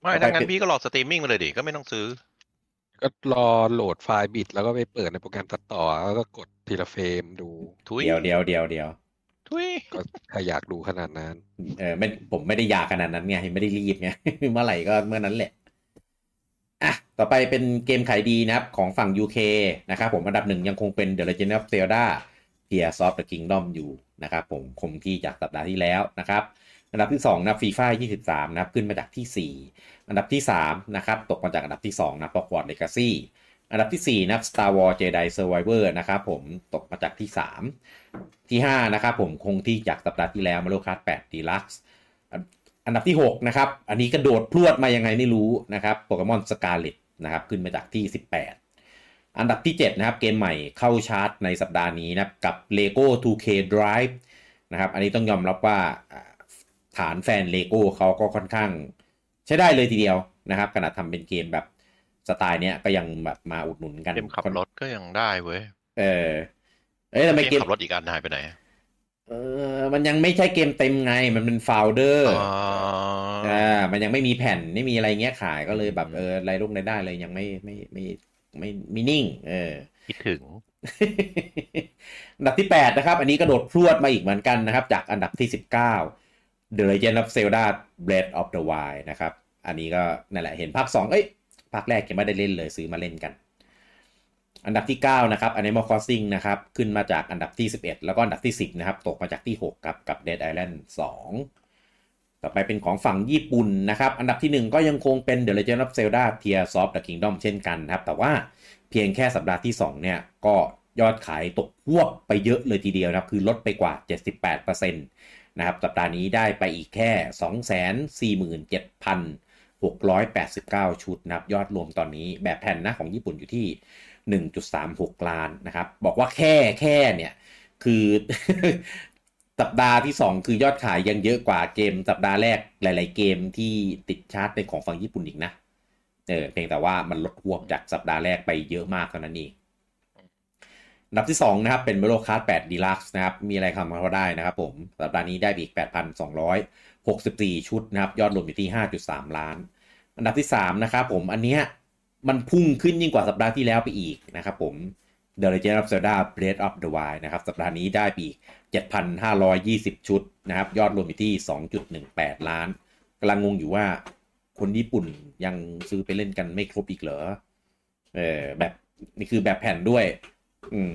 Speaker 2: ไม่
Speaker 1: เอาไป
Speaker 2: ถ้างั้
Speaker 1: ปิ
Speaker 2: น
Speaker 1: ด
Speaker 2: พี่ก็รอสตรีมมิ่งมาเลยดิก็ไม่ต้องซื้อ
Speaker 3: ก็รอโหลดไฟล์บิด แล้วก็ไปเปิดในโปรแกรมตัดต่อ แล้วก็กดทีละเฟรมดู
Speaker 2: ทุย
Speaker 1: เดียวเดียวเดียวเดียว
Speaker 2: ทุย
Speaker 3: ก็ถ้าอยากดูขนาดนั้น
Speaker 1: เออไม่ผมไม่ได้อยากขนาดนั้นไงไม่ได้รีบไง เมื่อไหร่ก็เมื่อนั้นแหละ อ่ะ ต่อไปเป็นเกมขายดีนะครับ ของฝั่ง UK นะครับผมอันดับหนึ่งยังคงเป็น The Legend of Zelda Tears of the Kingdom อยู่นะครับผมคงที่จากสัปดาห์ที่แล้วนะครับ อันดับที่ 2 นะฟีฟ่า23 นะครับ ขึ้นมาจากที่ 4 อันดับที่ 3 นะครับ ตกมาจากอันดับที่ 2 นะพอกวอดเลกาซี่อันดับทีสี่4 นะ Star Wars Jedi Survivor นะครับผมตกมาจากที่ 3 ที่ 5 นะครับผมคงที่จากสัปดาห์ที่แล้วมาโลคัส8 Deluxe อันดับที่ 6 นะครับ อันนี้กระโดดพรวดมายังไงไม่รู้นะครับโปเกมอนสกาเลตนะครับ ขึ้นมาจากที่ 18 อันดับที่ 7 นะครับ เกมใหม่เข้าชาร์ตในสัปดาห์นี้นะครับ กับ LEGO 2K Drive นะครับ อันนี้ต้องยอมรับว่าอ่าฐานแฟน LEGO เขาก็ค่อนข้างใช้ได้เลยทีเดียวนะครับขณะทำเป็นเกมแบบสไตล์เนี้ยก็ยังแบบมาอุดหนุนกัน
Speaker 2: เกมขับรถก็ยังได้เว้ย
Speaker 1: เออเอ้ยทำไม
Speaker 2: เก
Speaker 1: เก
Speaker 2: ม
Speaker 1: ม
Speaker 2: ขับรถอีกอันหายไปไหน
Speaker 1: เออมันยังไม่ใช่เกมเต็มไงมันเป็นโฟลเดอร์
Speaker 2: อ
Speaker 1: อ่ามันยังไม่มีแผ่นไม่มีอะไรเงี้ยขายก็เลยแบบ
Speaker 2: อืม
Speaker 1: เออรายรุ่งรายได้เลยยังไม่ไม่ไม่ไม่ไม่นิ่งเออ
Speaker 2: คิดถึง
Speaker 1: อันดับที่ 8 นะครับ อันนี้กระโดดพรวดมาอีกเหมือนกันนะครับ จากอันดับที่ 19 The Legend of Zelda Breath of the Wild นะครับ อันนี้ก็นั่นแหละเห็นภาค 2 เอ้ยภาคแรกยังไม่ได้เล่นเลยซื้อมาเล่นกัน อันดับที่ 9 นะครับ Animal Crossing นะครับ ขึ้นมาจากอันดับที่ 11 แล้วก็อันดับที่ 10 นะครับ ตกมาจากที่ 6 ครับ กับ Dead Island 2 ต่อไปเป็นของฝั่งญี่ปุ่นนะครับ อันดับทีหนึ่1 ก็ยังคงเป็น The Legend of Zelda Tears of the Kingdom เช่นกันนะครับ แต่ว่า เพียงแค่สัปดาห์ที่ 2 เนี่ย ก็ยอดขายตกพวบไปเยอะเลยทีเดียวนะครับ คือลดไปกว่า 78%นะครับ สัปดาห์นี้ได้ไปอีกแค่ 247,689 ชุดนะครับ ยอดรวมตอนนี้แบบแผ่นนะของญี่ปุ่นอยู่ที่ 1.36 ล้านนะครับ บอกว่าแค่แค่เนี่ย คือ สัปดาห์ที่ 2 คือยอดขายยังเยอะกว่าเกม สัปดาห์แรกหลาย ๆ เกมที่ติดชาร์ตเป็นของฝั่งญี่ปุ่นอีกนะเออเพียงแต่ว่ามันลดหวบจากสัปดาห์แรกไปเยอะมากเท่านั้นเองอันดับที่ 2 นะครับ เป็นเมโลคาร์ด8ดีลักซ์นะครับ มีอะไรคำเขาได้นะครับผม สัปดาห์นี้ได้ไปอีก 8,264 ชุดนะครับ ยอดรวมอยู่ที่ 5.3 ล้าน อันดับที่ 3 นะครับผมอันเนี้ยมันพุ่งขึ้นยิ่งกว่าสัปดาห์ที่แล้วไปอีกนะครับผม The Legend of Zelda Breath of the Wild นะครับ สัปดาห์นี้ได้ไปอีก 7,520 ชุดนะครับ ยอดรวมอยู่ที่ 2.18 ล้านกำลังงงอยู่ว่าคนญี่ปุ่นยังซื้อไปเล่นกันไม่ครบอีกเหรอ เออแบบนี่คือแบบแผ่นด้วย อืม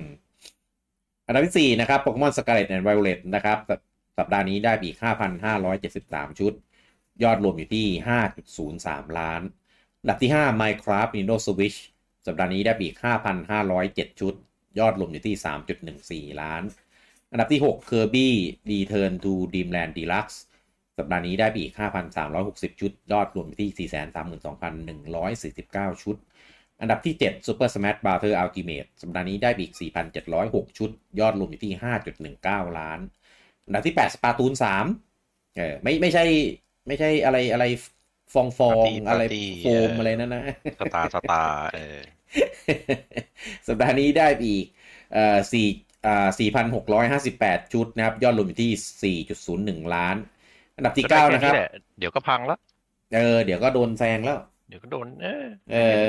Speaker 1: อันดับที่สี่นะครับ Pokemon Scarlet and Violet นะครับสสัปดาห์นี้ได้ไปอีก 5,573 ชุด ยอดรวมอยู่ที่ 5.03 ล้าน อันดับที่ 5 Minecraft Nintendo Switch สัปดาห์นี้ได้ไปอีก 5,507 ชุด ยอดรวมอยู่ที่ 3.14 ล้าน อันดับที่ 6 Kirby Return to Dreamland Deluxe สัปดาห์นี้ได้ไปอีก 5,360 ชุด ยอดรวมไปที่ 432,149 ชุด อันดับที่ 7 Super Smash Bros. Ultimate สัปดาห์นี้ได้ไปอีก 4,706 ชุด ยอดรวมอยู่ที่ 5.19 ล้าน อันดับที่ 8 Splatoon 3เออไม่ไม่ใช่ไม่ใช่อะไรอะไรฟองฟอง
Speaker 2: Party
Speaker 1: อะไร
Speaker 2: Party
Speaker 1: โฟม
Speaker 2: เอออ
Speaker 1: อะไรนั่นนะ
Speaker 2: สตาร์สตาร์เออ
Speaker 1: สัปดาห์นี้ได้ไปอีกเอ่อสี่อ่าสี่พันหกร้อยห้าสิบแปดชุดนะครับ ยอดรวมอยู่ที่สี่จุดศูนย์หนึ่งล้าน อันดับที่
Speaker 2: จะได้
Speaker 1: เก้า
Speaker 2: แค่
Speaker 1: นะครับ
Speaker 2: แหลเดี๋ยวก็พังละ
Speaker 1: เออ เดี๋ยวก็โดนแซงแล้ว
Speaker 2: เดี๋ยวก็โดนเออ
Speaker 1: เออ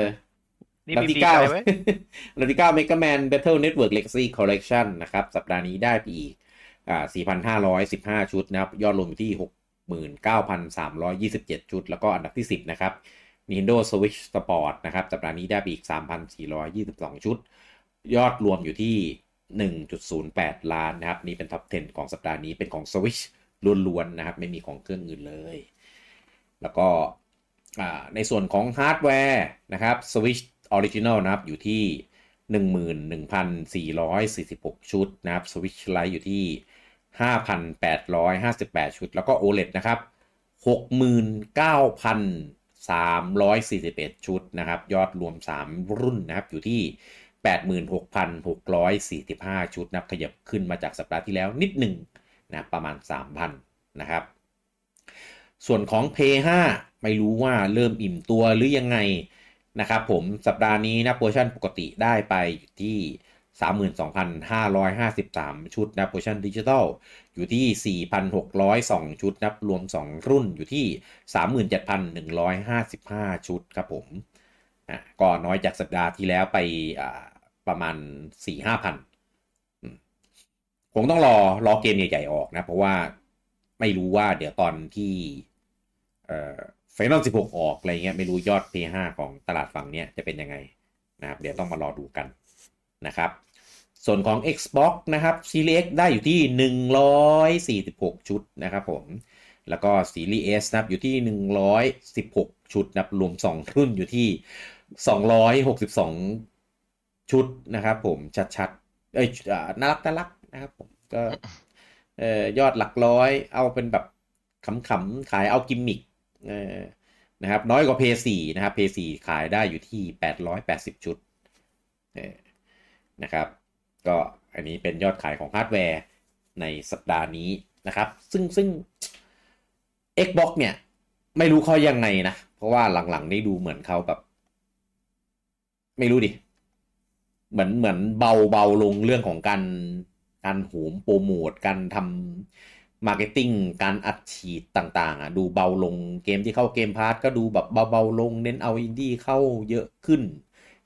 Speaker 2: นี่
Speaker 1: ลำ
Speaker 2: บี
Speaker 1: ที่
Speaker 2: บี
Speaker 1: เก้า
Speaker 2: ใจไว้
Speaker 1: ลำที่เก้า Mega Man Battle Network Legacy Collection นะครับ สัปดาห์นี้ได้ไปอีกอ่า4,515 ชุดนะครับ ยอดรวมอยู่ที่ 69,327 ชุด แล้วก็อันดับที่ 10 นะครับ Nintendo Switch Sport นะครับ สัปดาห์นี้ได้ไปอีก 3,422 ชุด ยอดรวมอยู่ที่ 1.08 ล้านนะครับ นี่เป็นท็อป 10 ของสัปดาห์นี้เป็นของ Switch ล้วนๆนะครับ ไม่มีของเครื่องอื่นเลย แล้วก็อ่าในส่วนของฮาร์ดแวร์นะครับ Switch Original นะครับ อยู่ที่ 11,446 ชุดนะครับ Switch Lite อยู่ที่ 5,858 ชุด แล้วก็ OLED นะครับ 69,341 ชุดนะครับ ยอดรวม 3 รุ่นนะครับ อยู่ที่ 86,645 ชุดนะครับ ขยับขึ้นมาจากสัปดาห์ที่แล้วนิดหนึ่งนะครับประมาณ 3,000 นะครับ ส่วนของ p 5ไม่รู้ว่าเริ่มอิ่มตัวหรือยังไงนะครับผมสัปดาห์นี้นะโปรชั่นปกติได้ไปอยู่ที่ 32,553 ชุดนะโปรชั่นดิจิทัลอยู่ที่ 4,602 ชุดนะรวม 2 รุ่นอยู่ที่ 37,155 ชุดครับผมอ่ะก็น้อยจากสัปดาห์ที่แล้วไปอ่าประมาณ 4-5,000 คงต้องรอรอเกมใหญ่ ๆ ออกนะ เพราะว่าไม่รู้ว่าเดี๋ยวตอนที่เอ่อฟนอลสิบหกออกอะไรเงี้ยไม่รู้ยอด P5 ของตลาดฝั่งเนี้ยจะเป็นยังไงนะครับ เดี๋ยวต้องมารอดูกันนะครับ ส่วนของ Xbox นะครับ Series X ได้อยู่ที่ 146 ชุดนะครับผม แล้วก็ Series S นะครับอยู่ที่ 116 ชุดนะครับรวม 2 รุ่นอยู่ที่ 262 ชุดนะครับผมชัดๆ เอ้ยอ่าน่ารักน่ารักนะครับผมก็เอ่อยอดหลักร้อย เอาเป็นแบบขำๆ ขายเอากิมมิคเออนะครับ น้อยกว่า p 4นะครับ p 4ขายได้อยู่ที่ 880 ชุดเออนะครับ ก็อันนี้เป็นยอดขายของฮาร์ดแวร์ในสัปดาห์นี้นะครับ ซึ่งซึ่ง Xbox เนี่ย ไม่รู้เขายังไงนะ เพราะว่าหลังๆนี่ดูเหมือนเขาแบบ ไม่รู้ดิ เหมือนเหมือนเบาเบาลงเรื่องของการการโหมโปรโมทการทำมาร์เก็ตติ้งการอัดฉีดต่างๆอ่ะดูเบาลงเกมที่เข้าเกมพาร์ทก็ดูแบบเบาๆลงเน้นเอาอินดี้เข้าเยอะขึ้น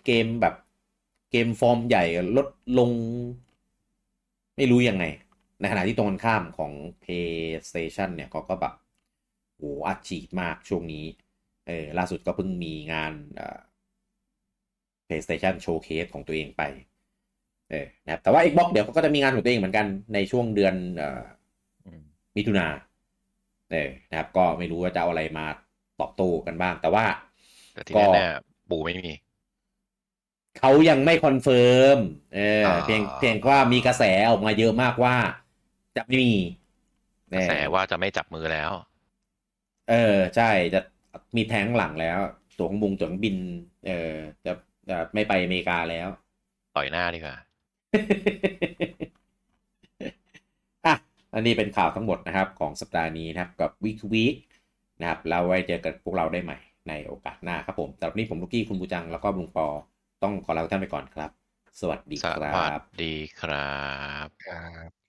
Speaker 1: เกมแบบเกมฟอร์มใหญ่ลดลง ไม่รู้ยังไง ในขณะที่ตรงกันข้ามของ PlayStation เนี่ยเขาก็แบบโอ้โหอัดฉีดมากช่วงนี้ เออล่าสุดก็เพิ่งมีงานเอ่อ PlayStation Showcase ของตัวเองไป เออนะครับแต่ว่า Xbox เดี๋ยวเขาก็จะมีงานของตัวเองเหมือนกันในช่วงเดือนเอ่อ
Speaker 2: อืม
Speaker 1: มิถุนาเออนะครับ ก็ไม่รู้ว่าจะเอาอะไรมาตอบโต้กันบ้าง แต่ว่า
Speaker 2: แต่ที
Speaker 1: ก็
Speaker 2: เนี้ยเนี่ยปู่ไม่มี
Speaker 1: เขายังไม่คอนเฟิร์มเออ
Speaker 2: อ่า
Speaker 1: เพียงเพียงว่ามีกระแสออกมาเยอะมากว่า จะไม่มี
Speaker 2: กระแสว่าจะไม่จับมือแล้ว
Speaker 1: เออ ใช่จะมีแท้งหลังแล้ว ตัวของบุงตัวของบิน เออจะจะไม่ไปอเมริกาแล้ว
Speaker 2: ต่อยหน้าดีกว่า
Speaker 1: อ่ะ อันนี้เป็นข่าวทั้งหมดนะครับของสัปดาห์นี้นะครับกับ week to week นะครับแล้วไว้เจอกับพวกเราได้ใหม่ในโอกาสหน้าครับผมสำหรับวันนี้ผมลูกกี้คุณบูจังแล้วก็ลุงปอต้องขอลาทุกท่านไปก่อนครับ สวัสดี
Speaker 2: ส
Speaker 1: ครั
Speaker 2: วัส
Speaker 1: บ
Speaker 2: ดีครับ
Speaker 3: ครับ